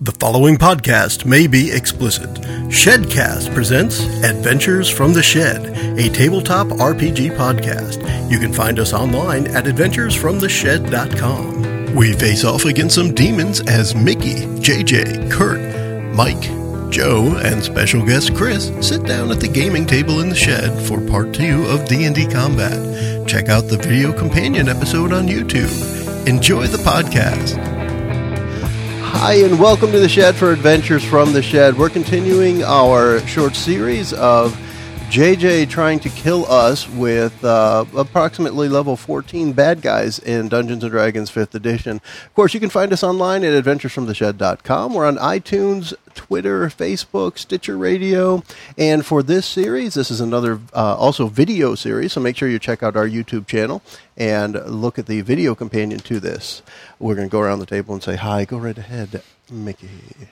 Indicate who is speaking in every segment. Speaker 1: The following podcast may be explicit. Shedcast presents Adventures from the Shed, a tabletop RPG podcast. You can find us online at adventuresfromtheshed.com. We face off against some demons as Mickey, JJ, Kurt, Mike, Joe, and special guest Chris sit down at the gaming table in the shed for part 2 of D&D combat. Check out the video companion episode on YouTube. Enjoy the podcast. Hi, and welcome to the Shed for Adventures from the Shed. We're continuing our short series of JJ trying to kill us with uh, approximately level 14 bad guys in Dungeons and Dragons 5th edition. Of course, you can find us online at adventuresfromtheshed.com. We're on iTunes, Twitter, Facebook, Stitcher Radio. And for this series, this is another uh, also video series, so make sure you check out our YouTube channel and look at the video companion to this. We're going to go around the table and say hi. Go right ahead, Mickey.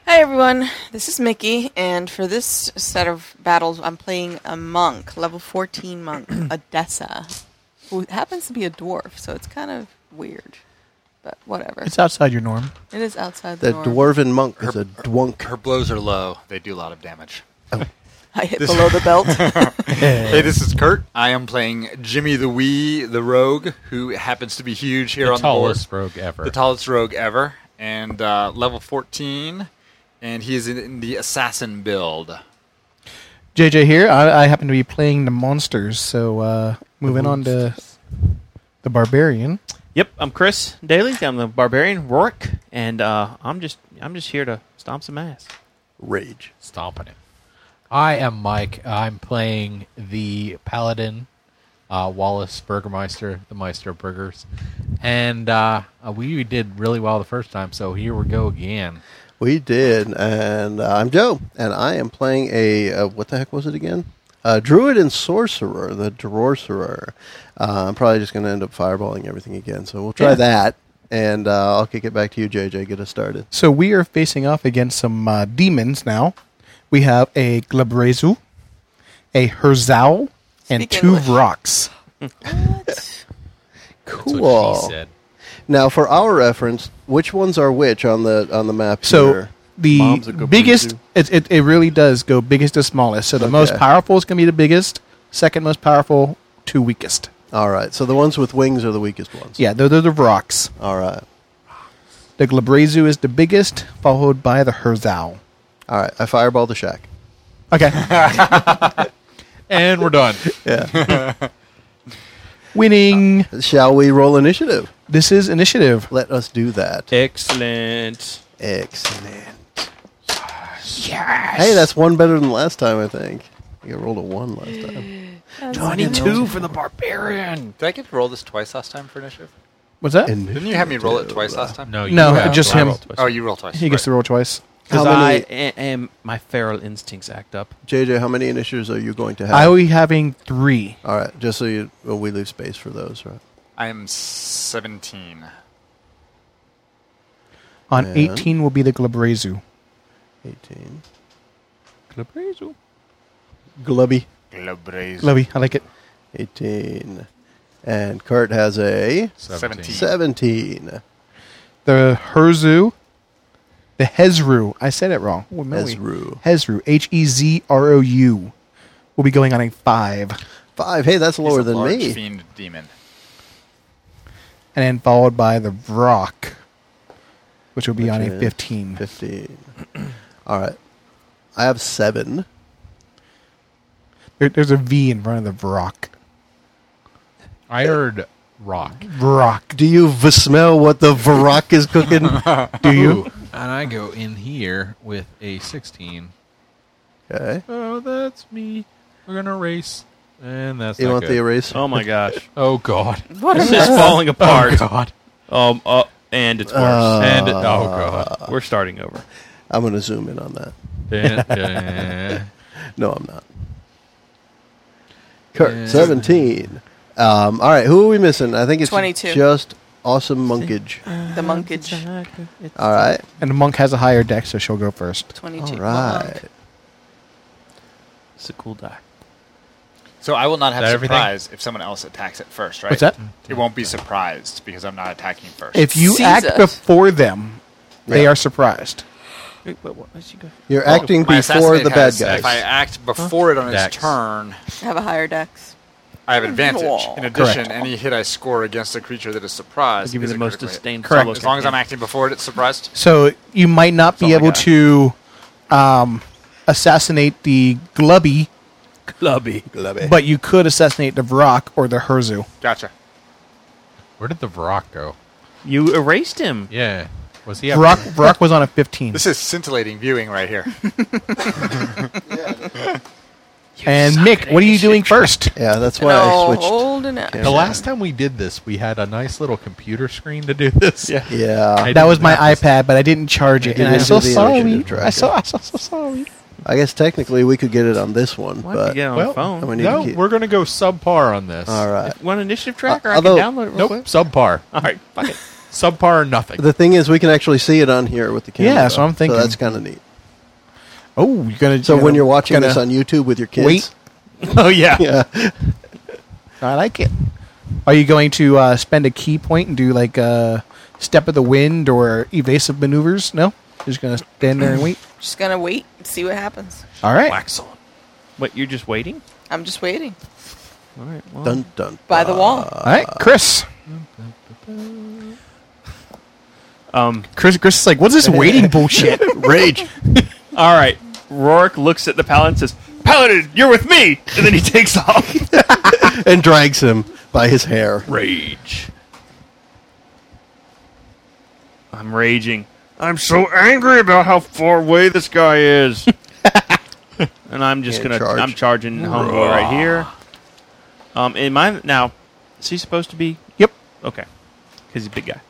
Speaker 2: Hi everyone, this is Mickey, and for this set of battles, I'm playing a monk, level 14 monk, Odessa, who happens to be a dwarf, so it's kind of weird, but whatever.
Speaker 3: It's outside your norm.
Speaker 2: It is outside the
Speaker 1: The
Speaker 2: norm.
Speaker 1: dwarven monk is a dwunk.
Speaker 4: Her blows are low. They do a lot of damage.
Speaker 2: I hit below the belt.
Speaker 4: Hey, this is Kurt. I am playing Jimmy the Wee, the rogue, who happens to be huge here on
Speaker 5: the tallest
Speaker 4: the board.
Speaker 5: rogue ever.
Speaker 4: The tallest rogue ever. And uh, level 14. And he is in, in the assassin build.
Speaker 3: JJ here. I, I happen to be playing the monsters, so uh, moving on to the barbarian.
Speaker 6: Yep, I'm Chris Daly. I'm the barbarian Rourke, and uh, I'm just I'm just here to stomp some ass.
Speaker 1: Rage.
Speaker 5: Stomping it. I am Mike. I'm playing the paladin, uh, Wallace Burgermeister, the Meister of Burgers, and uh, uh, we did really well the first time. So here we go again.
Speaker 1: We did, and uh, I'm Joe, and I am playing a uh, what the heck was it again? Uh, Druid and Sorcerer, the Sorcerer. Uh, I'm probably just going to end up fireballing everything again, so we'll try that, and uh, I'll kick it back to you, JJ. Get us started.
Speaker 3: So we are facing off against some uh, demons now. We have a Glabrezu, a Herzal, and
Speaker 2: Speak
Speaker 3: two
Speaker 2: English.
Speaker 3: Vrocks.
Speaker 2: what?
Speaker 1: Cool. Now, for our reference, which ones are which on the on the map?
Speaker 3: So
Speaker 1: here? Mobs are
Speaker 3: the
Speaker 1: good
Speaker 3: biggest,
Speaker 1: ones,
Speaker 3: it, it, it really does go biggest to smallest. So the most
Speaker 1: Okay.
Speaker 3: powerful is going to be the biggest, second most powerful, two weakest.
Speaker 1: All right, so the ones with wings are the weakest ones.
Speaker 3: Yeah, those are the Vrocks.
Speaker 1: All right.
Speaker 3: The Glabrezu is the biggest, followed by the Herzal.
Speaker 1: All right. I fireball the shack.
Speaker 3: Okay.
Speaker 5: and we're done.
Speaker 3: Winning.
Speaker 1: Shall we roll initiative?
Speaker 3: This is initiative.
Speaker 1: Let us do that.
Speaker 6: Excellent.
Speaker 1: Excellent. Hey, that's one better than last time, I think. I think I rolled a one last time.
Speaker 5: Twenty-two for the barbarian.
Speaker 4: Did I get to roll this twice last time for initiative?
Speaker 3: What's that?
Speaker 4: Didn't you have me roll it twice last time?
Speaker 5: No,
Speaker 3: No,
Speaker 5: have
Speaker 3: just
Speaker 5: to
Speaker 3: him.
Speaker 5: roll twice.
Speaker 4: Oh, you roll twice.
Speaker 3: he gets to
Speaker 4: right.
Speaker 3: roll twice.
Speaker 1: How
Speaker 6: Because I
Speaker 1: many,
Speaker 6: a- am my feral instincts act up.
Speaker 1: JJ, how many initiatives are you going to have?
Speaker 3: I will be having three.
Speaker 1: All right, just so you, well, we leave space for those, right?
Speaker 4: I am 17.
Speaker 3: On
Speaker 1: And-
Speaker 3: 18 will be the Glabrezu.
Speaker 1: 18.
Speaker 5: Glabrezu.
Speaker 1: Glubby.
Speaker 4: Glabrezu.
Speaker 3: Lovey, I like it.
Speaker 1: 18. And Kurt has a
Speaker 4: 17.
Speaker 1: 17.
Speaker 3: The Herzu. The Hezru. I said it wrong. Oh, man, we-
Speaker 1: Hezru.
Speaker 3: Hezru. H E Z R O U. Will be going on a five.
Speaker 1: Five. Hey, that's
Speaker 4: He's
Speaker 1: lower
Speaker 4: a
Speaker 1: than
Speaker 4: large
Speaker 1: me.
Speaker 4: fiend demon.
Speaker 3: And then followed by the Vrock, which will be
Speaker 1: Which
Speaker 3: on a
Speaker 1: is
Speaker 3: 15.
Speaker 1: 15. All right. I have seven.
Speaker 3: There- there's a V in front of the Vrock.
Speaker 5: I heard rock.
Speaker 3: Vrock.
Speaker 1: Do you v- smell what the Varrock is cooking?
Speaker 3: Do you?
Speaker 7: And I go in here with a 16.
Speaker 1: okay.
Speaker 7: Oh, that's me. We're going to race. And that's
Speaker 1: You
Speaker 7: not
Speaker 1: want
Speaker 7: good.
Speaker 1: the eraser?
Speaker 6: Oh my gosh,
Speaker 7: Oh, God.
Speaker 2: What
Speaker 6: this
Speaker 2: is
Speaker 6: is falling apart.
Speaker 5: Oh,
Speaker 7: God.
Speaker 6: Um, uh, and it's worse.
Speaker 7: And, oh, God.
Speaker 6: We're starting over.
Speaker 1: Uh, I'm going to zoom in on that.
Speaker 7: Dun, dun.
Speaker 1: No, I'm not. Kurt,
Speaker 7: Yeah.
Speaker 1: 17. Um, all right, who are we missing? I think it's
Speaker 2: 22.
Speaker 1: just Awesome Monkage.
Speaker 2: the monkage.
Speaker 1: All right.
Speaker 3: And the monk has a higher deck, so she'll go first.
Speaker 2: 22.
Speaker 1: All
Speaker 2: monk.
Speaker 1: right.
Speaker 6: It's a cool die.
Speaker 4: So I will not have
Speaker 7: That everything?
Speaker 4: surprise if someone else attacks it first, right?
Speaker 3: What's that?
Speaker 4: It won't be surprised because I'm not attacking first.
Speaker 3: If you
Speaker 2: Seize
Speaker 3: act
Speaker 2: us.
Speaker 3: before them, they
Speaker 1: Yeah.
Speaker 3: are surprised.
Speaker 6: Wait, what, what, what's he go?
Speaker 1: You're acting
Speaker 4: My
Speaker 1: before
Speaker 4: assassinate
Speaker 1: the bad
Speaker 4: has- uh,
Speaker 1: guys.
Speaker 4: If I act before it on
Speaker 5: Dex.
Speaker 4: its turn,
Speaker 2: I have a higher dex.
Speaker 4: I have advantage.
Speaker 2: Aw.
Speaker 4: In addition, any hit I score against a creature that is surprised
Speaker 6: Give me
Speaker 4: is
Speaker 6: the
Speaker 4: a
Speaker 6: most
Speaker 4: critical hit.
Speaker 6: disdained
Speaker 3: Correct.
Speaker 6: solo
Speaker 4: As long as I'm
Speaker 6: campaign.
Speaker 4: acting before it, it's surprised.
Speaker 3: So you might not be
Speaker 6: That's all I
Speaker 3: able
Speaker 6: got.
Speaker 3: to um, assassinate the Glubby,
Speaker 6: clubby.
Speaker 3: but you could assassinate the Vrock or the Herzu.
Speaker 4: Gotcha.
Speaker 5: Where did the Vrock go?
Speaker 6: You erased him.
Speaker 5: Yeah. Was he up
Speaker 3: Vrock, Vrock was on a 15.
Speaker 4: This is scintillating viewing right here.
Speaker 3: And Mick, what are you doing first?
Speaker 1: yeah, that's why
Speaker 2: No,
Speaker 1: I switched.
Speaker 2: hold an
Speaker 5: The last time we did this, we had a nice little computer screen to do this.
Speaker 6: Yeah.
Speaker 1: Yeah,
Speaker 5: I-
Speaker 3: That was my
Speaker 5: Yeah.
Speaker 3: iPad, but I didn't charge it,
Speaker 1: You
Speaker 3: and I
Speaker 1: didn't
Speaker 3: so
Speaker 1: do the
Speaker 3: sorry.
Speaker 1: initiative tracker.
Speaker 3: I so I so, so sorry.
Speaker 1: I guess technically we could get it on this one,
Speaker 6: Why don't you
Speaker 1: but
Speaker 6: get on
Speaker 5: well,
Speaker 6: the phone?
Speaker 1: we need
Speaker 5: No,
Speaker 1: to keep.
Speaker 5: we're going to go subpar on this.
Speaker 1: All right.
Speaker 6: One initiative tracker.
Speaker 1: although-
Speaker 6: I can download it real
Speaker 5: Nope,
Speaker 6: quick.
Speaker 5: subpar.
Speaker 6: All right, fuck it.
Speaker 5: Subpar or nothing.
Speaker 1: The thing is, we can actually see it on here with the camera.
Speaker 3: Yeah, so I'm thinking-
Speaker 1: that's kind of neat.
Speaker 3: Oh, you're gonna.
Speaker 1: So when you're watching
Speaker 3: gonna-
Speaker 1: this on YouTube with your kids,
Speaker 3: wait.
Speaker 6: oh yeah.
Speaker 1: yeah,
Speaker 3: I like it. Are you going to uh, spend a key point and do like uh, step of the wind or evasive maneuvers? No, you're just gonna stand there and wait.
Speaker 2: Just gonna wait and see what happens.
Speaker 3: All right.
Speaker 5: Excellent.
Speaker 6: What? You're just waiting?
Speaker 2: I'm just waiting
Speaker 6: All right. Well,
Speaker 1: dun dun.
Speaker 2: by the wall.
Speaker 3: All right, Chris.
Speaker 6: Um.
Speaker 3: Chris. Chris is like, what's this waiting bullshit?
Speaker 6: Rage. All right. Rourke looks at the paladin and says, "Paladin, you're with me," and then he takes off.
Speaker 1: and drags him by his hair.
Speaker 6: Rage. I'm raging. I'm so angry about how far away this guy is. and I'm just
Speaker 1: Yeah,
Speaker 6: gonna
Speaker 1: charge.
Speaker 6: I'm charging homeboy right here. Um in my now is he supposed to be
Speaker 3: Yep.
Speaker 6: okay. Cuz he's a big guy.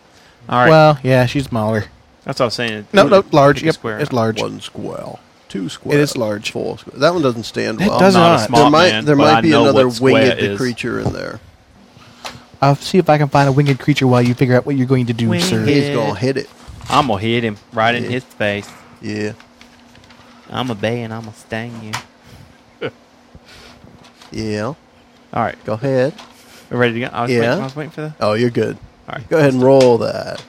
Speaker 6: All right.
Speaker 3: Well, yeah, she's smaller.
Speaker 6: That's what I was saying.
Speaker 3: No, no, large.
Speaker 6: Pick a
Speaker 3: Yep,
Speaker 6: square.
Speaker 3: it's large.
Speaker 1: One squall, two squall.
Speaker 3: It is large.
Speaker 1: Four squall. That one doesn't stand
Speaker 3: That
Speaker 1: well.
Speaker 3: does
Speaker 6: I'm not
Speaker 3: not.
Speaker 6: a
Speaker 1: there
Speaker 6: small
Speaker 1: might
Speaker 6: man,
Speaker 1: there
Speaker 6: but
Speaker 1: might
Speaker 6: I
Speaker 1: be
Speaker 6: know
Speaker 1: another
Speaker 6: what square
Speaker 1: winged
Speaker 6: is.
Speaker 1: creature in there.
Speaker 3: I'll see if I can find a winged creature while you figure out what you're going to do,
Speaker 6: Winged.
Speaker 3: sir.
Speaker 1: He's
Speaker 6: Yeah.
Speaker 1: gonna hit it.
Speaker 6: I'm gonna hit him right in
Speaker 1: Yeah.
Speaker 6: his face.
Speaker 1: Yeah,
Speaker 6: I'm a bay and I'm gonna sting you.
Speaker 1: yeah.
Speaker 6: All right.
Speaker 1: Go ahead.
Speaker 6: We ready to go? I was,
Speaker 1: Yeah.
Speaker 6: waiting, I was waiting for the
Speaker 1: Oh, you're good.
Speaker 6: All right.
Speaker 1: Go ahead and roll that.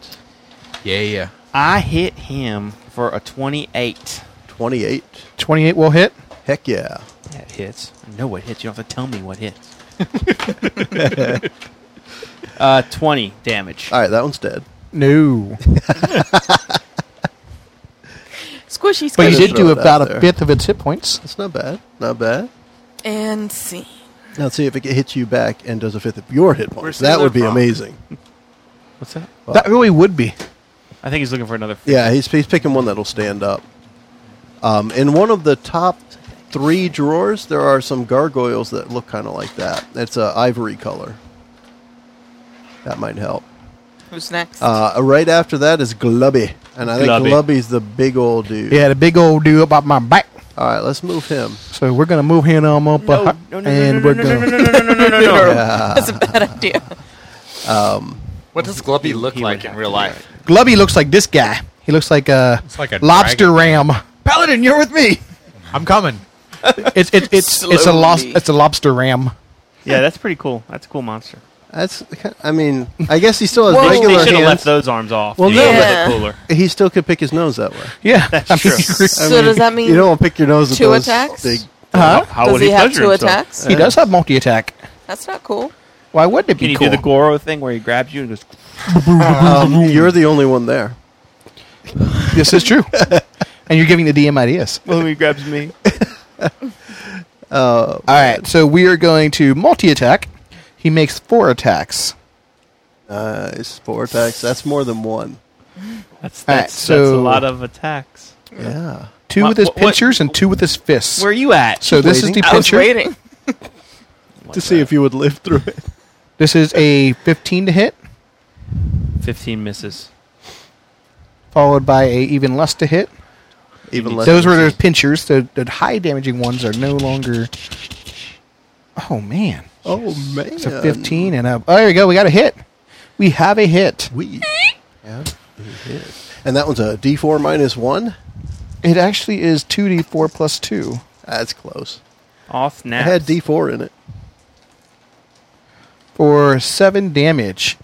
Speaker 5: Yeah, yeah.
Speaker 6: I hit him for a 28.
Speaker 1: Twenty-eight.
Speaker 3: Twenty-eight will hit.
Speaker 1: Heck yeah.
Speaker 6: That hits. I know what hits. You don't have to tell me what hits. uh, 20 damage.
Speaker 1: All right, that one's dead.
Speaker 3: No,
Speaker 2: Squishy,
Speaker 3: but you
Speaker 1: Just
Speaker 2: squishy,
Speaker 3: did
Speaker 1: throw
Speaker 3: do
Speaker 1: it out
Speaker 3: about a
Speaker 1: there.
Speaker 3: fifth of its hit points.
Speaker 1: That's not bad. Not bad.
Speaker 2: and see.
Speaker 1: Now see if it hits you back and does a fifth of your hit
Speaker 4: Where's
Speaker 1: points.
Speaker 4: the
Speaker 1: That
Speaker 4: other
Speaker 1: would be
Speaker 4: from?
Speaker 1: amazing.
Speaker 6: What's that?
Speaker 3: That really would be.
Speaker 6: I think he's looking for another.
Speaker 1: Yeah, he's, he's picking one that'll stand up. Um, in one of the top three drawers, there are some gargoyles that look kind of like that. It's a ivory color. That might help.
Speaker 2: Who's next?
Speaker 1: Uh, right after that is Glubby, and I think
Speaker 6: Glubby.
Speaker 1: Glubby's the big old dude.
Speaker 3: Yeah, the big old dude up on my back.
Speaker 1: All right, let's move him.
Speaker 3: So we're gonna move him on up, uh, and we're gonna.
Speaker 2: That's a bad idea.
Speaker 4: What does Glubby
Speaker 6: He-
Speaker 4: look
Speaker 6: he would
Speaker 4: like in
Speaker 6: have
Speaker 4: real
Speaker 6: to be
Speaker 4: life?
Speaker 3: Glubby looks like this guy. He looks like a,
Speaker 5: It's like a
Speaker 3: lobster
Speaker 5: dragon.
Speaker 3: ram.
Speaker 6: Paladin, you're with me.
Speaker 5: I'm coming.
Speaker 3: It's it's it's it's a lost
Speaker 2: Slowly.
Speaker 3: it's a lobster ram.
Speaker 6: Yeah, that's pretty cool. That's a cool monster.
Speaker 1: That's. I mean, I guess he still has
Speaker 2: Whoa.
Speaker 6: They should
Speaker 1: regular
Speaker 6: have
Speaker 1: hands.
Speaker 6: left those arms off.
Speaker 1: Well,
Speaker 6: They
Speaker 1: no,
Speaker 6: should've
Speaker 2: but-
Speaker 6: left it cooler.
Speaker 1: He still could pick his nose that way.
Speaker 3: Yeah,
Speaker 6: That's
Speaker 3: I mean,
Speaker 6: true.
Speaker 2: So does that mean
Speaker 1: you don't want to pick your nose with
Speaker 2: two
Speaker 1: those
Speaker 2: attacks?
Speaker 1: big-
Speaker 3: huh?
Speaker 6: How
Speaker 2: Does
Speaker 6: would
Speaker 2: he, have
Speaker 6: pleasure
Speaker 2: two
Speaker 6: himself?
Speaker 2: attacks?
Speaker 3: Uh-huh. He does have multi attack.
Speaker 2: That's not cool.
Speaker 3: Why wouldn't it
Speaker 6: Can
Speaker 3: be
Speaker 6: you
Speaker 3: cool?
Speaker 6: do the Goro thing where he grabs you and goes?
Speaker 1: Um, you're the only one there.
Speaker 3: this is true. and you're giving the DM ideas.
Speaker 6: Well, he grabs me.
Speaker 1: Uh,
Speaker 3: All right, so we are going to multi attack. He makes four attacks.
Speaker 1: Nice. Uh, Four attacks. That's more than one.
Speaker 6: That's that's,
Speaker 3: All right,
Speaker 6: that's
Speaker 3: so-
Speaker 6: a lot of attacks.
Speaker 1: Yeah.
Speaker 3: Two
Speaker 6: Wha-
Speaker 3: with his
Speaker 6: wha- what-
Speaker 3: pinchers and two with his fists.
Speaker 6: Where are you at?
Speaker 3: so this
Speaker 1: waiting?
Speaker 3: is the
Speaker 2: I was
Speaker 3: pincher.
Speaker 2: waiting.
Speaker 1: to see if you would live through it.
Speaker 3: This is a 15 to hit,
Speaker 6: Fifteen misses.
Speaker 3: followed by a even less to hit.
Speaker 1: Even
Speaker 6: need
Speaker 1: less.
Speaker 3: Those were the pinchers. The, the high damaging ones are no longer. Oh man,
Speaker 1: Oh man.
Speaker 3: it's a 15 and up. Oh, there we go. We got a hit. We have a hit.
Speaker 1: We. Yeah. we did. And that one's a D4 minus one.
Speaker 3: It actually is 2d4 plus two.
Speaker 1: That's close.
Speaker 6: Off
Speaker 1: It
Speaker 6: now.
Speaker 1: had D4 in it.
Speaker 3: for seven damage.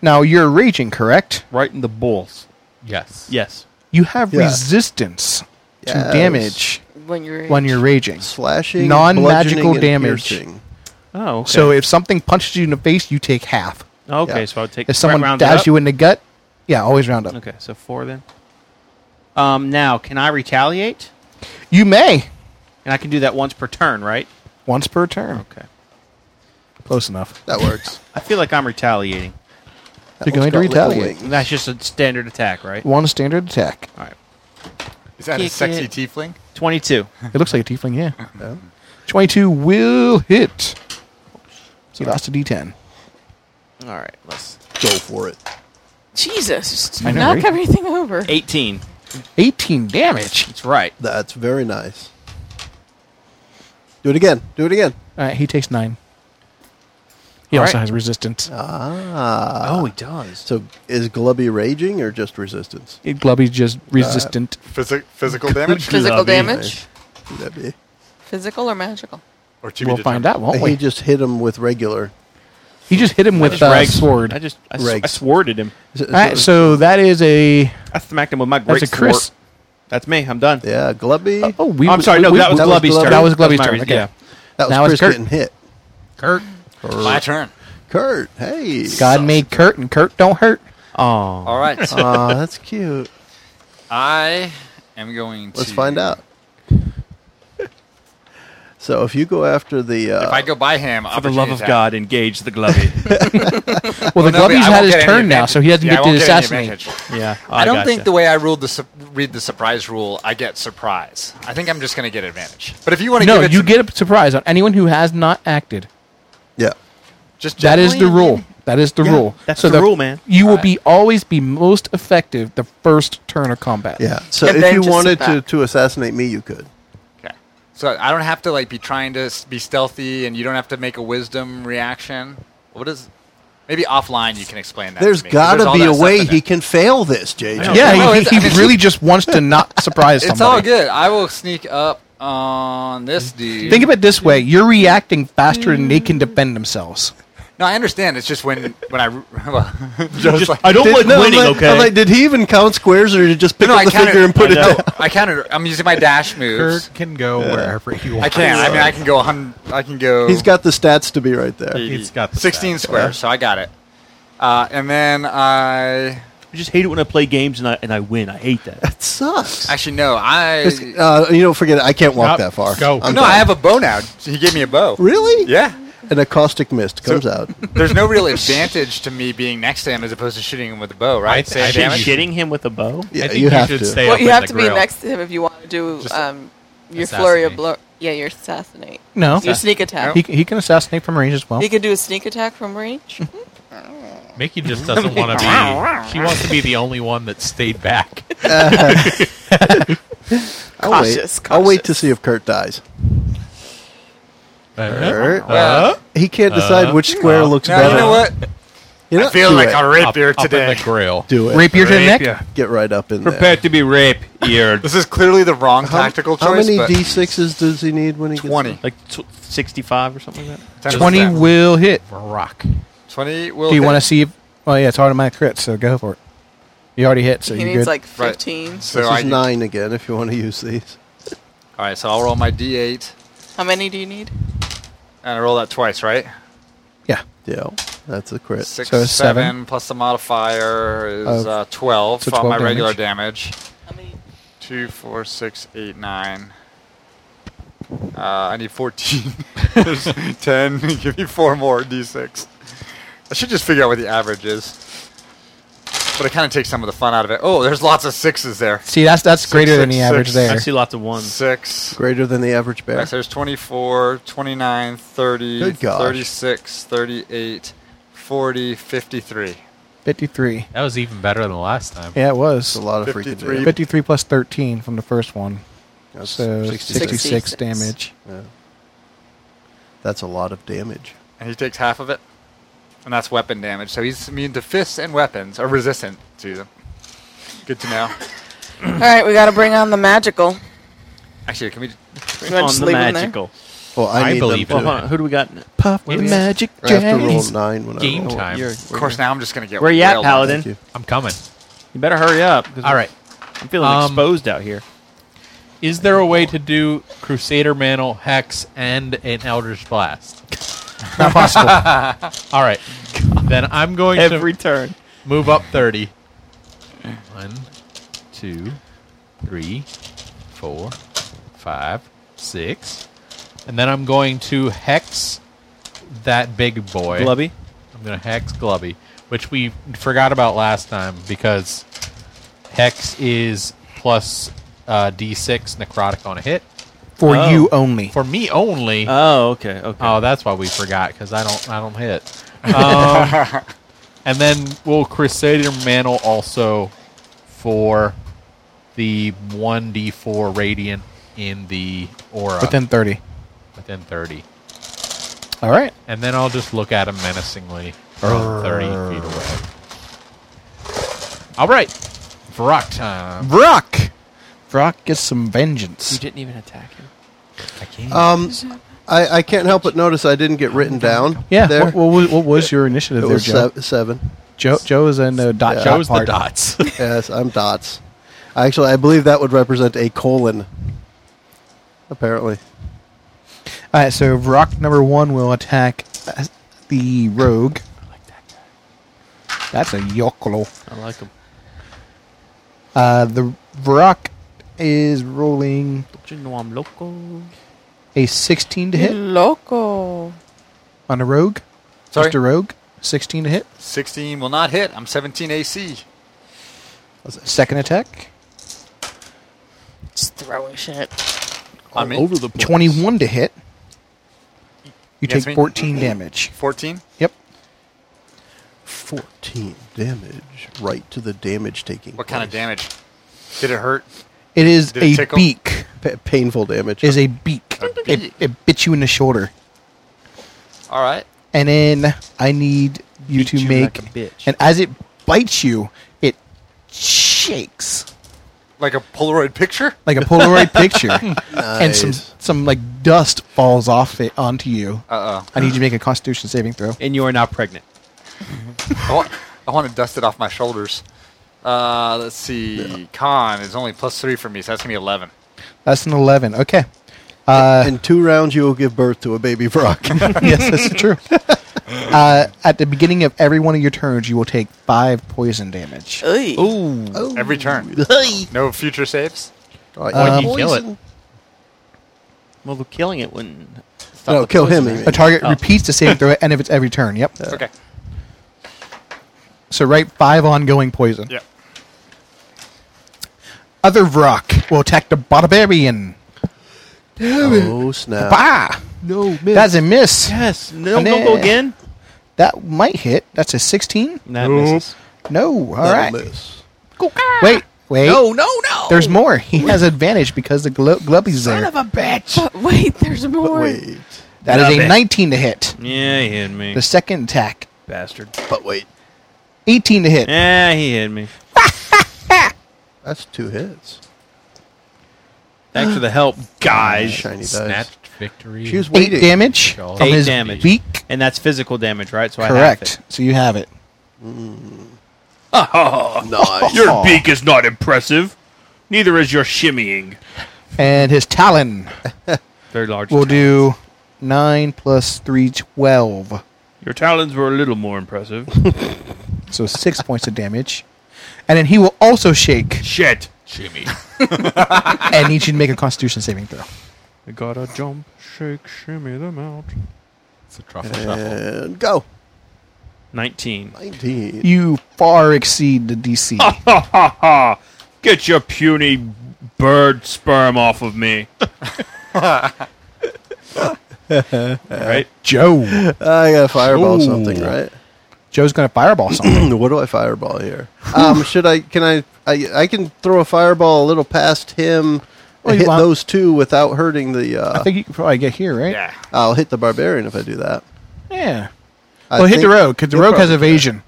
Speaker 3: Now you're raging, correct?
Speaker 6: right in the balls.
Speaker 5: Yes.
Speaker 6: Yes.
Speaker 3: You have
Speaker 1: Yeah.
Speaker 3: resistance to
Speaker 1: Yes.
Speaker 3: damage
Speaker 2: when you're
Speaker 3: when you're raging.
Speaker 1: Slashing,
Speaker 3: Non-magical
Speaker 1: bludgeoning, and
Speaker 3: damage.
Speaker 1: piercing.
Speaker 6: Oh, okay.
Speaker 3: So if something punches you in the face, you take half.
Speaker 6: okay,
Speaker 1: yeah.
Speaker 6: so I'll take
Speaker 3: If someone
Speaker 6: round it
Speaker 3: dabs
Speaker 6: up.
Speaker 3: you in the gut, yeah, always round up.
Speaker 6: Okay, so four then. Um, now can I retaliate?
Speaker 3: You may
Speaker 6: And I can do that once per turn, right?
Speaker 3: once per turn.
Speaker 6: Okay.
Speaker 3: Close enough.
Speaker 1: That works.
Speaker 6: I feel like I'm retaliating.
Speaker 1: That
Speaker 3: You're
Speaker 1: one's
Speaker 3: going to
Speaker 1: got little
Speaker 3: retaliate.
Speaker 1: wings.
Speaker 6: And that's just a standard attack, right?
Speaker 3: One standard attack.
Speaker 6: All right.
Speaker 4: Is that a
Speaker 6: Kick
Speaker 4: sexy
Speaker 6: it.
Speaker 4: tiefling?
Speaker 6: Twenty-two.
Speaker 3: It looks like a tiefling, yeah. Twenty-two will hit. He lost a D10.
Speaker 6: All right. Let's.
Speaker 1: Go for it.
Speaker 2: Jesus, just
Speaker 3: I know,
Speaker 2: knock
Speaker 3: right?
Speaker 2: everything over.
Speaker 6: Eighteen.
Speaker 3: Eighteen damage.
Speaker 6: That's right.
Speaker 1: That's very nice. Do it again. Do it again.
Speaker 3: All right, he takes nine. He
Speaker 6: All
Speaker 3: also
Speaker 6: right.
Speaker 3: has resistance.
Speaker 1: Ah.
Speaker 6: oh, he does.
Speaker 1: So is Glubby raging or just resistance?
Speaker 3: It- Glubby's
Speaker 1: Uh,
Speaker 3: just resistant.
Speaker 4: Physi- physical damage?
Speaker 2: Physical
Speaker 6: Lovely.
Speaker 2: damage?
Speaker 1: Would that be?
Speaker 2: Physical or magical?
Speaker 4: Or to
Speaker 3: we'll
Speaker 4: be
Speaker 3: find
Speaker 4: determined?
Speaker 3: out, won't
Speaker 1: He
Speaker 3: we?
Speaker 1: just hit him with regular.
Speaker 3: He just hit him with
Speaker 6: just
Speaker 3: a
Speaker 6: rags-
Speaker 3: sword.
Speaker 6: I just I, s-
Speaker 1: Regs.
Speaker 6: I sworded him.
Speaker 1: So-
Speaker 3: All right, so that is a
Speaker 6: I smacked him with my great
Speaker 3: that's a Chris.
Speaker 6: sword. That's me. I'm done.
Speaker 1: yeah, Glubby.
Speaker 3: Oh, we.
Speaker 6: I'm sorry. No, that was
Speaker 1: that was
Speaker 6: Glubby's
Speaker 1: Glubby.
Speaker 6: turn.
Speaker 3: That was Glubby's
Speaker 6: my
Speaker 3: turn,
Speaker 6: re-
Speaker 3: okay.
Speaker 6: Yeah.
Speaker 1: that
Speaker 3: now
Speaker 1: was
Speaker 3: it's
Speaker 1: Chris
Speaker 3: Kurt.
Speaker 1: getting hit.
Speaker 5: Kurt.
Speaker 4: My turn.
Speaker 1: Kurt, hey.
Speaker 3: God made Kurt, and Kurt don't hurt.
Speaker 6: Oh.
Speaker 4: All right.
Speaker 1: Aw, that's cute.
Speaker 4: I am going to.
Speaker 1: Let's find out. So if you go after the, uh,
Speaker 4: If I go by him,
Speaker 6: For the
Speaker 4: opportunity
Speaker 6: love of
Speaker 4: attack.
Speaker 6: God, engage the Glubby.
Speaker 3: Well, the
Speaker 4: No, but
Speaker 3: Glubby's
Speaker 4: I
Speaker 3: had
Speaker 4: won't
Speaker 3: his
Speaker 4: get any
Speaker 3: turn now,
Speaker 4: advantage.
Speaker 3: so he doesn't
Speaker 4: Yeah, I
Speaker 3: get to
Speaker 4: won't any
Speaker 3: assassinate. Oh,
Speaker 4: advantage.
Speaker 6: yeah.
Speaker 4: I don't think
Speaker 6: gotcha.
Speaker 4: the way I ruled the su- read the surprise rule, I get surprise. I think I'm just going to get advantage. But if you want to,
Speaker 3: No,
Speaker 4: give it
Speaker 3: you
Speaker 4: to-
Speaker 3: get a surprise on anyone who has not acted.
Speaker 1: yeah,
Speaker 4: just
Speaker 3: That is the
Speaker 4: generally,
Speaker 3: rule. That is the
Speaker 1: Yeah,
Speaker 3: rule.
Speaker 6: that's the rule, man.
Speaker 3: You will
Speaker 4: Alright.
Speaker 3: be always be most effective the first turn of combat.
Speaker 1: yeah. So
Speaker 2: And
Speaker 1: if
Speaker 2: then
Speaker 1: you
Speaker 2: just sit
Speaker 1: wanted to,
Speaker 2: back.
Speaker 1: to assassinate me, you could.
Speaker 4: Okay. So I don't have to like be trying to s- be stealthy, and you don't have to make a wisdom reaction. What is? Maybe offline you can explain that. to
Speaker 1: There's
Speaker 4: me,
Speaker 1: got
Speaker 4: 'cause
Speaker 1: to
Speaker 4: all
Speaker 1: be
Speaker 4: that
Speaker 1: a
Speaker 4: stuff
Speaker 1: way
Speaker 4: in
Speaker 1: he
Speaker 4: there.
Speaker 1: can fail this, JJ.
Speaker 3: Yeah,
Speaker 4: No,
Speaker 3: he,
Speaker 4: it's-
Speaker 3: he
Speaker 4: I mean,
Speaker 3: really just wants to not surprise
Speaker 4: It's
Speaker 3: somebody.
Speaker 4: all good. I will sneak up on this dude. Mm.
Speaker 3: Think of it this way: you're reacting faster than they can defend themselves.
Speaker 4: No, I understand. It's just when when I well,
Speaker 6: Just- I don't
Speaker 1: Did-
Speaker 6: like
Speaker 1: no, I'm
Speaker 6: winning.
Speaker 1: like-
Speaker 6: okay.
Speaker 1: I'm like, did he even count squares, or did he just pick
Speaker 4: no,
Speaker 1: up
Speaker 4: I
Speaker 1: the
Speaker 4: counted.
Speaker 1: finger and put it
Speaker 4: no,
Speaker 1: down?
Speaker 4: I counted. I'm using my dash moves.
Speaker 5: Kurt can go wherever he wants.
Speaker 4: I can. I mean, I can go. hun- I can go.
Speaker 1: He's got the stats to be right there.
Speaker 5: He's got the
Speaker 4: 16
Speaker 5: stats.
Speaker 4: squares, so I got it. Uh, and then I
Speaker 6: I just hate it when I play games and I and I win. I hate that.
Speaker 1: That sucks.
Speaker 4: actually no, I
Speaker 1: It's- uh, you don't forget it. I can't walk
Speaker 5: Up,
Speaker 1: that far.
Speaker 5: go.
Speaker 4: no, I have a bow now. He gave me a bow.
Speaker 1: Really?
Speaker 4: Yeah.
Speaker 1: And a caustic mist comes out.
Speaker 4: There's no real advantage to me being next to him as opposed to shooting him with a bow, right?
Speaker 5: I'd say
Speaker 4: Six
Speaker 5: shit-
Speaker 4: damage?
Speaker 5: shit.
Speaker 6: Shitting him with a bow.
Speaker 1: Yeah,
Speaker 5: I think
Speaker 1: you have
Speaker 5: should
Speaker 1: to.
Speaker 5: stay
Speaker 2: Well,
Speaker 5: up
Speaker 2: you
Speaker 5: in
Speaker 2: have
Speaker 5: the
Speaker 2: to be
Speaker 5: grill.
Speaker 2: next to him if you want to do
Speaker 4: Just
Speaker 2: um, your flurry of
Speaker 5: assassinate.
Speaker 2: blow. Yeah, your assassinate.
Speaker 3: No,
Speaker 2: Your sneak attack.
Speaker 3: he, he can assassinate from range as well.
Speaker 2: He could do a sneak attack from range.
Speaker 5: Mickey just doesn't want to be. She wants to be the only one that stayed back.
Speaker 1: I'll
Speaker 2: Cautious,
Speaker 1: wait. I'll wait to
Speaker 2: cautious.
Speaker 1: see if Kurt dies.
Speaker 5: Uh-huh.
Speaker 1: Kurt.
Speaker 4: Well,
Speaker 1: He can't decide
Speaker 5: Uh,
Speaker 1: which square looks
Speaker 4: now,
Speaker 1: better.
Speaker 4: you know what?
Speaker 1: You know,
Speaker 4: I feel
Speaker 1: do
Speaker 4: like
Speaker 1: it.
Speaker 4: a
Speaker 5: up,
Speaker 4: rapier
Speaker 5: up in
Speaker 4: today.
Speaker 5: the grill.
Speaker 1: do it.
Speaker 3: Rapier to the neck.
Speaker 1: Get right up in
Speaker 6: Prepare to be rape eared.
Speaker 4: This is clearly the wrong tactical
Speaker 1: How
Speaker 4: choice.
Speaker 1: many
Speaker 4: but
Speaker 1: d6s does he need when he gets
Speaker 4: 20.
Speaker 6: like t- sixty-five or something like that.
Speaker 4: Times
Speaker 3: Twenty
Speaker 4: that.
Speaker 3: will hit.
Speaker 5: Rock.
Speaker 4: 20 will.
Speaker 3: Do you want to see? If, well, yeah, it's automatic crit, so go for it. You already hit, so
Speaker 2: he
Speaker 3: you're
Speaker 2: needs
Speaker 3: good.
Speaker 2: like
Speaker 4: Right.
Speaker 2: 15.
Speaker 4: So
Speaker 1: This
Speaker 4: I
Speaker 1: is nine again. If you want to use these,
Speaker 4: All right, so I'll roll my d8
Speaker 2: How many do you need?
Speaker 4: and I roll that twice, right?
Speaker 3: yeah,
Speaker 1: yeah, that's a crit.
Speaker 4: Six,
Speaker 3: So
Speaker 4: seven,
Speaker 3: it's seven.
Speaker 4: plus the modifier is
Speaker 3: Of-
Speaker 4: uh, 12
Speaker 3: so
Speaker 4: on
Speaker 3: 12
Speaker 4: my
Speaker 3: damage.
Speaker 4: regular damage.
Speaker 2: How many?
Speaker 4: Two, four, six, eight, nine. Uh, I need 14. There's 10. Give me four more d6. I should just figure out what the average is. But it kind of takes some of the fun out of it. Oh, there's lots of sixes there.
Speaker 3: see, that's that's
Speaker 4: Six,
Speaker 3: greater than
Speaker 4: six,
Speaker 3: the average
Speaker 4: six.
Speaker 3: there.
Speaker 6: I see lots of ones.
Speaker 4: Six.
Speaker 1: Greater than the average bear.
Speaker 4: Alright, so there's 24, 29, 30,
Speaker 1: Good gosh.
Speaker 4: 36, 38, 40, 53.
Speaker 3: Fifty-three.
Speaker 5: That was even better than last time.
Speaker 3: Yeah, it was
Speaker 1: It's a lot of
Speaker 4: 53.
Speaker 1: freaking. damage.
Speaker 3: fifty-three plus thirteen from the first one,
Speaker 1: That's
Speaker 3: so
Speaker 1: 66.
Speaker 3: sixty-six
Speaker 2: 66.
Speaker 3: damage.
Speaker 1: Yeah. That's a lot of damage.
Speaker 4: And he takes half of it. And that's weapon damage. So he's immune to fists and weapons, or resistant to them. Good to know.
Speaker 2: All right, we got to bring on the magical.
Speaker 4: Actually, can we.
Speaker 2: You wanna
Speaker 6: on
Speaker 2: just
Speaker 6: the
Speaker 2: leave him there?
Speaker 6: magical.
Speaker 1: Well, I,
Speaker 5: I
Speaker 1: need
Speaker 5: believe
Speaker 6: Well,
Speaker 1: them
Speaker 5: it.
Speaker 1: too.
Speaker 6: hold on. Who do we got?
Speaker 3: Puff
Speaker 5: What
Speaker 3: the
Speaker 5: is-
Speaker 3: magic
Speaker 1: I have to roll
Speaker 3: jazz.
Speaker 1: nine when
Speaker 5: Game
Speaker 1: I roll.
Speaker 5: time.
Speaker 6: You're-
Speaker 4: Of course, now I'm just going to get.
Speaker 6: Where you at,
Speaker 4: wailed on.
Speaker 6: Paladin?
Speaker 1: Thank you.
Speaker 5: I'm coming.
Speaker 6: You better hurry up.
Speaker 5: All right.
Speaker 6: I'm feeling
Speaker 5: Um,
Speaker 6: exposed out here.
Speaker 5: Is there a way to do Crusader Mantle, Hex, and an Elder's Blast?
Speaker 3: Not possible.
Speaker 5: All right. Then I'm going
Speaker 6: Every
Speaker 5: to
Speaker 6: turn.
Speaker 5: move up 30. One, two, three, four, five, six. And then I'm going to Hex that big boy.
Speaker 6: Glubby.
Speaker 5: I'm going to Hex Glubby, which we forgot about last time because Hex is plus uh, D6 necrotic on a hit.
Speaker 3: For
Speaker 6: Oh.
Speaker 3: you only.
Speaker 5: For me only.
Speaker 8: Uh,
Speaker 6: Oh, okay, okay.
Speaker 5: Oh, that's why we forgot because I don't I don't hit. Um, and then we'll Crusader Mantle also for the one d four radiant in the aura
Speaker 3: Within 30.
Speaker 5: within thirty,
Speaker 3: All right.
Speaker 5: and then I'll just look at him menacingly from thirty feet away. All right, Vrock time.
Speaker 3: Brock! Brock gets some vengeance.
Speaker 6: didn't even attack him.
Speaker 1: Um, I, I can't help but notice I didn't get written down.
Speaker 3: Yeah.
Speaker 1: there
Speaker 3: What, what, was, what was your initiative
Speaker 1: it
Speaker 3: there,
Speaker 1: was
Speaker 3: Joe?
Speaker 1: se- seven.
Speaker 3: Joe? Joe is in the dot.
Speaker 1: Yeah.
Speaker 3: dot
Speaker 5: Joe's the
Speaker 3: part.
Speaker 5: dots.
Speaker 1: Yes, I'm dots. Actually, I believe that would represent a colon. Apparently,
Speaker 3: All right. So Brock number one will attack uh, the rogue. That's a yokolo.
Speaker 6: I like him.
Speaker 3: Uh, the Brock is rolling
Speaker 6: Don't you know I'm local?
Speaker 3: a 16 to
Speaker 2: Mm-hmm.
Speaker 3: hit
Speaker 2: Loco.
Speaker 3: on a rogue.
Speaker 4: Sorry,
Speaker 3: Just a rogue. 16 to hit.
Speaker 4: 16 will not hit. I'm 17 AC.
Speaker 3: Second attack.
Speaker 2: Just throwing shit.
Speaker 4: All over the
Speaker 3: 21 to hit. You
Speaker 4: Yes,
Speaker 3: take
Speaker 4: me?
Speaker 3: 14 damage.
Speaker 4: 14.
Speaker 3: Yep.
Speaker 1: fourteen damage, right to the damage taking.
Speaker 4: What kind of
Speaker 1: place.
Speaker 4: damage? Did it hurt?
Speaker 3: It is
Speaker 4: Did it
Speaker 3: a
Speaker 4: tickle?
Speaker 3: beak.
Speaker 1: Pa- painful damage.
Speaker 3: It is a beak.
Speaker 4: A
Speaker 3: It,
Speaker 4: beak.
Speaker 3: it bit you in the shoulder.
Speaker 4: All right.
Speaker 3: And then I need you
Speaker 6: Beat
Speaker 3: to
Speaker 6: you
Speaker 3: make.
Speaker 6: like a bitch.
Speaker 3: And as it bites you, it shakes
Speaker 4: Like a Polaroid picture?
Speaker 3: like a Polaroid picture. And some,
Speaker 1: Nice.
Speaker 3: some like dust falls off it onto you.
Speaker 4: Uh
Speaker 3: I need you to make a constitution saving throw.
Speaker 6: And you are now pregnant.
Speaker 4: oh. I want to dust it off my shoulders. Uh, let's see. Con is only plus three for me, so that's gonna be 11.
Speaker 3: That's an 11. Okay. Uh,
Speaker 1: In two rounds, you will give birth to a baby Brock.
Speaker 3: yes, that's true. Uh, at the beginning of every one of your turns, you will take five poison damage.
Speaker 2: Oy.
Speaker 6: Ooh.
Speaker 3: Oh.
Speaker 4: Every turn. No future saves.
Speaker 1: uh,
Speaker 5: Why'd you kill it?
Speaker 6: Well, the killing it wouldn't. stop
Speaker 1: No,
Speaker 6: the
Speaker 1: kill him.
Speaker 6: poison,
Speaker 1: you
Speaker 3: A
Speaker 1: mean.
Speaker 3: target
Speaker 6: Oh.
Speaker 3: repeats the saving throw, and if it's every turn, yep.
Speaker 4: Okay.
Speaker 3: So write five ongoing poison.
Speaker 4: Yep.
Speaker 3: Other Vrock will attack the barbarian.
Speaker 1: Oh
Speaker 2: Uh,
Speaker 1: snap!
Speaker 3: Bah!
Speaker 1: No,
Speaker 3: That's a miss.
Speaker 6: Yes. No,
Speaker 3: And
Speaker 6: don't go
Speaker 3: then-
Speaker 6: again.
Speaker 3: That might hit. That's a 16.
Speaker 6: That misses.
Speaker 3: No. All right.
Speaker 1: Miss.
Speaker 3: Wait. Wait.
Speaker 2: No, no, no.
Speaker 3: There's more. He has advantage because the glo- glubby's there.
Speaker 2: a bitch. But wait, there's
Speaker 1: But
Speaker 2: more.
Speaker 1: wait,
Speaker 3: That is
Speaker 6: Glubby.
Speaker 3: a 19 to hit.
Speaker 6: Yeah, he hit me.
Speaker 3: The second attack,
Speaker 6: bastard.
Speaker 1: but wait.
Speaker 3: 18 to hit.
Speaker 6: Yeah, he hit me.
Speaker 1: That's two hits.
Speaker 6: Thanks for the help, guys.
Speaker 1: Shiny dice.
Speaker 5: Snatched victory.
Speaker 1: She was
Speaker 3: Eight
Speaker 1: waiting.
Speaker 3: damage from
Speaker 6: Eight
Speaker 3: his
Speaker 6: damage.
Speaker 3: beak.
Speaker 6: And that's physical damage, right? So
Speaker 3: Correct. So you have it.
Speaker 1: Nice.
Speaker 6: Your beak is not impressive. Neither is your shimmying.
Speaker 3: And his talon
Speaker 6: Very large.
Speaker 3: will do 9 plus 3, 12.
Speaker 6: Your talons were a little more impressive.
Speaker 3: So 6 points of damage. And then he will also shake
Speaker 6: Shit.
Speaker 5: Jimmy.
Speaker 3: and need you to make a constitution saving throw.
Speaker 6: I gotta jump, shake, shimmy them out.
Speaker 5: It's a truffle shuffle.
Speaker 1: And go.
Speaker 6: 19.
Speaker 1: Nineteen.
Speaker 3: You far exceed the DC.
Speaker 6: Ha ha ha! Get your puny bird sperm off of me. right?
Speaker 3: Joe.
Speaker 1: I gotta fireball
Speaker 3: Ooh.
Speaker 1: something, right?
Speaker 3: Joe's going to fireball something.
Speaker 1: what do I fireball here? Um, should I? Can I, I? I can throw a fireball a little past him. and
Speaker 3: Well, you
Speaker 1: hit
Speaker 3: want-
Speaker 1: those two without hurting the. Uh,
Speaker 3: I think you can probably get here, right?
Speaker 4: Yeah.
Speaker 1: I'll hit the barbarian if I do that.
Speaker 3: Yeah.
Speaker 1: I
Speaker 3: well, hit the
Speaker 1: think-
Speaker 3: rogue because the
Speaker 1: You'll
Speaker 3: rogue has
Speaker 1: probably do that.
Speaker 3: evasion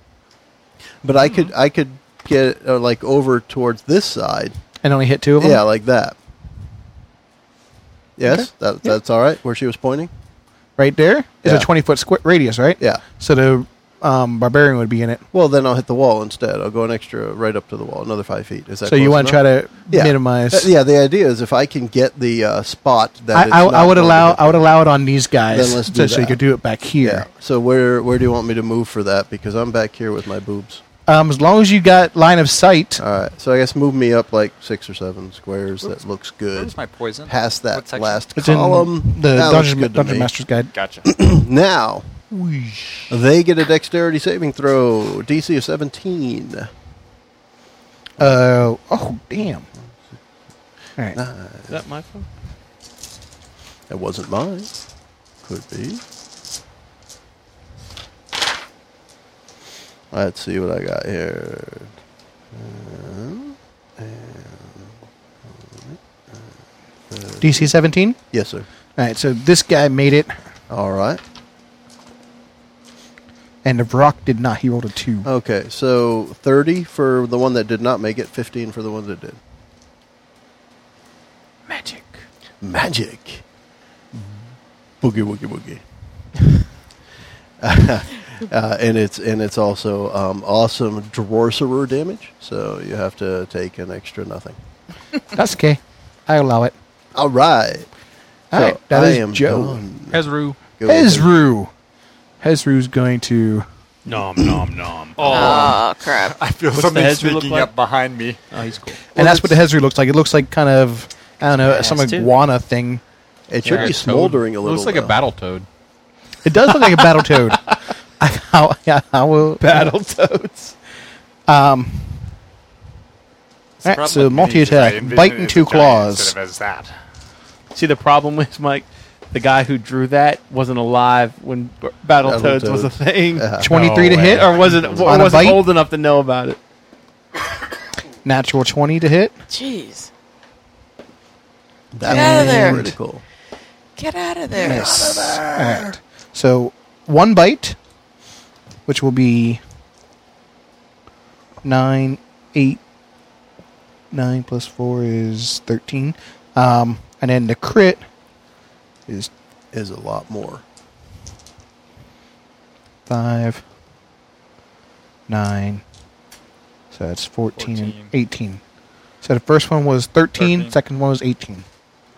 Speaker 1: But I could I could get uh, like over towards this side.
Speaker 3: and only hit two of them.
Speaker 1: Yeah, like that. Yes, that, that's all right. Where she was pointing.
Speaker 3: Right there is
Speaker 1: Yeah.
Speaker 3: a 20 foot square radius, right?
Speaker 1: Yeah.
Speaker 3: So the um, barbarian would be in it.
Speaker 1: Well, then I'll hit the wall instead. I'll go an extra right up to the wall, another five feet. Is that
Speaker 3: So you
Speaker 1: want
Speaker 3: want to try to minimize?
Speaker 1: yeah, the idea is if I can get the uh, spot that
Speaker 3: I, I,
Speaker 1: it's
Speaker 3: I
Speaker 1: not
Speaker 3: would
Speaker 1: going
Speaker 3: allow
Speaker 1: to-
Speaker 3: I would allow it on these guys.
Speaker 1: Then let's do
Speaker 3: so, so you
Speaker 1: that.
Speaker 3: could do it back
Speaker 1: Yeah.
Speaker 3: here.
Speaker 1: So where where do you want me to move for that? Because I'm back here with my boobs.
Speaker 3: Um, as long as you got line of sight,
Speaker 1: All right. So I guess move me up like six or seven squares.
Speaker 4: Whoops.
Speaker 1: That looks
Speaker 4: Where's
Speaker 1: good.
Speaker 4: my poison?
Speaker 1: Past
Speaker 4: What
Speaker 1: that
Speaker 4: section?
Speaker 1: last
Speaker 3: it's in
Speaker 1: column.
Speaker 3: the
Speaker 1: That looks
Speaker 3: dungeon,
Speaker 1: good to
Speaker 3: dungeon
Speaker 1: me.
Speaker 3: master's guide.
Speaker 4: Gotcha.
Speaker 1: Now they get a dexterity saving throw, DC of 17.
Speaker 3: Uh, oh damn! All right,
Speaker 6: Is that my phone?
Speaker 1: That wasn't mine. Could be. Let's see what I got here. Um,
Speaker 3: DC seventeen.
Speaker 1: yes, sir.
Speaker 3: All right, so this guy made it,
Speaker 1: All right.
Speaker 3: and the rock did not. He rolled a two.
Speaker 1: Okay, so 30 for the one that did not make it, 15 for the one that did. Magic. Magic. Boogie woogie woogie. uh, and it's and it's also um, awesome sorcerer damage, so you have to take an extra nothing.
Speaker 3: That's okay. I allow it.
Speaker 1: All right.
Speaker 3: All
Speaker 1: so
Speaker 3: right, that
Speaker 1: I
Speaker 3: is
Speaker 1: am
Speaker 3: Joe.
Speaker 1: done.
Speaker 7: Hezru.
Speaker 1: Go
Speaker 3: Hezru. Hezru's going to.
Speaker 6: Nom nom nom.
Speaker 4: Oh,
Speaker 2: Oh crap!
Speaker 4: I feel
Speaker 6: Uh, What's the
Speaker 4: something
Speaker 6: heads we look
Speaker 4: sneaking
Speaker 6: like?
Speaker 4: up behind me.
Speaker 6: Oh, he's cool.
Speaker 3: and that's what the Hezru looks like. It looks like kind of I don't know some
Speaker 6: Has to.
Speaker 3: iguana thing.
Speaker 1: ahead. It should
Speaker 5: Yeah,
Speaker 1: be
Speaker 5: toad.
Speaker 1: smoldering a little.
Speaker 5: Looks like
Speaker 1: though.
Speaker 5: a battle toad.
Speaker 3: It does look like a battle toad. I, I, yeah, I will battle toads. Um.
Speaker 4: It's
Speaker 3: Alright,
Speaker 4: probably
Speaker 3: so
Speaker 4: like me,
Speaker 3: multi
Speaker 4: I
Speaker 3: attack,
Speaker 4: envision it
Speaker 3: biting
Speaker 4: as a
Speaker 3: two
Speaker 4: giant
Speaker 3: claws.
Speaker 4: Instead of as that.
Speaker 6: See, the problem is, Mike, the guy who drew that wasn't alive when B- Battletoads was a
Speaker 1: Battletoads.
Speaker 6: thing.
Speaker 1: Uh,
Speaker 3: Twenty three to
Speaker 5: No way.
Speaker 3: hit,
Speaker 6: Or wasn't, or
Speaker 3: On a
Speaker 6: wasn't
Speaker 3: bite?
Speaker 6: old enough to know about it.
Speaker 3: natural twenty to hit.
Speaker 2: Jeez,
Speaker 1: That
Speaker 2: Get out of
Speaker 1: was
Speaker 2: there.
Speaker 1: critical.
Speaker 2: get out of there!
Speaker 3: Yes. All right. So one bite, which will be nine, eight, nine plus four is thirteen, um, and then the crit is
Speaker 1: Is a lot more.
Speaker 3: five, nine. So that's 14, and
Speaker 4: 14.
Speaker 3: 18. So the first one was 13,
Speaker 4: 13.
Speaker 3: second one was 18.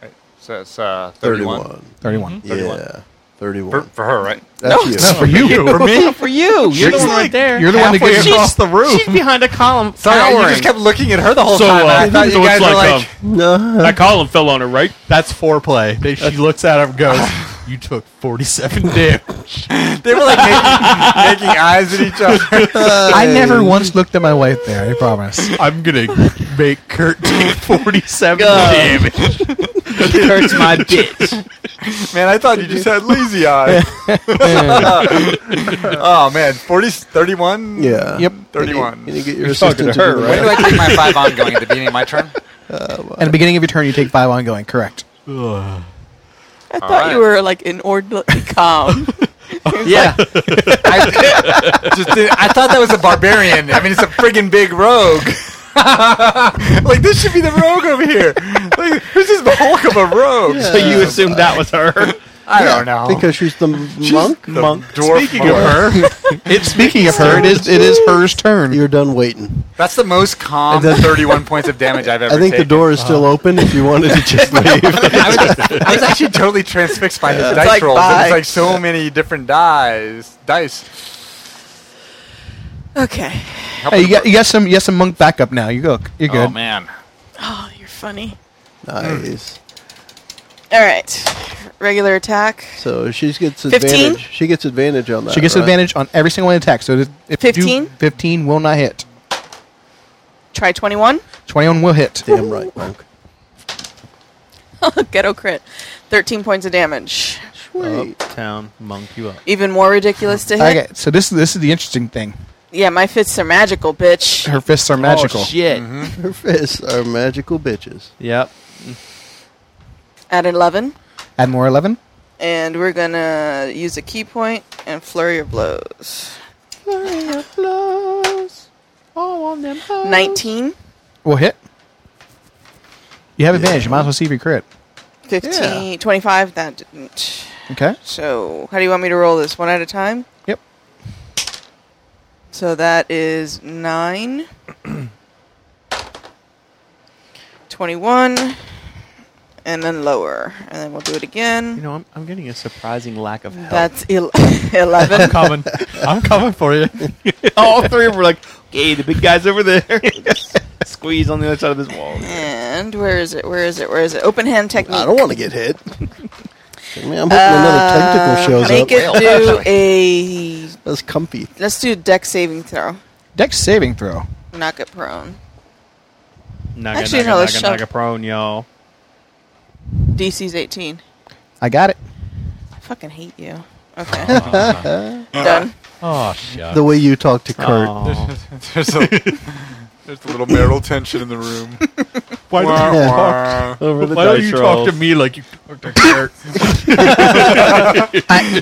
Speaker 4: Right. So it's uh, 31.
Speaker 1: 31.
Speaker 3: 31.
Speaker 1: Yeah. 31.
Speaker 4: For, for her, right?
Speaker 1: That's you.
Speaker 3: No, for you.
Speaker 4: For me?
Speaker 6: For you. You're the one right there.
Speaker 3: You're the one that
Speaker 6: halfway
Speaker 3: gets-
Speaker 6: across the
Speaker 4: room.
Speaker 6: She's behind a column.
Speaker 4: Sorry,
Speaker 6: towering.
Speaker 4: you just kept looking at her the whole
Speaker 6: So,
Speaker 4: time. and
Speaker 6: uh,
Speaker 4: I thought
Speaker 6: so
Speaker 4: you guys
Speaker 6: it's
Speaker 4: were
Speaker 6: like,
Speaker 4: like,
Speaker 1: No.
Speaker 6: that column fell on her, right?
Speaker 5: That's foreplay. They, she looks at him and goes, You took 47 damage.
Speaker 6: um,
Speaker 4: they were like making, making eyes at each other.
Speaker 3: I never once looked at my wife there, I promise.
Speaker 5: I'm going to make Kurt take 47 damage.
Speaker 6: It hurts my bitch.
Speaker 4: Man, I thought you just had lazy eyes. oh, man. 40, 31?
Speaker 1: Yeah.
Speaker 3: Yep.
Speaker 4: 31.
Speaker 1: Can you get your
Speaker 6: talking to
Speaker 1: assistance?
Speaker 6: her,
Speaker 1: into the
Speaker 6: right?
Speaker 4: When do I take my five ongoing at the beginning of my turn?
Speaker 3: At the beginning of your turn, you take five ongoing, correct.
Speaker 2: I thought
Speaker 4: right.
Speaker 2: you were like inordinately calm.
Speaker 4: Yeah. I, just did- I thought that was a barbarian. I mean, it's a friggin' big rogue. like, this should be the rogue over here. Like, this is the Hulk of a rogue.
Speaker 6: So you assumed that was her.
Speaker 4: I
Speaker 1: Yeah,
Speaker 4: don't know.
Speaker 1: Because she's the monk.
Speaker 4: the Dwarf
Speaker 5: Speaking
Speaker 4: monk.
Speaker 5: of her,
Speaker 3: It's speaking of her, it is it is hers turn.
Speaker 1: You're done waiting.
Speaker 4: That's the most calm 31 points of damage I've ever
Speaker 1: I think the
Speaker 4: taken.
Speaker 1: door is still open. If you wanted to just leave,
Speaker 4: I was, I was actually totally transfixed by his dice
Speaker 2: like
Speaker 4: rolls.
Speaker 2: bye.
Speaker 4: It's like so many different dice. Dice.
Speaker 2: okay.
Speaker 3: Hey, you got you got some you got some monk backup now. You go you're good.
Speaker 4: Oh, man.
Speaker 2: Oh, you're funny.
Speaker 1: nice.
Speaker 2: All right, regular attack.
Speaker 1: So she gets
Speaker 2: 15?
Speaker 1: advantage. She gets advantage on that.
Speaker 3: she gets
Speaker 1: right?
Speaker 3: advantage on every single one attack. So if if you
Speaker 2: 15?
Speaker 3: do- fifteen will not hit.
Speaker 2: Try twenty-one.
Speaker 3: Twenty one will hit.
Speaker 1: Damn right, monk.
Speaker 2: Ghetto crit. Thirteen points of damage.
Speaker 6: Uptown monk you up.
Speaker 2: Even more ridiculous to hit.
Speaker 3: Okay, so this is this is the interesting thing.
Speaker 2: Yeah, my fists are magical, bitch.
Speaker 3: Her fists are magical.
Speaker 6: Oh, shit.
Speaker 1: Her fists are magical bitches.
Speaker 6: Yep.
Speaker 2: At eleven.
Speaker 3: Add more eleven.
Speaker 2: and we're gonna use a key point and flurry of blows. Nineteen,
Speaker 3: Will hit. You have advantage. You might as well see if you crit.
Speaker 2: 15, 25, that didn't.
Speaker 3: Okay.
Speaker 2: So, how do you want me to roll this? One at a time?
Speaker 3: Yep.
Speaker 2: So that is 9, 21, and then lower. And then we'll do it
Speaker 6: You
Speaker 2: again.
Speaker 6: know, I'm, I'm getting a surprising lack of help.
Speaker 2: That's el- 11.
Speaker 5: coming. I'm coming for you.
Speaker 6: All three of them were like, okay, the big guy's over there. Squeeze on the other side of this wall.
Speaker 2: And where is it? Where is it? Where is it? Open hand technique.
Speaker 1: I don't want to get hit. I mean, I'm hoping another tentacle
Speaker 2: Uh,
Speaker 1: shows
Speaker 2: make
Speaker 1: up.
Speaker 2: it do a.
Speaker 1: That's comfy.
Speaker 2: Let's do deck saving throw.
Speaker 3: Dex saving throw.
Speaker 2: Not get prone.
Speaker 6: Naga,
Speaker 2: Actually,
Speaker 6: naga,
Speaker 2: no, let's
Speaker 6: naga,
Speaker 2: shove-
Speaker 6: naga prone, y'all.
Speaker 2: DC's 18.
Speaker 3: I got it.
Speaker 2: I fucking hate you. Okay. Done.
Speaker 5: Oh shit.
Speaker 1: The way you talk to Kurt.
Speaker 6: Aw.
Speaker 4: there's, a, there's a little marital tension in the room.
Speaker 7: Why don't
Speaker 4: Wah,
Speaker 7: you
Speaker 4: wah.
Speaker 6: Over the
Speaker 7: Why don't you
Speaker 6: dice
Speaker 7: talk
Speaker 6: rolls.
Speaker 7: to me like you talk to Kurt?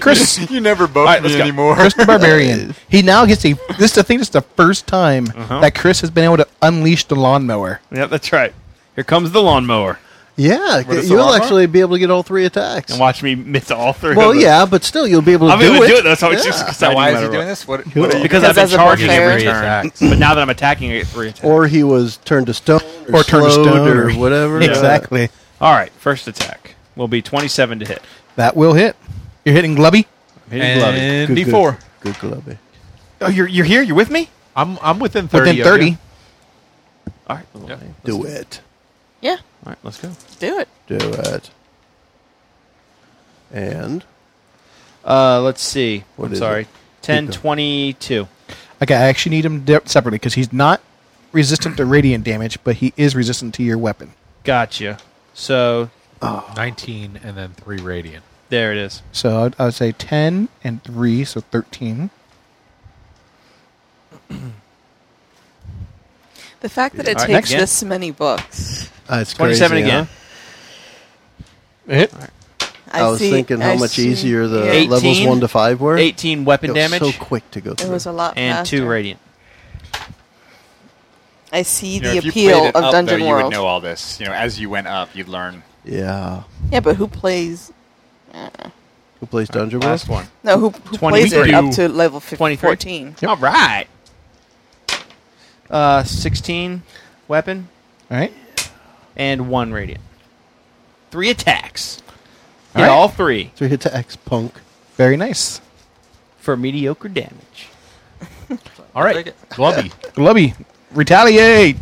Speaker 3: Chris,
Speaker 4: you never both
Speaker 7: right, let's
Speaker 4: me
Speaker 7: go.
Speaker 4: anymore.
Speaker 3: Chris the Barbarian. He now gets a. This is the thing. This is the first time
Speaker 6: Uh-huh.
Speaker 3: that Chris has been able to unleash the lawnmower.
Speaker 6: Yep, that's right. Here comes the lawnmower.
Speaker 1: Yeah,
Speaker 4: it's a
Speaker 1: you'll
Speaker 4: llama?
Speaker 1: actually be able to get all three attacks.
Speaker 6: And watch me miss all three
Speaker 1: Well,
Speaker 6: of them.
Speaker 1: yeah, but still, you'll be able to
Speaker 6: I'm
Speaker 1: do
Speaker 6: able to
Speaker 1: it.
Speaker 6: do it. That's how it's just
Speaker 4: So
Speaker 6: exciting.
Speaker 4: why
Speaker 6: no
Speaker 4: is he
Speaker 6: matter
Speaker 4: doing
Speaker 6: what.
Speaker 4: this? What, what are you
Speaker 6: Because
Speaker 4: doing?
Speaker 6: I've been
Speaker 2: as a
Speaker 6: charging every
Speaker 5: barbarian.
Speaker 6: turn. But now that I'm attacking, I get three attacks.
Speaker 1: Or he was turned to stone, or,
Speaker 3: Or turned to
Speaker 1: slowed
Speaker 3: stone
Speaker 1: or,
Speaker 3: or-
Speaker 1: whatever.
Speaker 3: Exactly.
Speaker 6: All right, first attack will be 27 to hit.
Speaker 3: That will hit. You're hitting Glubby.
Speaker 6: I'm hitting Glovey.
Speaker 1: Uh,
Speaker 5: and
Speaker 1: good,
Speaker 5: D four.
Speaker 1: Good, good glove.
Speaker 6: Oh, you're, you're here? You're with me?
Speaker 5: I'm I'm within thirty.
Speaker 3: Within
Speaker 5: of you.
Speaker 3: thirty.
Speaker 6: All right. little lady.
Speaker 1: Do it.
Speaker 2: Yeah,
Speaker 6: All right, let's go.
Speaker 2: do it.
Speaker 1: Do it. And
Speaker 6: Uh, let's see.
Speaker 1: What
Speaker 6: I'm
Speaker 1: is
Speaker 6: sorry.
Speaker 1: it?
Speaker 6: 10,
Speaker 1: Keep
Speaker 6: 22.
Speaker 3: Okay, I actually need him de- separately because he's not resistant to radiant damage, but he is resistant to your weapon.
Speaker 6: Gotcha. So
Speaker 5: Nineteen and then three radiant.
Speaker 6: there it is.
Speaker 3: So I'd, I'd say ten and three, so thirteen.
Speaker 2: The fact that it
Speaker 6: All right,
Speaker 2: takes
Speaker 6: again.
Speaker 2: this many books.
Speaker 1: uh, it's
Speaker 6: 27
Speaker 1: crazy,
Speaker 6: again.
Speaker 1: huh?
Speaker 2: I,
Speaker 1: I was
Speaker 2: see-
Speaker 1: thinking how
Speaker 2: I
Speaker 1: much
Speaker 2: see-
Speaker 1: easier the
Speaker 2: Yeah,
Speaker 6: Eight
Speaker 1: levels
Speaker 6: 18?
Speaker 1: one to five were.
Speaker 6: 18
Speaker 1: It
Speaker 6: weapon
Speaker 1: was
Speaker 6: damage
Speaker 1: so quick to go
Speaker 2: it
Speaker 1: through.
Speaker 2: was a lot
Speaker 6: and two
Speaker 2: faster.
Speaker 6: radiant.
Speaker 2: I see
Speaker 4: You know,
Speaker 2: the
Speaker 4: if you played
Speaker 2: appeal
Speaker 4: it
Speaker 2: of
Speaker 4: up,
Speaker 2: Dungeon
Speaker 4: though, You
Speaker 2: World.
Speaker 4: would know all this. You know, as you went up, you'd learn.
Speaker 1: yeah.
Speaker 2: Yeah, but who plays?
Speaker 1: Who plays Dungeon World?
Speaker 4: Last one.
Speaker 2: No, who, who plays it
Speaker 6: 22.
Speaker 2: up to level 50,
Speaker 6: 23.
Speaker 2: 14?
Speaker 6: All right. Uh, 16 weapon
Speaker 3: All right.
Speaker 6: and one radiant. Three attacks.
Speaker 3: All
Speaker 6: All,
Speaker 3: right.
Speaker 6: all three
Speaker 1: Three attacks, punk.
Speaker 3: Very nice.
Speaker 6: for mediocre damage.
Speaker 5: All right, Glubby.
Speaker 3: Glubby, retaliate.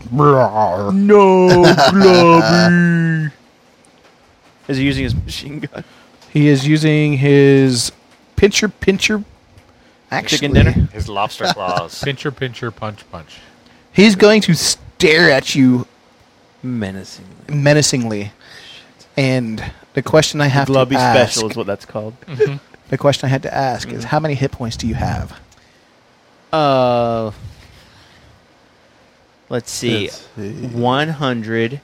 Speaker 6: Is he using his machine gun?
Speaker 3: He is using his pincher pincher. Actually,
Speaker 6: Chicken dinner?
Speaker 4: His lobster claws.
Speaker 5: pincher, pincher, punch, punch.
Speaker 3: He's going to stare at you
Speaker 6: Menacing.
Speaker 3: menacingly. And the question I have
Speaker 6: Glubby
Speaker 3: to ask,
Speaker 6: special is what that's called.
Speaker 3: the question I had to ask is, how many hit points do you have?
Speaker 6: Uh, let's see,
Speaker 1: Let's see.
Speaker 6: one hundred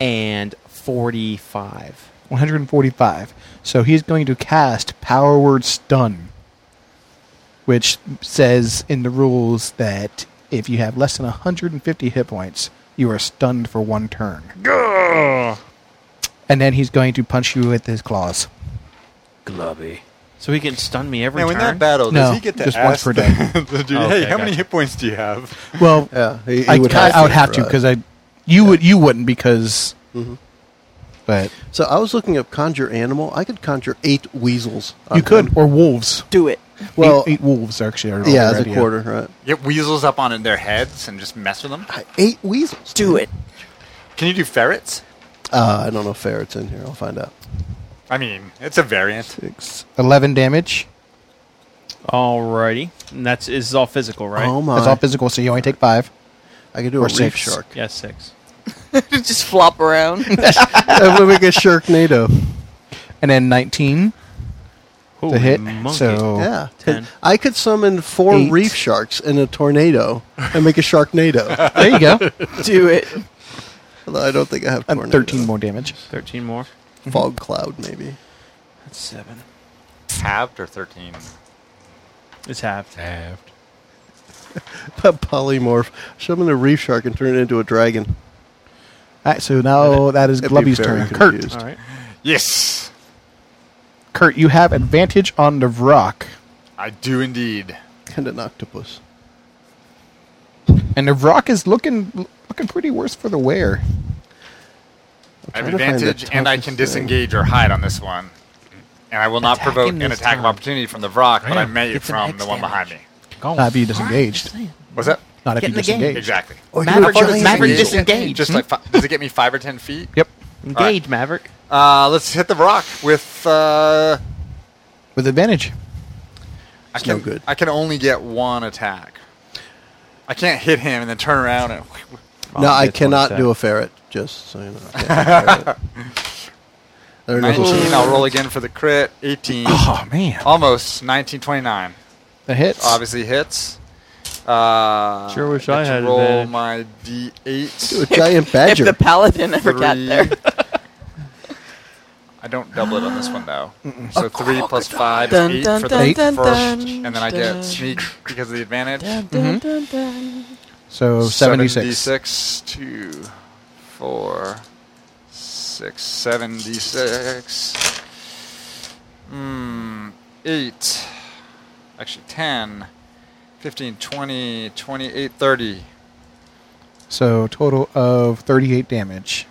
Speaker 6: and forty-five.
Speaker 3: 145. So he's going to cast Power Word Stun, which says in the rules that if you have less than 150 hit points, you are stunned for one turn. And then he's going to punch you with his claws.
Speaker 6: Glubby. So he can stun me every
Speaker 4: Now, in
Speaker 6: turn.
Speaker 4: that battle, does
Speaker 3: No,
Speaker 4: he get to
Speaker 3: just once
Speaker 4: ask
Speaker 3: per
Speaker 4: the-
Speaker 3: day.
Speaker 4: the dude,
Speaker 6: Oh,
Speaker 4: hey,
Speaker 6: okay,
Speaker 4: how many
Speaker 6: gotcha.
Speaker 4: hit points do you have?
Speaker 3: Well,
Speaker 1: Yeah, he, he
Speaker 3: Uh, I,
Speaker 1: would
Speaker 3: I, I would have to
Speaker 1: right.
Speaker 3: because I, you would, you wouldn't because, but
Speaker 1: So I was looking up conjure animal. I could conjure eight weasels.
Speaker 3: you could Uh, um, or wolves.
Speaker 2: Do it.
Speaker 1: Well,
Speaker 3: eight, eight wolves actually. Are
Speaker 1: yeah, as a
Speaker 3: already
Speaker 1: quarter, right?
Speaker 4: Get weasels up on their heads and just mess with them?
Speaker 1: I- Eight weasels.
Speaker 2: Do it.
Speaker 4: Can you do ferrets?
Speaker 1: Uh, I don't know if ferrets in here. I'll find out.
Speaker 4: I mean, it's a variant.
Speaker 1: Six.
Speaker 3: Eleven damage.
Speaker 6: Alrighty, and that's this is all physical, right?
Speaker 1: Oh my!
Speaker 3: That's all physical, so you only take five.
Speaker 1: I could do a
Speaker 3: or
Speaker 1: reef
Speaker 3: six.
Speaker 1: shark.
Speaker 6: yeah, six.
Speaker 2: Just flop around.
Speaker 1: I would make a sharknado.
Speaker 3: and then 19
Speaker 6: Holy
Speaker 3: hit,
Speaker 6: monkey.
Speaker 3: so-
Speaker 1: Yeah,
Speaker 6: Ten.
Speaker 1: I could summon four
Speaker 3: Eight.
Speaker 1: reef sharks in a tornado and make a sharknado.
Speaker 3: there you go
Speaker 2: do it.
Speaker 1: Although I don't think I have
Speaker 3: and
Speaker 1: tornado.
Speaker 3: 13 more damage
Speaker 6: thirteen more.
Speaker 1: Fog cloud, maybe.
Speaker 6: That's seven.
Speaker 4: Halved or 13?
Speaker 6: It's halved.
Speaker 5: Taft.
Speaker 1: But polymorph. Summon a reef shark and turn it into a dragon.
Speaker 3: all right so now that is
Speaker 1: It'd be
Speaker 3: glubby's
Speaker 1: very
Speaker 3: turn
Speaker 1: confused.
Speaker 6: All right.
Speaker 4: Yes!
Speaker 3: kurt kurt you have advantage on the rock
Speaker 4: I do indeed.
Speaker 1: And an octopus.
Speaker 3: And the rock is looking looking pretty worse for the wear.
Speaker 4: I have
Speaker 1: trying to find the
Speaker 4: advantage, and I
Speaker 1: toughest
Speaker 4: can
Speaker 1: thing.
Speaker 4: disengage or hide on this one. And I will not
Speaker 5: Attack
Speaker 4: provoke
Speaker 5: him
Speaker 4: an
Speaker 5: this
Speaker 4: attack of
Speaker 5: time.
Speaker 4: opportunity from the Vrock, but
Speaker 5: Yeah,
Speaker 4: I may
Speaker 5: get some
Speaker 4: from
Speaker 5: hex
Speaker 4: the one behind me.
Speaker 5: Go.
Speaker 3: Not if you disengaged.
Speaker 4: What's that?
Speaker 3: Not if
Speaker 9: Get in
Speaker 3: you
Speaker 9: the game.
Speaker 3: disengaged.
Speaker 4: Exactly.
Speaker 1: Or you
Speaker 9: Maverick,
Speaker 1: do a
Speaker 9: just-
Speaker 1: Oh, giant
Speaker 9: Maverick
Speaker 1: eagle.
Speaker 9: disengage.
Speaker 4: Just like, fi- does it get me five or ten feet?
Speaker 3: Yep.
Speaker 9: Engage, Maverick.
Speaker 4: Uh, let's hit the rock with. Uh,
Speaker 3: With advantage.
Speaker 4: I
Speaker 1: no
Speaker 4: can,
Speaker 1: good.
Speaker 4: I can only get one attack. I can't hit him and then turn around and.
Speaker 1: No,
Speaker 9: That's
Speaker 1: I
Speaker 9: one
Speaker 1: cannot
Speaker 9: attack.
Speaker 1: do a ferret. Just so you know. I can't do a ferret. There are no
Speaker 4: 19,
Speaker 1: such-
Speaker 4: I'll roll again for the crit. 18.
Speaker 3: Oh man.
Speaker 4: Almost. 1929.
Speaker 3: The hits.
Speaker 4: Obviously hits. Uh,
Speaker 6: Sure wish
Speaker 4: get
Speaker 6: I
Speaker 4: to
Speaker 6: had
Speaker 4: roll
Speaker 6: advantage.
Speaker 4: my
Speaker 1: Do a
Speaker 4: d8.
Speaker 1: giant
Speaker 2: If
Speaker 1: badger.
Speaker 2: the paladin ever got
Speaker 4: Three.
Speaker 2: there.
Speaker 4: I don't double it on this one though. So three plus five is
Speaker 2: Dun,
Speaker 4: eight
Speaker 2: dun,
Speaker 4: for the
Speaker 2: dun,
Speaker 4: eight
Speaker 2: dun,
Speaker 4: first,
Speaker 2: dun,
Speaker 4: and then I get
Speaker 2: dun.
Speaker 4: sneak because of the advantage.
Speaker 2: Dun, dun, dun, dun.
Speaker 3: So seventy six.
Speaker 4: 76, two, four, six, 76. Hmm, eight. Actually, 10, 15, 20, 28, 30.
Speaker 3: So total of thirty eight damage.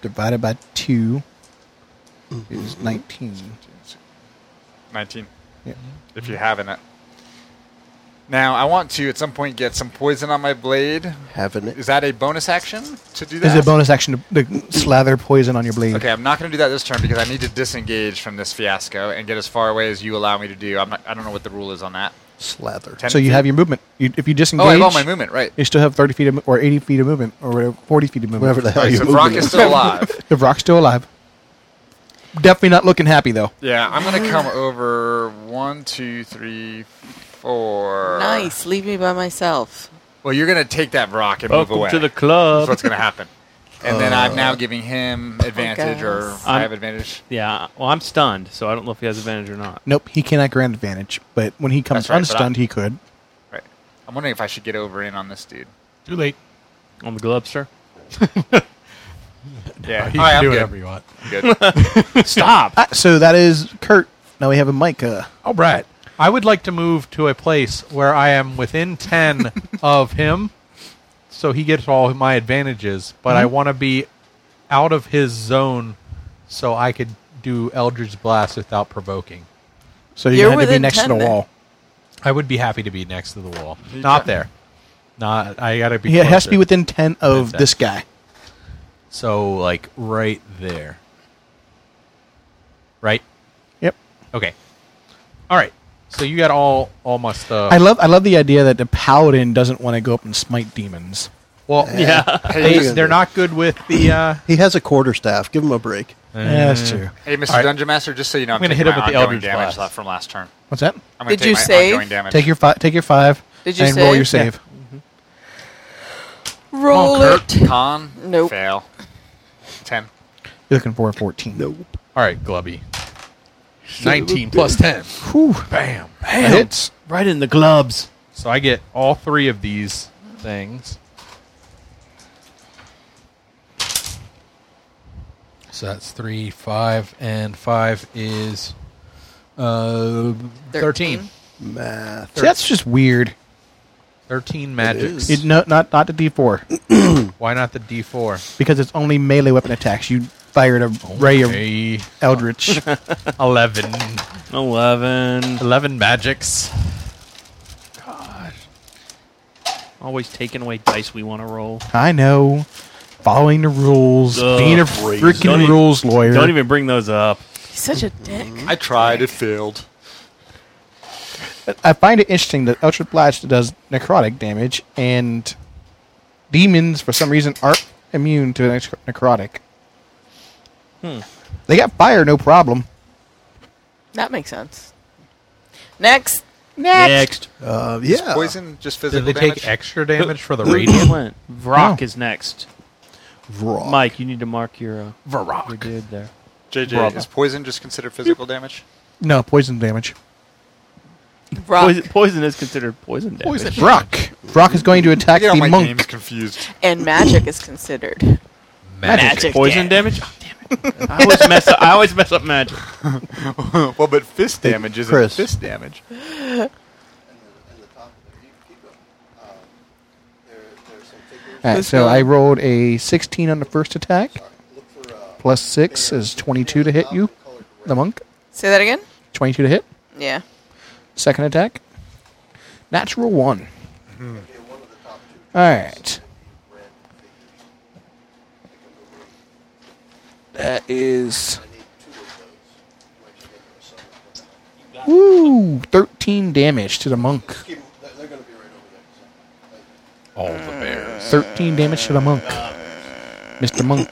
Speaker 3: Divided by two is
Speaker 4: Mm-hmm.
Speaker 3: nineteen.
Speaker 4: 19.
Speaker 3: Yeah.
Speaker 4: if you haven't it. Now, I want to at some point get some poison on my blade.
Speaker 1: Having it.
Speaker 4: Is that a bonus action to do
Speaker 3: Is
Speaker 4: that?
Speaker 3: it a bonus action to, to slather poison on your blade?
Speaker 4: Okay, I'm not going to do that this turn because I need to disengage from this fiasco and get as far away as you allow me to do. I'm not, I don't know what the rule is on that.
Speaker 1: Slather.
Speaker 4: Ten
Speaker 3: So you
Speaker 4: feet?
Speaker 3: have your movement. You, if you disengage,
Speaker 4: Oh, I roll my movement, right.
Speaker 3: you still have thirty feet of, mo- or eighty feet of movement, or whatever, forty feet of movement.
Speaker 1: Whatever the hell
Speaker 4: Right,
Speaker 1: you
Speaker 4: so
Speaker 1: moving
Speaker 4: Brock
Speaker 1: it.
Speaker 4: is still alive.
Speaker 3: The rock's still alive. Definitely not looking happy though.
Speaker 4: yeah, I'm going to come over one, two, three, four.
Speaker 2: Nice. Leave me by myself.
Speaker 4: Well, you're going to take that rock and move
Speaker 6: Welcome
Speaker 4: away.
Speaker 6: to the
Speaker 4: That's
Speaker 6: club.
Speaker 4: what's going to happen. And then I'm now giving him advantage, or
Speaker 2: guys.
Speaker 4: I
Speaker 6: I'm-
Speaker 4: have advantage.
Speaker 6: Yeah, well, I'm stunned, so I don't know if he has advantage or not.
Speaker 3: Nope, he cannot grant advantage. But when he comes
Speaker 4: That's right, but I-
Speaker 3: unstunned, he could.
Speaker 4: Right. I'm wondering if I should get over in on this dude.
Speaker 5: Too late.
Speaker 6: On the globster.
Speaker 4: Yeah,
Speaker 5: You Uh, can
Speaker 4: Alright, I'm
Speaker 5: do
Speaker 4: good.
Speaker 5: whatever you want.
Speaker 4: Good.
Speaker 6: Stop.
Speaker 3: Ah, so that is Kurt. Now we have a Micah.
Speaker 5: All right. I would like to move to a place where I am within 10 of him so he gets all my advantages, but I want to be out of his zone so I could do Eldridge Blast without provoking.
Speaker 3: So you're,
Speaker 2: You're
Speaker 3: going to be
Speaker 2: within
Speaker 3: next to
Speaker 2: 10
Speaker 3: the
Speaker 2: then.
Speaker 3: wall.
Speaker 5: I would be happy to be next to the wall. Not there. Not I got to be
Speaker 3: Yeah, it has to
Speaker 5: closer.
Speaker 3: be within ten of
Speaker 5: Within 10.
Speaker 3: this guy.
Speaker 5: So like right there. Right?
Speaker 3: Yep.
Speaker 5: Okay. All right. So you got all all my stuff.
Speaker 3: I love I love the idea that the paladin doesn't want to go up and smite demons.
Speaker 5: well,
Speaker 6: yeah.
Speaker 4: hey,
Speaker 5: they, they're not good with the uh
Speaker 1: He has a quarter staff. Give him a break.
Speaker 5: Mm.
Speaker 3: yeah, that's true.
Speaker 4: hey, Mr.
Speaker 5: Alright.
Speaker 4: Dungeon Master, just so you know, I'm,
Speaker 5: gonna
Speaker 4: taking
Speaker 5: hit him
Speaker 4: my
Speaker 5: with the
Speaker 4: ongoing
Speaker 5: Eldritch
Speaker 4: damage
Speaker 5: Blast.
Speaker 4: left from last turn.
Speaker 3: What's that?
Speaker 4: I'm gonna
Speaker 2: Did
Speaker 4: take
Speaker 2: you
Speaker 4: my
Speaker 2: save?
Speaker 4: ongoing damage.
Speaker 3: Take your fi- take your five
Speaker 2: Did you
Speaker 3: and roll
Speaker 2: save?
Speaker 3: your save.
Speaker 2: Roll
Speaker 4: Kurt,
Speaker 2: it.
Speaker 4: con,
Speaker 2: Nope.
Speaker 4: fail. Ten.
Speaker 3: You're looking for a fourteen.
Speaker 1: Nope.
Speaker 5: All right, Glubby.
Speaker 3: uh,
Speaker 5: 19 plus 10.
Speaker 3: Whew.
Speaker 5: Bam.
Speaker 3: That hits.
Speaker 6: Right in the globs.
Speaker 5: So I get all three of these things. So that's three, five, and five is uh, 13.
Speaker 2: Thirteen.
Speaker 1: Math.
Speaker 3: See, that's just weird.
Speaker 5: 13 magics.
Speaker 1: is.
Speaker 3: It, no, not not the D four
Speaker 5: Why not the D4?
Speaker 3: because it's only melee weapon attacks. You fired a ray of
Speaker 5: Okay.
Speaker 3: eldritch.
Speaker 5: 11.
Speaker 6: 11.
Speaker 5: 11 magics.
Speaker 6: Always taking away dice we want to roll.
Speaker 3: I know, following the rules,
Speaker 6: Ugh,
Speaker 3: being a
Speaker 6: please.
Speaker 3: freaking
Speaker 6: Don't even-
Speaker 3: rules lawyer.
Speaker 6: Don't even bring those up.
Speaker 2: He's such a dick.
Speaker 1: Mm-hmm.
Speaker 4: I tried. It failed.
Speaker 3: I find it interesting that Eldritch Blast does necrotic damage, and demons for some reason aren't immune to nec- necrotic. They got fire, no problem.
Speaker 2: That makes sense. Next.
Speaker 6: Next.
Speaker 1: Uh, yeah.
Speaker 4: Poison, just
Speaker 5: Did
Speaker 4: physical
Speaker 5: they
Speaker 4: damage.
Speaker 5: take extra damage for the radiant?
Speaker 6: Radiant. Vrock
Speaker 3: No.
Speaker 6: is next.
Speaker 1: Vrock.
Speaker 6: Mike, you need to mark your, uh, your dude there.
Speaker 4: JJ,
Speaker 6: Brother.
Speaker 4: is poison just considered physical damage?
Speaker 3: No poison damage.
Speaker 2: Rock.
Speaker 6: Poison, poison is considered poison damage.
Speaker 3: Brock. Brock is going to
Speaker 4: I
Speaker 3: attack
Speaker 4: get all
Speaker 3: the
Speaker 4: my
Speaker 3: monk.
Speaker 4: games confused.
Speaker 2: And magic is considered. Magic.
Speaker 6: Poison damage? Oh, damn it. I always, mess up, I always mess up magic.
Speaker 4: well, but fist damage isn't
Speaker 1: Chris.
Speaker 4: fist damage.
Speaker 3: All right,
Speaker 2: Let's
Speaker 3: so
Speaker 2: go.
Speaker 3: I rolled a 16 on the first attack. Plus 6 is 22 to hit you, the monk.
Speaker 2: Say that again?
Speaker 3: 22 to hit.
Speaker 2: Yeah.
Speaker 3: Second attack. Natural 1. All right. That is. Woo! 13 damage to the monk.
Speaker 5: All the bears.
Speaker 3: 13 damage to the monk. Mr. Monk.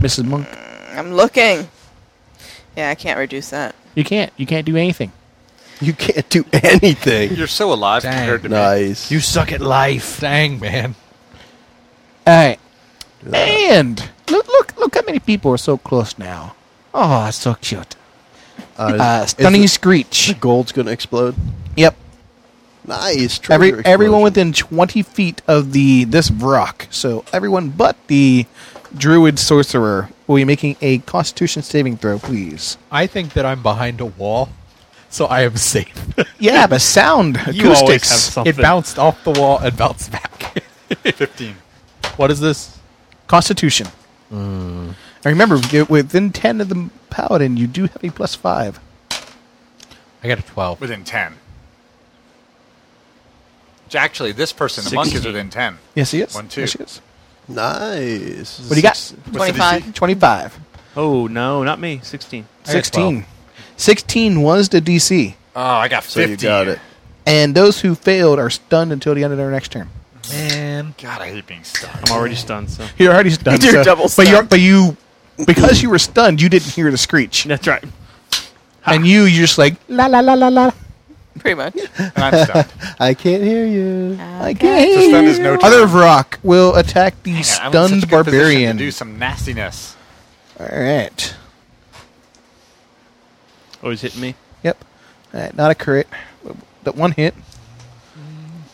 Speaker 3: Mrs. Monk.
Speaker 2: I'm looking. Yeah, I can't reduce that.
Speaker 3: You can't. You can't do anything.
Speaker 1: You can't do anything.
Speaker 4: You're so alive
Speaker 5: Dang.
Speaker 4: compared to me.
Speaker 1: nice.
Speaker 5: You suck at life. Dang, man.
Speaker 3: All right. And look, look, look how many people are so close now. Oh, that's so cute. Uh,
Speaker 1: is
Speaker 3: stunning
Speaker 1: the
Speaker 3: screech.
Speaker 1: gold's gonna explode.
Speaker 3: Yep.
Speaker 1: Nice. trigger
Speaker 3: Every everyone
Speaker 1: explosion.
Speaker 3: within twenty feet of the this rock. So everyone but the druid sorcerer will be making a Constitution saving throw, please.
Speaker 5: I think that I'm behind a wall, so I am safe.
Speaker 3: Yeah, but sound
Speaker 6: You always have
Speaker 3: acoustics.
Speaker 6: something.
Speaker 5: It bounced off the wall and bounced back.
Speaker 4: 15.
Speaker 5: what is this?
Speaker 3: Constitution. And remember, you- within ten of the paladin, you do have a plus five.
Speaker 5: I got a 12.
Speaker 4: Within 10. Which Actually, this person, the monk, is within 10.
Speaker 3: Yes, he is.
Speaker 4: One, two.
Speaker 3: Yes, he is.
Speaker 1: Nice.
Speaker 3: What do you got?
Speaker 4: What's the
Speaker 2: 25.
Speaker 3: Twenty-five.
Speaker 6: Oh no, not me. Sixteen.
Speaker 5: I got
Speaker 3: 16. 16 was the DC.
Speaker 4: Oh, I got 50.
Speaker 1: So you got it.
Speaker 3: And those who failed are stunned until the end of their next turn.
Speaker 5: Man.
Speaker 4: God, I hate being stunned.
Speaker 6: I'm already stunned. So
Speaker 3: You're already stunned.
Speaker 2: You're
Speaker 3: so-
Speaker 2: double
Speaker 3: But, you're,
Speaker 2: stunned.
Speaker 3: but you, because you were stunned, you didn't hear the screech.
Speaker 6: that's right.
Speaker 3: And you, you're just like, la la la la la.
Speaker 2: Pretty much.
Speaker 4: And I'm stunned.
Speaker 1: I can't hear you.
Speaker 3: I can't
Speaker 4: So
Speaker 3: hear
Speaker 4: stun is
Speaker 3: you.
Speaker 4: no turn.
Speaker 3: Other Vrock will attack the
Speaker 4: Hang on, I'm in such a
Speaker 3: stunned
Speaker 4: good position
Speaker 3: barbarian.
Speaker 4: To do some nastiness.
Speaker 3: All right.
Speaker 6: Always hitting me.
Speaker 3: Yep. All right, not a crit. That one hit.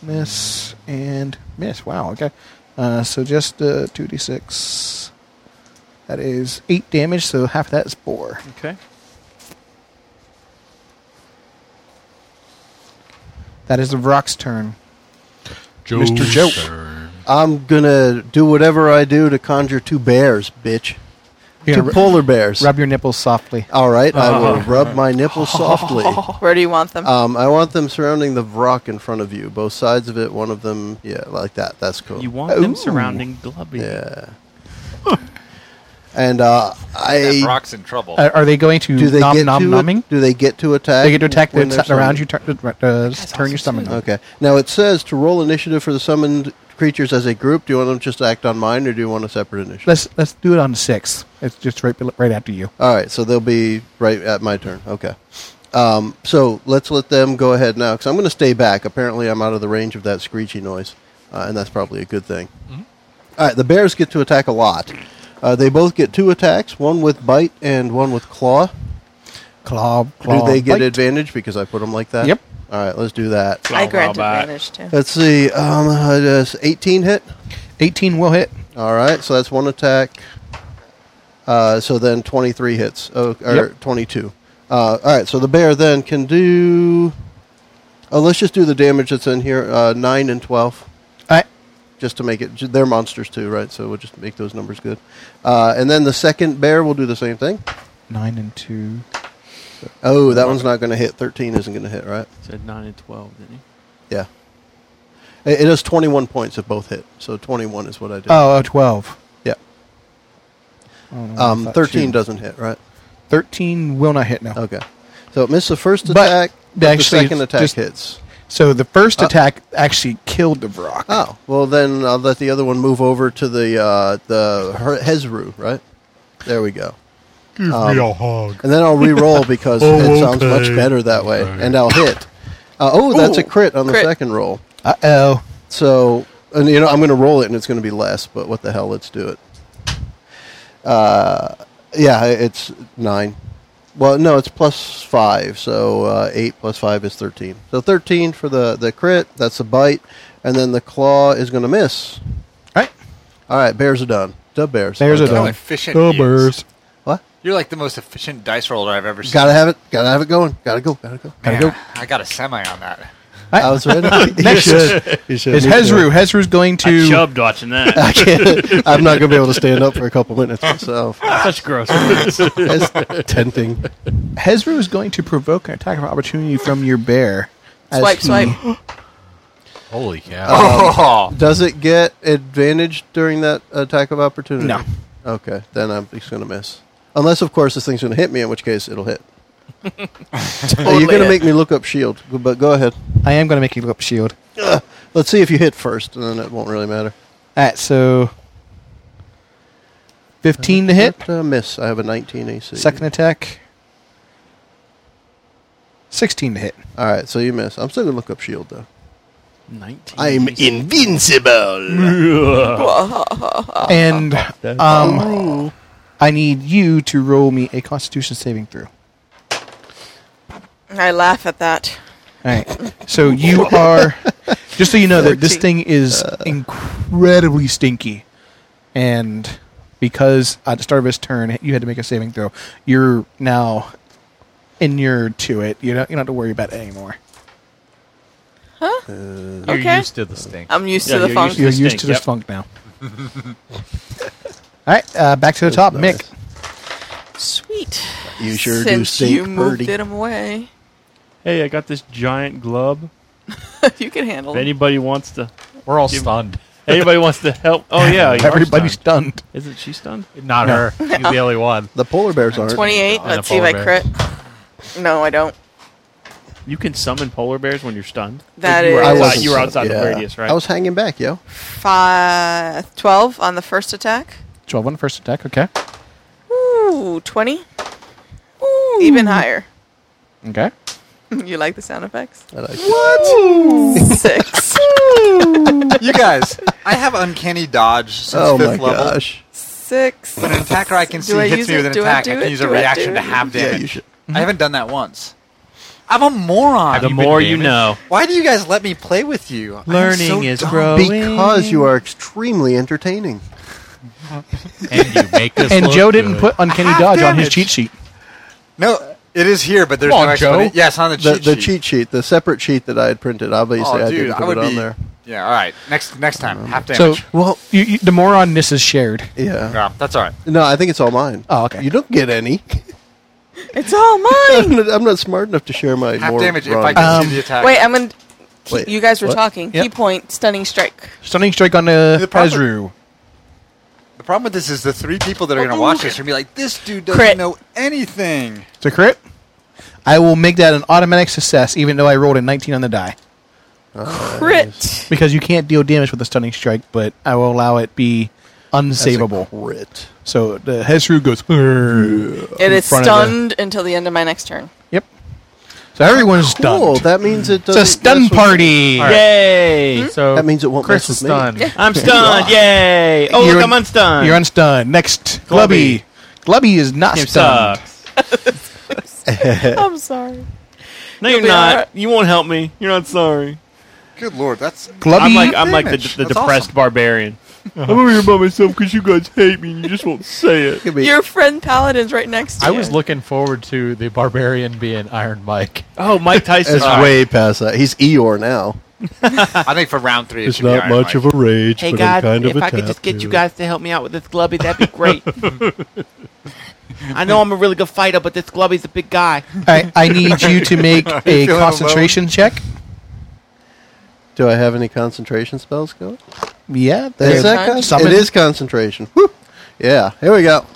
Speaker 3: Miss and miss. Wow. Okay. Uh, so just uh, 2d6. That is 8 damage, so half of that is 4.
Speaker 6: Okay.
Speaker 3: That is the Vrock's turn.
Speaker 1: Mr. Joe.
Speaker 5: Joker.
Speaker 1: I'm gonna do whatever I do to conjure two bears, bitch.
Speaker 3: You're
Speaker 1: Two
Speaker 3: gonna
Speaker 1: polar bears.
Speaker 3: Rub Uh-huh. your nipples softly.
Speaker 1: All right, I will rub my nipples softly.
Speaker 2: Where do you want them?
Speaker 1: Um, I want them surrounding the rock in front of you, both sides of it. One of them, yeah, like that. That's cool. Oh,
Speaker 6: You want them surrounding Glubby?
Speaker 1: yeah. and uh, I
Speaker 4: That rock's in trouble.
Speaker 3: Uh, are they going to
Speaker 1: do they
Speaker 3: nom
Speaker 1: get
Speaker 3: nom
Speaker 1: to
Speaker 3: nomming?
Speaker 1: do they get to attack?
Speaker 3: they get to attack the
Speaker 1: when they're
Speaker 3: t- around
Speaker 1: summoned?
Speaker 3: you, turn, uh, turn your stomach. on.
Speaker 1: Okay. Now it says to roll initiative for the summoned creatures as a group. Do you want them just to act on mine, or do you want a separate initiative?
Speaker 3: Let's let's do it on the 6th. It's just right, bel- right after you.
Speaker 1: All right, so they'll be right at my turn. Okay. Um, so let's let them go ahead now, because I'm going to stay back. Apparently, I'm out of the range of that screechy noise, uh, and that's probably a good thing.
Speaker 3: Mm-hmm.
Speaker 1: All right, the bears get to attack a lot. Uh, they both get two attacks, one with bite and one with claw.
Speaker 3: Claw, claw.
Speaker 1: do they get
Speaker 3: bite.
Speaker 1: advantage because I put them like that?
Speaker 3: Yep.
Speaker 1: All right, let's do that.
Speaker 2: I grant advantage too.
Speaker 1: Let's see. Um, uh, does 18 hit?
Speaker 3: 18 will hit.
Speaker 1: All right, so that's one attack. Uh, so then 23 hits, oh, or
Speaker 3: Yep.
Speaker 1: 22. Uh, all right, so the bear then can do. Oh, let's just do the damage that's in here uh, 9 and 12,
Speaker 3: All right.
Speaker 1: just to make it. ju- They're monsters too, right? So we'll just make those numbers good. Uh, and then the second bear will do the same thing.
Speaker 3: 9 and 2.
Speaker 1: Oh, that one's not going to hit. 13 isn't going to hit, right?
Speaker 6: Said nine and twelve, didn't he?
Speaker 1: Yeah. It, it does 21 points if both hit. So 21 is what I did.
Speaker 3: Oh, oh, 12.
Speaker 1: yeah.
Speaker 3: I don't know, I
Speaker 1: Um,
Speaker 3: thought
Speaker 1: 13
Speaker 3: two.
Speaker 1: doesn't hit, right?
Speaker 3: 13 will not hit, no.
Speaker 1: Okay. So it missed the first
Speaker 3: But
Speaker 1: attack, but, the
Speaker 3: actually,
Speaker 1: second attack
Speaker 3: just-
Speaker 1: hits.
Speaker 3: So the first
Speaker 1: Uh,
Speaker 3: attack actually killed the Vrock.
Speaker 1: Oh, well then I'll let the other one move over to the uh, the Her- Hezru, right? There we go.
Speaker 7: Give me
Speaker 5: Oh,
Speaker 7: a hug.
Speaker 1: And then I'll re-roll because
Speaker 7: Oh,
Speaker 1: it sounds much
Speaker 7: okay.
Speaker 1: better that way,
Speaker 7: Okay.
Speaker 1: and I'll hit. Uh, oh, that's a
Speaker 2: Ooh,
Speaker 1: crit on the
Speaker 2: crit.
Speaker 1: second roll.
Speaker 3: Uh oh.
Speaker 1: So, and you know, I'm going to roll it, and it's going to be less. But what the hell? Let's do it. Uh, yeah, it's nine. Well, no, it's plus five. So uh, eight plus five is thirteen. So thirteen for the the crit. That's a bite, and then the claw is going to miss.
Speaker 3: All right.
Speaker 1: All right, bears are done. The bears.
Speaker 3: Bears are
Speaker 4: How
Speaker 3: done.
Speaker 4: efficient
Speaker 7: The
Speaker 4: he is.
Speaker 7: bears.
Speaker 1: What?
Speaker 4: You're like the most efficient dice roller I've ever seen.
Speaker 1: Gotta have it. Gotta have it going. Gotta go. Gotta go.
Speaker 4: Man,
Speaker 3: gotta
Speaker 4: I got a semi on that.
Speaker 3: All
Speaker 1: I was ready. you should. You should.
Speaker 3: It's
Speaker 1: Me too.
Speaker 3: Hezru. Hezru's going
Speaker 6: I
Speaker 3: to.
Speaker 6: chubbed watching that.
Speaker 1: I can't. I'm not gonna be able to stand up for a couple minutes myself.
Speaker 6: Such gross. words.
Speaker 1: That's tempting.
Speaker 3: Hezru is going to provoke an attack of opportunity from your bear. as
Speaker 2: Swipe,
Speaker 3: he-
Speaker 2: swipe.
Speaker 5: Holy cow!
Speaker 4: Oh,
Speaker 1: Does it get advantage during that attack of opportunity?
Speaker 3: No.
Speaker 1: Okay, then I'm just gonna miss. Unless, of course, this thing's gonna hit me, in which case it'll hit. Hey, you're gonna make me look up shield, but go ahead.
Speaker 3: I E am going to make you look up shield.
Speaker 1: Let's see if you hit first, and then it won't really matter.
Speaker 3: All right, so 15 to hit.
Speaker 1: But, uh, miss. I have a 19 AC.
Speaker 3: Second attack. 16 to hit.
Speaker 1: All right, so you miss. I'm still gonna look up shield though.
Speaker 6: 19.
Speaker 1: I'm invincible.
Speaker 3: and um, I need you to roll me a Constitution saving throw.
Speaker 2: I laugh at that.
Speaker 3: All right. So you are, just so you know that this thing is incredibly stinky, and because at the start of his turn you had to make a saving throw, you're now inured to it. You don't you don't have to worry about it anymore.
Speaker 5: You're
Speaker 2: Okay.
Speaker 5: used to the stink.
Speaker 2: I'm used
Speaker 6: Yeah,
Speaker 2: to the
Speaker 6: you're
Speaker 2: funk.
Speaker 6: used
Speaker 3: You're
Speaker 6: This
Speaker 3: used
Speaker 6: thing,
Speaker 3: to this
Speaker 6: yep.
Speaker 3: funk now. All right, uh, back to the top,
Speaker 1: nice.
Speaker 3: Mick.
Speaker 2: Sweet.
Speaker 1: You sure do
Speaker 2: Since
Speaker 1: stink,
Speaker 2: you moved
Speaker 1: Birdie.
Speaker 2: it away,
Speaker 6: Hey, I got this giant glove.
Speaker 2: you can handle
Speaker 6: If
Speaker 2: it.
Speaker 6: anybody wants to,
Speaker 5: We're all
Speaker 6: Give-
Speaker 5: stunned.
Speaker 6: anybody wants to help. Oh yeah, you are
Speaker 3: Everybody's
Speaker 6: stunned.
Speaker 3: stunned.
Speaker 6: Isn't she stunned?
Speaker 5: Not her. She's the only one.
Speaker 1: The polar bears aren't.
Speaker 2: 28.
Speaker 5: And a
Speaker 2: Let's see if I
Speaker 5: polar bear.
Speaker 2: crit. No, I don't.
Speaker 6: You can summon polar bears when you're stunned.
Speaker 2: That
Speaker 6: Like, you were
Speaker 2: is-
Speaker 6: outside-
Speaker 2: I
Speaker 1: wasn't
Speaker 6: you were
Speaker 1: sure.
Speaker 6: outside
Speaker 1: Yeah.
Speaker 6: the radius, right?
Speaker 1: I was hanging back, yo.
Speaker 2: Five, 12 on the first attack.
Speaker 3: 12 on the first attack, okay.
Speaker 2: Ooh, 20. Ooh. Even higher.
Speaker 3: Okay.
Speaker 2: you like the sound effects?
Speaker 1: I like
Speaker 2: Six.
Speaker 4: Oh. you guys! I have uncanny dodge since
Speaker 1: Oh my
Speaker 4: fifth level.
Speaker 1: gosh!
Speaker 2: Six.
Speaker 4: When an attacker I can
Speaker 2: Do
Speaker 4: see
Speaker 2: I use
Speaker 4: hits me
Speaker 2: it?
Speaker 4: with an
Speaker 2: Do I
Speaker 4: attack,
Speaker 2: do
Speaker 4: I,
Speaker 2: it?
Speaker 4: can use a
Speaker 2: Do I do
Speaker 4: reaction to
Speaker 2: it?
Speaker 4: half
Speaker 1: Yeah, you
Speaker 4: damage.
Speaker 1: should.
Speaker 4: I haven't done that once. I'm a moron.
Speaker 6: the
Speaker 5: you been
Speaker 6: more you
Speaker 5: damaged?
Speaker 6: know.
Speaker 4: Why do you guys let me play with you? I'm so dumb.
Speaker 1: Because you are extremely entertaining.
Speaker 5: And you make us
Speaker 3: And
Speaker 5: look
Speaker 3: Joe didn't
Speaker 5: good.
Speaker 3: put uncanny
Speaker 4: Half
Speaker 3: dodge on his
Speaker 4: damage.
Speaker 3: cheat sheet.
Speaker 4: No, it is here, but there's
Speaker 5: Come
Speaker 4: no
Speaker 5: on, Joe.
Speaker 4: explanation. Yes, on the
Speaker 1: The,
Speaker 4: cheat
Speaker 1: the
Speaker 4: sheet.
Speaker 1: cheat sheet, the separate sheet that I had printed, obviously
Speaker 4: Oh,
Speaker 1: I
Speaker 4: dude,
Speaker 1: didn't
Speaker 4: I
Speaker 1: put
Speaker 4: would
Speaker 1: it on
Speaker 4: be.
Speaker 1: there.
Speaker 4: Yeah, all right. Next, next time, half
Speaker 3: So,
Speaker 4: damage.
Speaker 1: Well,
Speaker 3: you, you, the moronness is shared.
Speaker 1: yeah.
Speaker 4: Yeah, that's all right.
Speaker 1: No, I think it's all mine.
Speaker 3: Oh, okay.
Speaker 1: You don't get any.
Speaker 2: It's all mine.
Speaker 1: I'm, not, I'm not smart enough to share my
Speaker 4: Half
Speaker 1: more
Speaker 4: damage if
Speaker 1: wrong-
Speaker 4: I can
Speaker 3: Um,
Speaker 4: see the attack.
Speaker 2: Wait, I'm going to.
Speaker 1: Wait,
Speaker 2: You guys were
Speaker 1: what?
Speaker 2: talking.
Speaker 3: Yep.
Speaker 2: Key point, stunning strike.
Speaker 3: Stunning strike on uh, the,
Speaker 4: The problem-
Speaker 3: Ezru.
Speaker 4: the problem with this is the three people that are going to watch this are going to be like, "This dude doesn't
Speaker 2: Crit.
Speaker 4: know anything."
Speaker 3: It's a crit. I will make that an automatic success, even though I rolled a 19 on the die,
Speaker 2: Crit.
Speaker 3: because you can't deal damage with a stunning strike. But I will allow it be
Speaker 1: That's a
Speaker 3: unsavable.
Speaker 1: crit.
Speaker 3: So the Hezru goes. "Urgh,"
Speaker 2: It
Speaker 3: in
Speaker 2: is
Speaker 3: front of the-
Speaker 2: stunned until the end of my next turn.
Speaker 3: yep. So everyone's
Speaker 1: Cool.
Speaker 3: stunned.
Speaker 1: That means it
Speaker 3: it's
Speaker 1: doesn't.
Speaker 3: a stun
Speaker 1: mess with-
Speaker 3: party.
Speaker 6: Yay!
Speaker 5: So
Speaker 1: That means it won't
Speaker 5: Chris
Speaker 1: mess
Speaker 5: is
Speaker 1: with me.
Speaker 5: stunned.
Speaker 6: I'm stunned. Yay! Oh
Speaker 3: You're-
Speaker 6: look, I'm unstunned.
Speaker 3: You're unstunned. Next, Glubby.
Speaker 6: Glubby.
Speaker 3: Glubby is not
Speaker 6: Game
Speaker 3: stunned.
Speaker 6: sucks.
Speaker 2: I'm sorry.
Speaker 6: No, you're
Speaker 2: be
Speaker 6: not.
Speaker 2: alright.
Speaker 6: You won't help me. You're not sorry.
Speaker 4: Good lord, that's
Speaker 3: Glubby.
Speaker 6: I'm like I'm like the,
Speaker 4: damage.
Speaker 6: the
Speaker 4: That's
Speaker 6: depressed
Speaker 4: awesome.
Speaker 6: barbarian. I'm over here by myself because you guys hate me and you just won't say it.
Speaker 1: Give me-
Speaker 2: Your friend Paladin's right next to
Speaker 5: I
Speaker 2: you.
Speaker 5: was looking forward to the barbarian being Iron Mike.
Speaker 6: Oh, Mike Tyson.
Speaker 1: It's way past that. He's Eeyore now.
Speaker 4: I think for round three, it should be Iron Mike.
Speaker 1: a rage,
Speaker 9: Hey guys, if I could just get you guys to help me out with this glubby, that'd be great. I know I'm a really good fighter, but this glubby's a big guy.
Speaker 3: I, I need you to make a
Speaker 4: feeling alone?
Speaker 3: concentration check.
Speaker 1: Do I have any concentration spells going?
Speaker 3: Yeah,
Speaker 1: Is
Speaker 3: there-
Speaker 1: that con-
Speaker 3: summon-
Speaker 1: it is concentration. Woo. Yeah, here we go.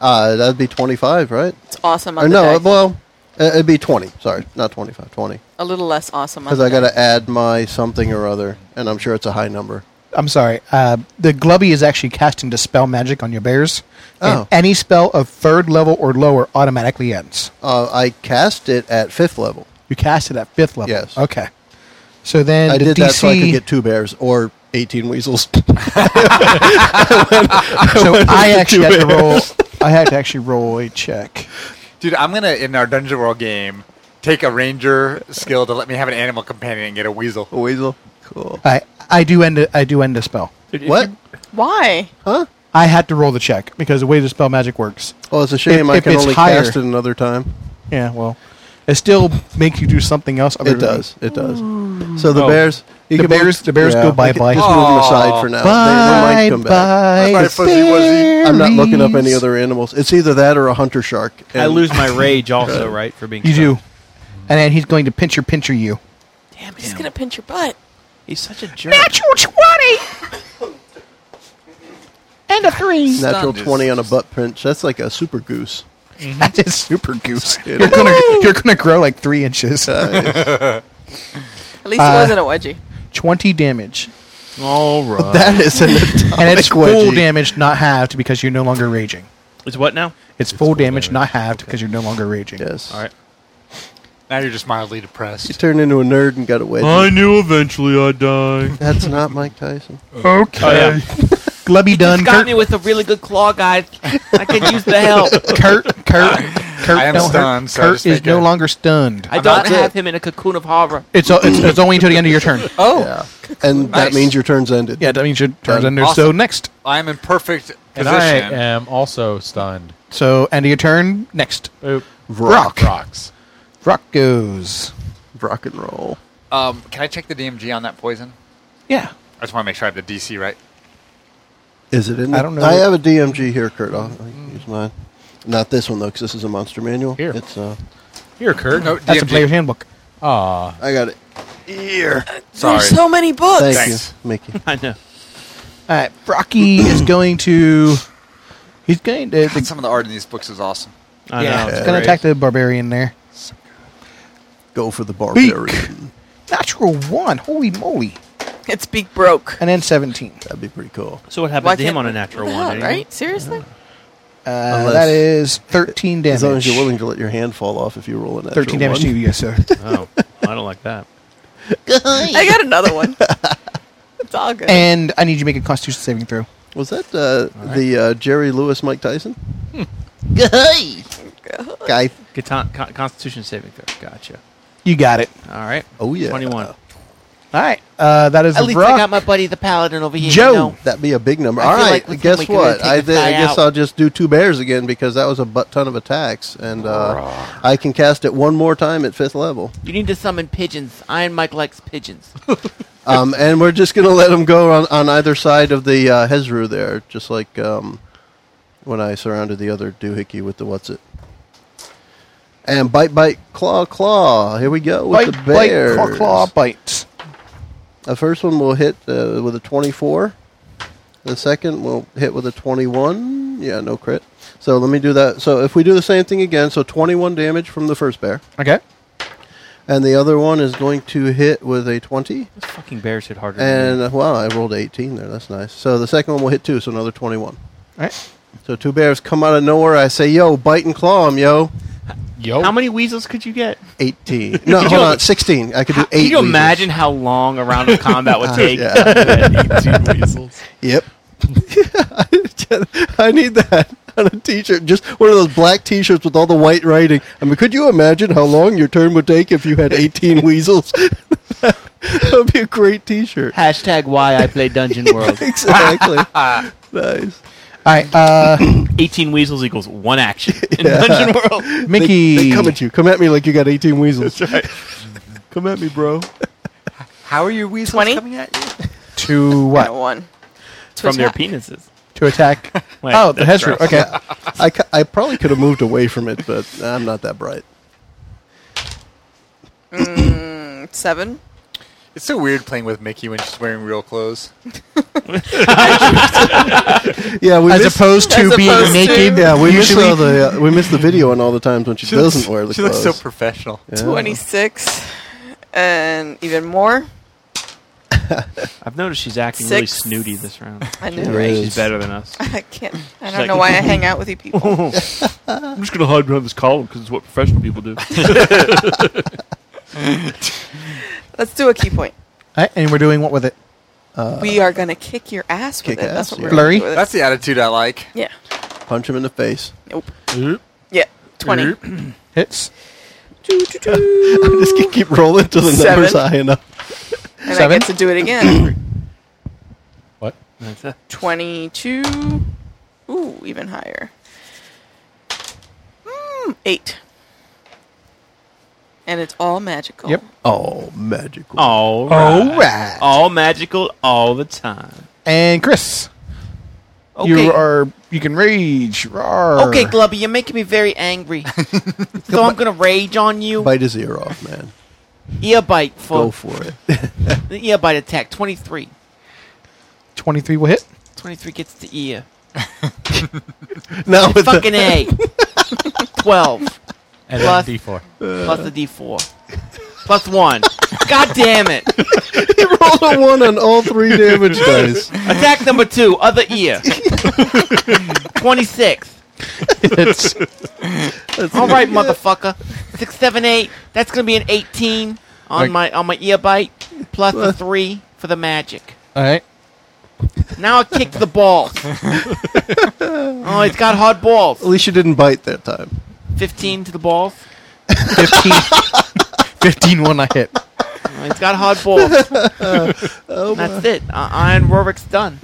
Speaker 1: Uh, that'd be 25, right?
Speaker 2: It's awesome
Speaker 1: or
Speaker 2: on
Speaker 1: no,
Speaker 2: the
Speaker 1: uh,
Speaker 2: die.
Speaker 1: well, uh, it'd be 20. Sorry, not 25, 20.
Speaker 2: A little less awesome on
Speaker 1: Because
Speaker 2: the
Speaker 1: I got
Speaker 2: die.
Speaker 1: to add my something or other, and I'm sure it's a high number.
Speaker 3: I'm sorry. Uh, the Glubby is actually casting Dispel Magic on your bears. And
Speaker 1: Oh.
Speaker 3: any spell of third level or lower automatically ends.
Speaker 1: Uh, I cast it at fifth level.
Speaker 3: You cast it at fifth level.
Speaker 1: Yes.
Speaker 3: Okay. So then
Speaker 1: I
Speaker 3: the
Speaker 1: did
Speaker 3: DC,
Speaker 1: that so I could get two bears or 18 weasels.
Speaker 3: so I actually had to roll. I had to actually roll a check.
Speaker 4: Dude, I'm gonna in our Dungeon World game take a ranger skill to let me have an animal companion and get a weasel.
Speaker 1: a weasel? Cool.
Speaker 3: I I do end. A, I do end a spell.
Speaker 1: What?
Speaker 2: Why?
Speaker 1: Huh?
Speaker 3: I had to roll the check because the way the spell magic works.
Speaker 1: Oh, it's a shame I
Speaker 3: if
Speaker 1: can
Speaker 3: it's
Speaker 1: only
Speaker 3: higher-
Speaker 1: cast it another time.
Speaker 3: Yeah. Well, It still makes you do something else. Other
Speaker 1: It
Speaker 3: than-
Speaker 1: does. It does. So the
Speaker 3: Oh.
Speaker 1: bears. You
Speaker 3: The
Speaker 1: can move-
Speaker 3: bears- the bears go
Speaker 1: we can
Speaker 3: bye-bye.
Speaker 1: Just move them aside
Speaker 4: Aw.
Speaker 1: for now. They,
Speaker 3: Bye,
Speaker 1: they might come back.
Speaker 3: bye.
Speaker 4: Bye,
Speaker 3: the
Speaker 4: Fuzzy Wuzzy.
Speaker 1: I'm not looking up any
Speaker 3: berries.
Speaker 1: other animals. It's either that or a hunter shark.
Speaker 8: I
Speaker 1: and-
Speaker 8: lose my rage also, right? For being
Speaker 3: You do,
Speaker 8: stuck.
Speaker 3: and then he's going to pincher pincher you.
Speaker 2: Damn, he's gonna pinch your butt.
Speaker 8: He's such a jerk.
Speaker 3: Natural twenty. And a three.
Speaker 1: natural
Speaker 4: Stunned.
Speaker 1: twenty on a butt pinch. That's like a super goose.
Speaker 3: That is super goose.
Speaker 1: It
Speaker 3: You're
Speaker 1: is.
Speaker 3: gonna you're gonna grow like three inches.
Speaker 2: At least it wasn't a wedgie.
Speaker 3: Twenty damage,
Speaker 6: All right.
Speaker 1: That is an
Speaker 3: and it's full
Speaker 1: wedgie.
Speaker 3: damage, not halved, because you're no longer raging.
Speaker 6: It's what now?
Speaker 3: It's, full, damage, not halved, because you're no longer raging.
Speaker 1: yes.
Speaker 6: All right.
Speaker 4: Now you're just mildly
Speaker 1: You
Speaker 4: depressed.
Speaker 1: turned into a nerd and got away.
Speaker 8: I knew eventually I'd die.
Speaker 1: That's not Mike Tyson.
Speaker 3: Okay.
Speaker 6: Oh, yeah.
Speaker 3: Glubby
Speaker 9: He's
Speaker 3: done.
Speaker 9: got
Speaker 3: Kurt,
Speaker 9: me with a really good claw, guys. I could use the help.
Speaker 3: Kurt, Kurt, Kurt.
Speaker 4: I am
Speaker 3: don't
Speaker 4: stunned,
Speaker 3: Hurt.
Speaker 4: so I
Speaker 3: Kurt
Speaker 4: just
Speaker 3: is
Speaker 4: make
Speaker 3: no
Speaker 4: a-
Speaker 3: longer stunned.
Speaker 9: I
Speaker 4: not
Speaker 9: don't
Speaker 4: dead.
Speaker 9: have him in a cocoon of horror.
Speaker 3: It's, o- it's it's only until the end of your turn.
Speaker 2: Oh,
Speaker 1: Yeah. And that
Speaker 4: Nice.
Speaker 1: means your turn's ended.
Speaker 3: Yeah, that means your turn's
Speaker 1: Done.
Speaker 3: under. So
Speaker 4: Awesome.
Speaker 3: next.
Speaker 4: I am in perfect
Speaker 5: And I
Speaker 4: position.
Speaker 5: am also stunned.
Speaker 3: So end of your turn. Next.
Speaker 5: Oop.
Speaker 1: Rock.
Speaker 5: Rocks.
Speaker 3: Rock goes.
Speaker 1: Rock and roll.
Speaker 4: Um, can I check the DMG on that poison?
Speaker 3: Yeah.
Speaker 4: I just want to make sure I have the DC right.
Speaker 1: Is it in?
Speaker 3: I
Speaker 1: the-
Speaker 3: don't know.
Speaker 1: I have a DMG here, Kurt. I'll I'll use mine. Not this one though, because this is a monster manual.
Speaker 5: Here.
Speaker 1: It's uh,
Speaker 5: Here, Kurt.
Speaker 4: No,
Speaker 3: That's a
Speaker 4: DMG.
Speaker 3: player's handbook.
Speaker 5: Aw.
Speaker 1: I got it.
Speaker 4: Sorry.
Speaker 2: there's so many books.
Speaker 1: Thank
Speaker 4: Thanks.
Speaker 1: you, Mickey.
Speaker 6: I know.
Speaker 3: All right. Rocky is going to. He's going to.
Speaker 4: God, some of the art in these books is awesome.
Speaker 6: I
Speaker 3: yeah.
Speaker 6: know.
Speaker 3: He's
Speaker 1: it's
Speaker 3: going
Speaker 1: great.
Speaker 3: to attack the barbarian there.
Speaker 1: Go for the barbarian.
Speaker 3: Natural one. Holy moly.
Speaker 2: Its beak broke.
Speaker 3: And then seventeen.
Speaker 1: That'd be pretty cool.
Speaker 6: So what happened
Speaker 2: Why
Speaker 6: to him
Speaker 2: can't-
Speaker 6: on a natural
Speaker 2: What the hell,
Speaker 6: one? eh?
Speaker 2: right? Seriously?
Speaker 3: Uh,
Speaker 1: Unless-
Speaker 3: that is thirteen damage.
Speaker 1: As long as you're willing to let your hand fall off if you roll an natural
Speaker 3: Thirteen damage
Speaker 1: one.
Speaker 3: to you, yes, sir.
Speaker 6: Oh, I don't like that.
Speaker 2: I got another one. it's all good.
Speaker 3: and I need you to make a Constitution saving throw.
Speaker 1: Was that uh, the uh, Jerry Lewis Mike Tyson? Guy.
Speaker 8: Catan- con- Constitution saving throw. Gotcha.
Speaker 3: You got it.
Speaker 8: All right.
Speaker 1: Oh yeah.
Speaker 8: 21.
Speaker 3: All right. Uh, that is
Speaker 9: At least
Speaker 3: Rock.
Speaker 9: I got my buddy the paladin over here.
Speaker 3: Joe.
Speaker 9: You know.
Speaker 1: That'd be a big number.
Speaker 9: I
Speaker 1: All
Speaker 9: feel
Speaker 1: right.
Speaker 9: like with him we
Speaker 1: guess
Speaker 9: can
Speaker 1: what?
Speaker 9: really take
Speaker 1: I,
Speaker 9: the
Speaker 1: thi- I
Speaker 9: guy
Speaker 1: guess
Speaker 9: out.
Speaker 1: I'll just do two bears again because that was a butt ton of attacks, and uh, I can cast it one more time at fifth level.
Speaker 9: You need to summon pigeons. Iron Mike likes pigeons.
Speaker 1: Um, and we're just gonna let them go on, on either side of the uh, Hezru there, just like um, when I surrounded the other doohickey with the what's it. And bite, bite, claw, claw. Here we go with
Speaker 3: bite,
Speaker 1: the
Speaker 3: bite,
Speaker 1: bears.
Speaker 3: claw, claw, bite.
Speaker 1: The first one will hit uh, with a 24. The second will hit with a 21. Yeah, no crit. So let me do that. So if we do the same thing again, so 21 damage from the first bear.
Speaker 3: Okay.
Speaker 1: And the other one is going to hit with a 20.
Speaker 8: Those fucking bears hit harder.
Speaker 1: And uh, wow, I rolled 18 there. That's nice. So the second one will hit two, so another 21.
Speaker 3: All right.
Speaker 1: So two bears come out of nowhere. I say, yo, bite and claw 'em, yo.
Speaker 5: Yo.
Speaker 8: How many weasels could you get?
Speaker 1: 18. No,
Speaker 8: Could
Speaker 1: hold
Speaker 8: you-
Speaker 1: on, 16. I could do 8.
Speaker 8: Can you
Speaker 1: weasels.
Speaker 8: imagine how long a round of combat would take?
Speaker 1: Yeah.
Speaker 5: weasels.
Speaker 1: Yep. I need that on a t-shirt. Just one of those black t-shirts with all the white writing. I mean, could you imagine how long your turn would take if you had 18 weasels? that would be a great t-shirt.
Speaker 9: Hashtag why I play Dungeon World.
Speaker 1: Exactly. nice.
Speaker 3: All right. Uh,
Speaker 8: 18 weasels equals one action in Dungeon World.
Speaker 3: Mickey.
Speaker 1: They come at you. Come at me like you got 18 weasels. Come at me, bro.
Speaker 4: How are your weasels
Speaker 2: 20?
Speaker 4: coming at you?
Speaker 3: to
Speaker 2: Got a
Speaker 3: what?
Speaker 2: one. To
Speaker 8: From their
Speaker 2: attack.
Speaker 8: penises.
Speaker 3: to attack.
Speaker 8: Wait,
Speaker 3: oh, the
Speaker 8: that's
Speaker 3: Hezru.
Speaker 8: gross.
Speaker 3: Okay.
Speaker 1: I, ca- I probably could have moved away from it, but I'm not that bright.
Speaker 2: Seven.
Speaker 4: It's so weird playing with Mickey when she's wearing real clothes.
Speaker 1: Yeah, we
Speaker 3: As
Speaker 1: missed,
Speaker 3: opposed to
Speaker 2: As
Speaker 3: being
Speaker 2: opposed to-
Speaker 3: naked.
Speaker 1: yeah, we missed
Speaker 3: usually
Speaker 1: all the uh, we missed the video on all the times when she, doesn't
Speaker 4: looks,
Speaker 1: wear the
Speaker 4: She
Speaker 1: clothes.
Speaker 4: looks so professional.
Speaker 3: Oh.
Speaker 1: Yeah.
Speaker 2: 26 and even more.
Speaker 8: I've noticed she's acting really
Speaker 2: Six.
Speaker 8: snooty this round.
Speaker 2: I know.
Speaker 1: Yeah,
Speaker 2: right?
Speaker 1: right.
Speaker 8: She's better than us.
Speaker 2: I can't. I
Speaker 8: like-
Speaker 2: don't know why I hang out with you people.
Speaker 6: I'm just going to hide behind this column because it's what professional people do.
Speaker 2: Let's do a key point.
Speaker 3: All right, and we're doing what with it? Uh,
Speaker 2: we are gonna kick your ass with
Speaker 1: kick
Speaker 2: it.
Speaker 1: ass,
Speaker 2: That's what
Speaker 1: yeah.
Speaker 2: we're
Speaker 3: Flurry?
Speaker 2: Gonna do
Speaker 4: That's
Speaker 2: with it.
Speaker 4: the attitude I like.
Speaker 2: Yeah.
Speaker 1: Punch him in the face.
Speaker 2: Nope. Yeah. Twenty.
Speaker 3: Hits.
Speaker 2: Doo, doo, doo.
Speaker 1: I'm just gonna keep rolling till the
Speaker 2: Seven.
Speaker 1: numbers high enough.
Speaker 2: and I
Speaker 3: Seven?
Speaker 2: get to do it again.
Speaker 5: What?
Speaker 2: Twenty-two. Ooh, even higher. Mm, eight. and it's all magical.
Speaker 3: Yep.
Speaker 1: Oh, magical.
Speaker 8: All
Speaker 3: All
Speaker 8: right.
Speaker 3: right.
Speaker 8: All magical all the time.
Speaker 3: And Chris,
Speaker 9: Okay.
Speaker 3: you are you can rage. Roar.
Speaker 9: Okay, Glubby, you're making me very angry. so I'm gonna rage on you.
Speaker 1: Bite his ear off, man.
Speaker 9: Ear bite
Speaker 1: Go
Speaker 9: for
Speaker 1: for it.
Speaker 9: the ear bite attack. 23.
Speaker 3: twenty three will hit.
Speaker 9: 23 gets the ear.
Speaker 1: now with the-
Speaker 9: Fucking A. 12
Speaker 5: And
Speaker 9: Plus-
Speaker 5: then D4.
Speaker 9: plus the D4 plus one. God damn it!
Speaker 1: he rolled a one on all three damage dice.
Speaker 9: Attack number two, other ear. 26.
Speaker 3: It's
Speaker 9: All right, motherfucker. Six, seven, eight. That's gonna be an eighteen on
Speaker 3: Like-
Speaker 9: my on my ear bite, plus the three for the magic.
Speaker 3: all right.
Speaker 9: Now I kick the balls. oh, it's got hard balls.
Speaker 1: At least you didn't bite that time.
Speaker 9: Fifteen to the balls.
Speaker 3: 15, 15 when I hit.
Speaker 9: Oh, it's got hard balls. That's it. Uh, Iron Rorik's done.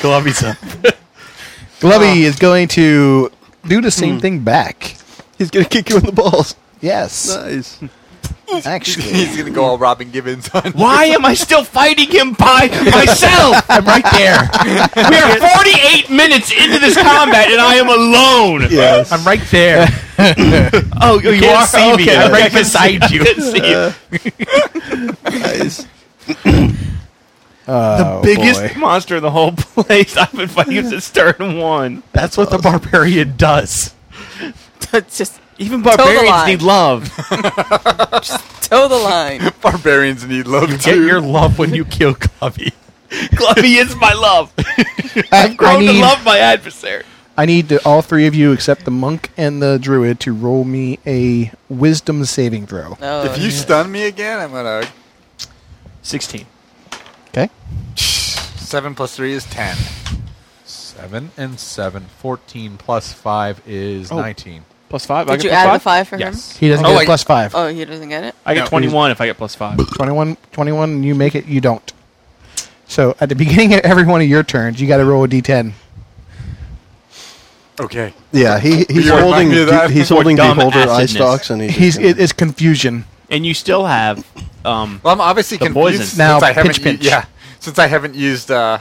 Speaker 8: Glubby's up.
Speaker 3: Glubby is going to do the same thing back.
Speaker 1: He's gonna kick you in the balls.
Speaker 3: Yes,
Speaker 1: Nice.
Speaker 4: He's
Speaker 3: actually,
Speaker 4: gonna go all Robin Gibbons on.
Speaker 8: Why am I still fighting him by myself?
Speaker 3: I'm right there.
Speaker 8: We are 48 minutes into this combat and I am alone.
Speaker 1: Yes.
Speaker 5: I'm right there.
Speaker 8: Oh, you,
Speaker 5: can't
Speaker 8: are?
Speaker 5: see me.
Speaker 8: Okay,
Speaker 5: I'm
Speaker 8: okay.
Speaker 5: right beside you.
Speaker 8: Couldn't see you.
Speaker 1: nice.
Speaker 3: Oh,
Speaker 8: Biggest
Speaker 3: boy.
Speaker 8: monster in the whole place. I've been fighting him since turn one.
Speaker 5: That's what the barbarian does.
Speaker 2: It's just
Speaker 8: Even
Speaker 2: line.
Speaker 8: barbarians need love.
Speaker 2: toe the line.
Speaker 4: Barbarians need love too.
Speaker 5: Get your love when you kill Covey.
Speaker 8: Glubby is my love.
Speaker 3: I, I
Speaker 8: Grown to
Speaker 3: need
Speaker 8: love my adversary.
Speaker 3: I need to, all three of you except the monk and the druid to roll me a wisdom saving throw.
Speaker 2: Oh,
Speaker 4: if you stun me again, I'm gonna.
Speaker 8: 16.
Speaker 3: Okay.
Speaker 4: Seven plus three is ten.
Speaker 5: 7 and 7. 14 plus 5 is 19.
Speaker 8: Plus five.
Speaker 2: did you add the five for him?
Speaker 5: Yes.
Speaker 3: He doesn't
Speaker 4: Oh,
Speaker 3: get
Speaker 4: wait.
Speaker 3: a plus five.
Speaker 2: Oh, he doesn't get it.
Speaker 8: I
Speaker 4: No.
Speaker 8: get 21 if I get plus five.
Speaker 3: 21, 21, you make it, you don't. So at the beginning of every one of your turns, you got to roll a d10.
Speaker 4: Okay.
Speaker 1: Yeah, he, he's
Speaker 4: remind
Speaker 1: holding
Speaker 4: me of that.
Speaker 1: he's holding
Speaker 8: dumb
Speaker 1: beholder eye
Speaker 8: acidness.
Speaker 1: stalks, and he's,
Speaker 3: He's it, it's confusion.
Speaker 8: And you still have. Um,
Speaker 4: Well, I'm obviously
Speaker 8: The
Speaker 4: confused
Speaker 8: poison.
Speaker 4: since
Speaker 3: Now,
Speaker 4: I haven't.
Speaker 3: pinch, pinch.
Speaker 4: u- yeah, since I haven't used. Uh,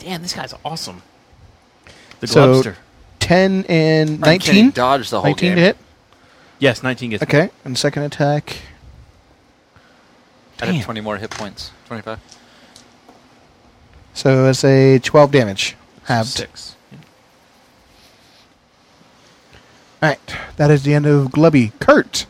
Speaker 8: damn, this guy's awesome. The
Speaker 3: So-
Speaker 8: Glubster.
Speaker 3: 10 and
Speaker 4: Brian Kenny
Speaker 3: 19.
Speaker 4: Dodge the whole
Speaker 3: 19
Speaker 4: game.
Speaker 3: to hit.
Speaker 8: Yes, 19 gets
Speaker 3: Okay. And second attack.
Speaker 4: I have
Speaker 3: Damn.
Speaker 4: 20 more hit points. 25.
Speaker 3: So it's a 12 damage. Halved.
Speaker 8: six.
Speaker 3: All right. That is the end of Glubby. Kurt,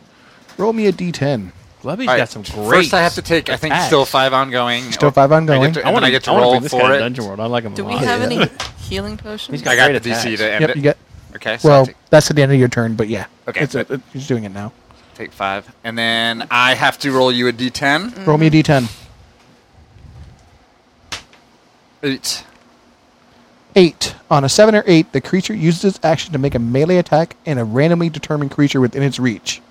Speaker 3: roll me a d10.
Speaker 8: Glubby's
Speaker 4: All right,
Speaker 8: got some great.
Speaker 4: First, I have to take. I think
Speaker 8: attacks.
Speaker 4: still five ongoing. Oh,
Speaker 3: Still
Speaker 4: or-
Speaker 3: five ongoing.
Speaker 4: I get to, and
Speaker 8: wanna-
Speaker 4: then I get to
Speaker 8: wanna
Speaker 4: roll
Speaker 8: bring this guy
Speaker 4: for
Speaker 8: to
Speaker 4: it.
Speaker 8: Dungeon World. I like him
Speaker 2: Do
Speaker 8: a
Speaker 2: we
Speaker 8: lot.
Speaker 2: have
Speaker 1: yeah.
Speaker 2: any healing potions?
Speaker 8: He's
Speaker 4: I
Speaker 8: got
Speaker 4: got
Speaker 8: great
Speaker 4: the DC
Speaker 8: attacks.
Speaker 4: to end
Speaker 3: Yep,
Speaker 4: it.
Speaker 3: you get.
Speaker 4: Okay, so I
Speaker 3: Well,
Speaker 4: take,
Speaker 3: that's at the end of your turn, but yeah.
Speaker 4: Okay.
Speaker 3: It's a, he's doing it now.
Speaker 4: take five, and then I have to roll you a D10.
Speaker 3: Roll me a d10.
Speaker 4: Eight.
Speaker 3: Eight. On a seven or eight, the creature uses its action to make a melee attack and a randomly determined creature within its reach.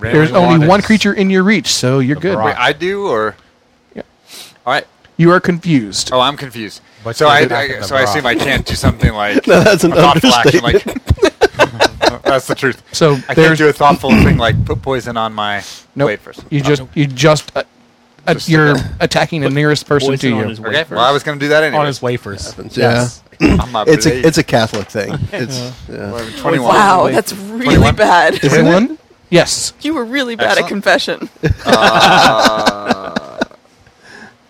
Speaker 3: There's only one creature in your reach, so you're good.
Speaker 4: Wait, I do or?
Speaker 3: Yep.
Speaker 4: All right.
Speaker 3: You are confused.
Speaker 4: Oh, I'm confused.
Speaker 5: But
Speaker 4: so
Speaker 5: you
Speaker 4: I,
Speaker 5: did have
Speaker 4: I
Speaker 5: the
Speaker 4: so I
Speaker 5: bra.
Speaker 4: assume I can't do something like
Speaker 1: No, that's an
Speaker 4: a thoughtful action.
Speaker 1: understatement.
Speaker 4: Like that's the truth.
Speaker 3: So
Speaker 4: I can't
Speaker 3: there's-
Speaker 4: do a thoughtful thing like put poison on my
Speaker 3: Nope.
Speaker 4: blade first.
Speaker 3: You just you just, uh, uh,
Speaker 4: Just-
Speaker 3: you're attacking the nearest person to
Speaker 8: Poison on
Speaker 3: you.
Speaker 8: his way
Speaker 4: Okay.
Speaker 8: first.
Speaker 4: Well, I was going to do that anyway.
Speaker 5: On his wafers.
Speaker 1: yeah.
Speaker 4: on my
Speaker 1: It's
Speaker 4: blade.
Speaker 1: a it's a Catholic thing. It's yeah.
Speaker 4: twenty-one.
Speaker 2: Wow, that's really
Speaker 4: 21?
Speaker 2: bad.
Speaker 3: Is it one? Yes.
Speaker 2: You were really bad
Speaker 4: Excellent.
Speaker 2: at confession.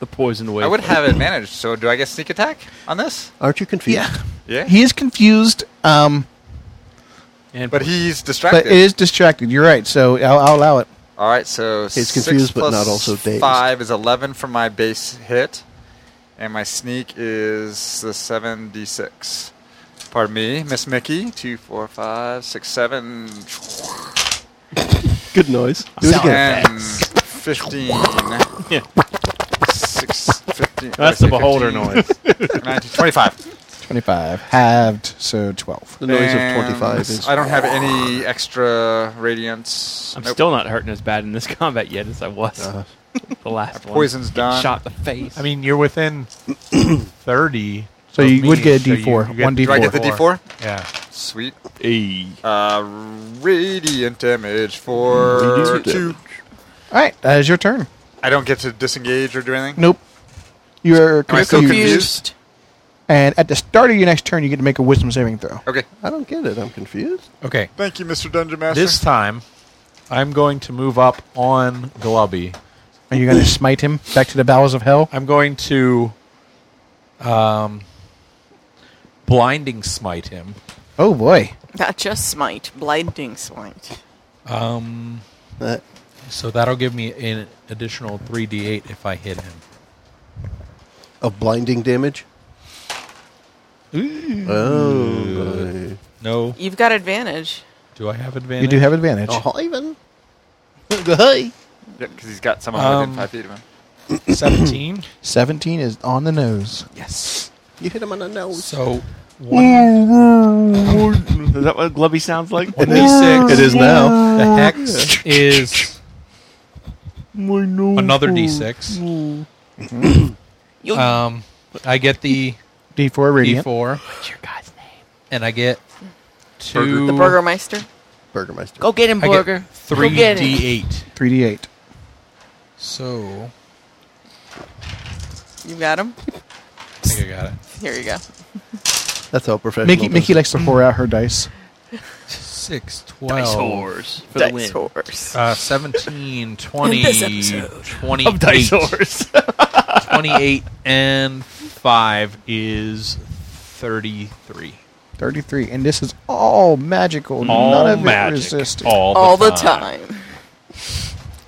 Speaker 8: The poison way.
Speaker 4: Uh, I would have advantage. So do I get sneak attack on this?
Speaker 1: Aren't you confused?
Speaker 4: Yeah.
Speaker 3: He is confused, um,
Speaker 8: And
Speaker 4: but he's distracted.
Speaker 3: but it is distracted. You're right, so I'll, I'll allow it.
Speaker 4: All right. So
Speaker 1: He's
Speaker 4: six
Speaker 1: confused, but
Speaker 4: plus
Speaker 1: not also dazed.
Speaker 4: Five is eleven for my base hit, and my sneak is the seven d six. Pardon me, Miss Mickey. Two, four, five, six, seven,
Speaker 1: Good noise. Do it again.
Speaker 4: ten, fifteen.
Speaker 8: Yeah.
Speaker 4: Six, fifteen.
Speaker 8: That's the beholder noise.
Speaker 4: 19, 25.
Speaker 3: 25. Halved, so 12.
Speaker 1: The noise
Speaker 4: And
Speaker 1: of twenty five is
Speaker 4: I don't have any extra radiance.
Speaker 8: I'm
Speaker 4: Nope.
Speaker 8: still not hurting as bad in this combat yet as I was the last one.
Speaker 4: Poison's done.
Speaker 8: Shot in the face.
Speaker 5: I mean, you're within 30.
Speaker 3: So
Speaker 5: of
Speaker 3: you would
Speaker 5: me,
Speaker 3: get a
Speaker 5: so you-
Speaker 3: D4,
Speaker 5: you get-
Speaker 3: one
Speaker 4: Do I
Speaker 3: D4.
Speaker 4: get the D4?
Speaker 5: Yeah.
Speaker 4: Sweet. Uh, radiant damage for
Speaker 1: Radiant
Speaker 4: two.
Speaker 3: All right, that is your turn.
Speaker 4: I don't get to disengage or do anything.
Speaker 3: Nope. You are
Speaker 4: Am I still
Speaker 3: confused.
Speaker 4: confused?
Speaker 3: And at the start of your next turn, you get to make a wisdom saving throw.
Speaker 4: Okay.
Speaker 1: I don't get it. I'm confused.
Speaker 5: Okay.
Speaker 4: Thank you, Mr. Dungeon Master.
Speaker 5: This time, I'm going to move up on Glubby.
Speaker 3: Are you going to smite him back to the bowels of hell?
Speaker 5: I'm going to um, blinding smite him.
Speaker 3: Oh boy.
Speaker 2: Not just smite, blinding smite.
Speaker 5: Um,
Speaker 1: Uh,
Speaker 5: so that'll give me an additional 3d8 if I hit him.
Speaker 1: of blinding damage. Oh, boy.
Speaker 5: No.
Speaker 2: You've got advantage.
Speaker 5: Do I have advantage?
Speaker 3: You do have advantage.
Speaker 1: oh even. Hey.
Speaker 4: Yeah, because he's got someone
Speaker 5: Um,
Speaker 4: within five feet of him.
Speaker 5: 17.
Speaker 3: 17 is on the nose.
Speaker 5: yes.
Speaker 1: You hit him on the nose.
Speaker 5: So one
Speaker 6: Is that what Glubby sounds like?
Speaker 5: d6.
Speaker 1: It is now.
Speaker 5: The hex is another d6. Um, I get the
Speaker 3: D4 radiant.
Speaker 5: d4. What's your guy's name? And I get two.
Speaker 2: The Burgermeister.
Speaker 1: Burgermeister.
Speaker 9: Go get him,
Speaker 5: I
Speaker 9: Burger.
Speaker 5: get three
Speaker 9: Go get him.
Speaker 5: d8.
Speaker 3: 3d8.
Speaker 5: So
Speaker 2: You got him.
Speaker 5: I think I got it.
Speaker 2: Here you go.
Speaker 1: That's how professional.
Speaker 3: Mickey,
Speaker 1: it
Speaker 3: Mickey
Speaker 1: is.
Speaker 3: likes to pour out her dice.
Speaker 5: Six,
Speaker 6: Dice
Speaker 5: twelve,
Speaker 6: whores for
Speaker 2: Dice
Speaker 6: the win.
Speaker 2: horse.
Speaker 5: uh, 17, 20,
Speaker 2: this episode
Speaker 5: 28,
Speaker 6: Of dice whores.
Speaker 5: 28, and 5 is 33.
Speaker 3: 33. And this is all magical.
Speaker 6: All
Speaker 3: None of
Speaker 6: magic.
Speaker 3: it resisting.
Speaker 6: All,
Speaker 2: All the time.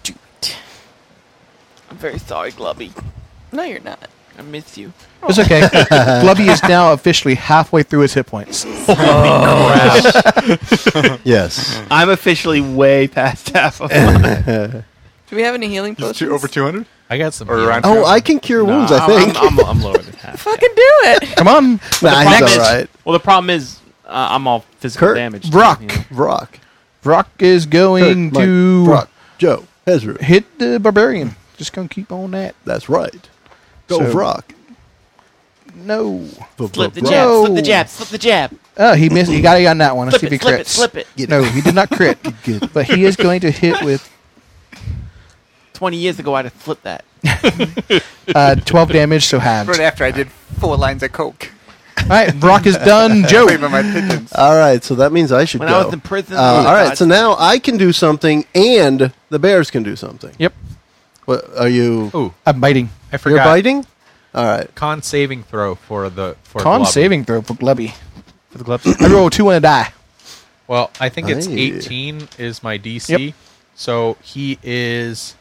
Speaker 2: Do it.
Speaker 9: I'm very sorry, Glubby.
Speaker 2: No, you're not.
Speaker 9: I miss you.
Speaker 3: It's okay. Glubby is now officially halfway through his hit points.
Speaker 1: Yes.
Speaker 6: I'm officially way past half of mine.
Speaker 2: Do we have any healing potions?
Speaker 4: He's two, over 200?
Speaker 5: I got some.
Speaker 4: Or
Speaker 5: healing.
Speaker 4: around
Speaker 1: oh, I can cure wounds. I
Speaker 6: I'm-
Speaker 1: think.
Speaker 6: I'm, I'm, I'm lower than half.
Speaker 2: Fucking do it.
Speaker 3: Come on.
Speaker 1: Nah,
Speaker 6: The problem
Speaker 1: he's
Speaker 6: is-
Speaker 1: all right.
Speaker 6: Well, the problem is uh, I'm all physical
Speaker 1: Kurt,
Speaker 6: damage.
Speaker 3: Brock.
Speaker 1: Rock.
Speaker 3: Rock is going
Speaker 1: Kurt, Mike,
Speaker 3: to
Speaker 1: Rock. Joe. Ezra.
Speaker 3: hit the barbarian. Just going to keep on that.
Speaker 1: That's right. Go
Speaker 3: So-
Speaker 1: Rock.
Speaker 3: No.
Speaker 9: Slip the
Speaker 1: Rock.
Speaker 9: jab. Slip
Speaker 3: Bro.
Speaker 9: the jab. Slip the jab.
Speaker 3: Oh, he missed. He got it on that one. Let's see
Speaker 9: Slip
Speaker 3: if he
Speaker 9: it. Slip it.
Speaker 3: crits.
Speaker 9: Slip it.
Speaker 1: Get
Speaker 3: No, he did not crit. but he is going to hit with
Speaker 9: Twenty years ago, I'd have flipped that.
Speaker 3: uh, 12 damage, so
Speaker 4: Right
Speaker 3: halved.
Speaker 4: after I did four lines of coke.
Speaker 3: All right, Brock is done. Joe.
Speaker 4: Waving my pigeons.
Speaker 1: All right, so that means I should
Speaker 9: When
Speaker 1: go.
Speaker 9: I was in prison.
Speaker 1: Uh,
Speaker 9: oh,
Speaker 1: all right,
Speaker 9: God.
Speaker 1: so now I can do something, and the bears can do something.
Speaker 3: Yep.
Speaker 1: What are you?
Speaker 5: Oh,
Speaker 3: I'm biting.
Speaker 5: I
Speaker 1: you're
Speaker 5: forgot.
Speaker 1: biting. All right.
Speaker 5: Con saving throw for the. for
Speaker 3: Con
Speaker 5: Globby.
Speaker 3: saving throw for Glubby.
Speaker 5: For the Glubs.
Speaker 3: I roll two and a die.
Speaker 5: Well, I think it's
Speaker 1: Aye.
Speaker 5: 18 is my DC. So he is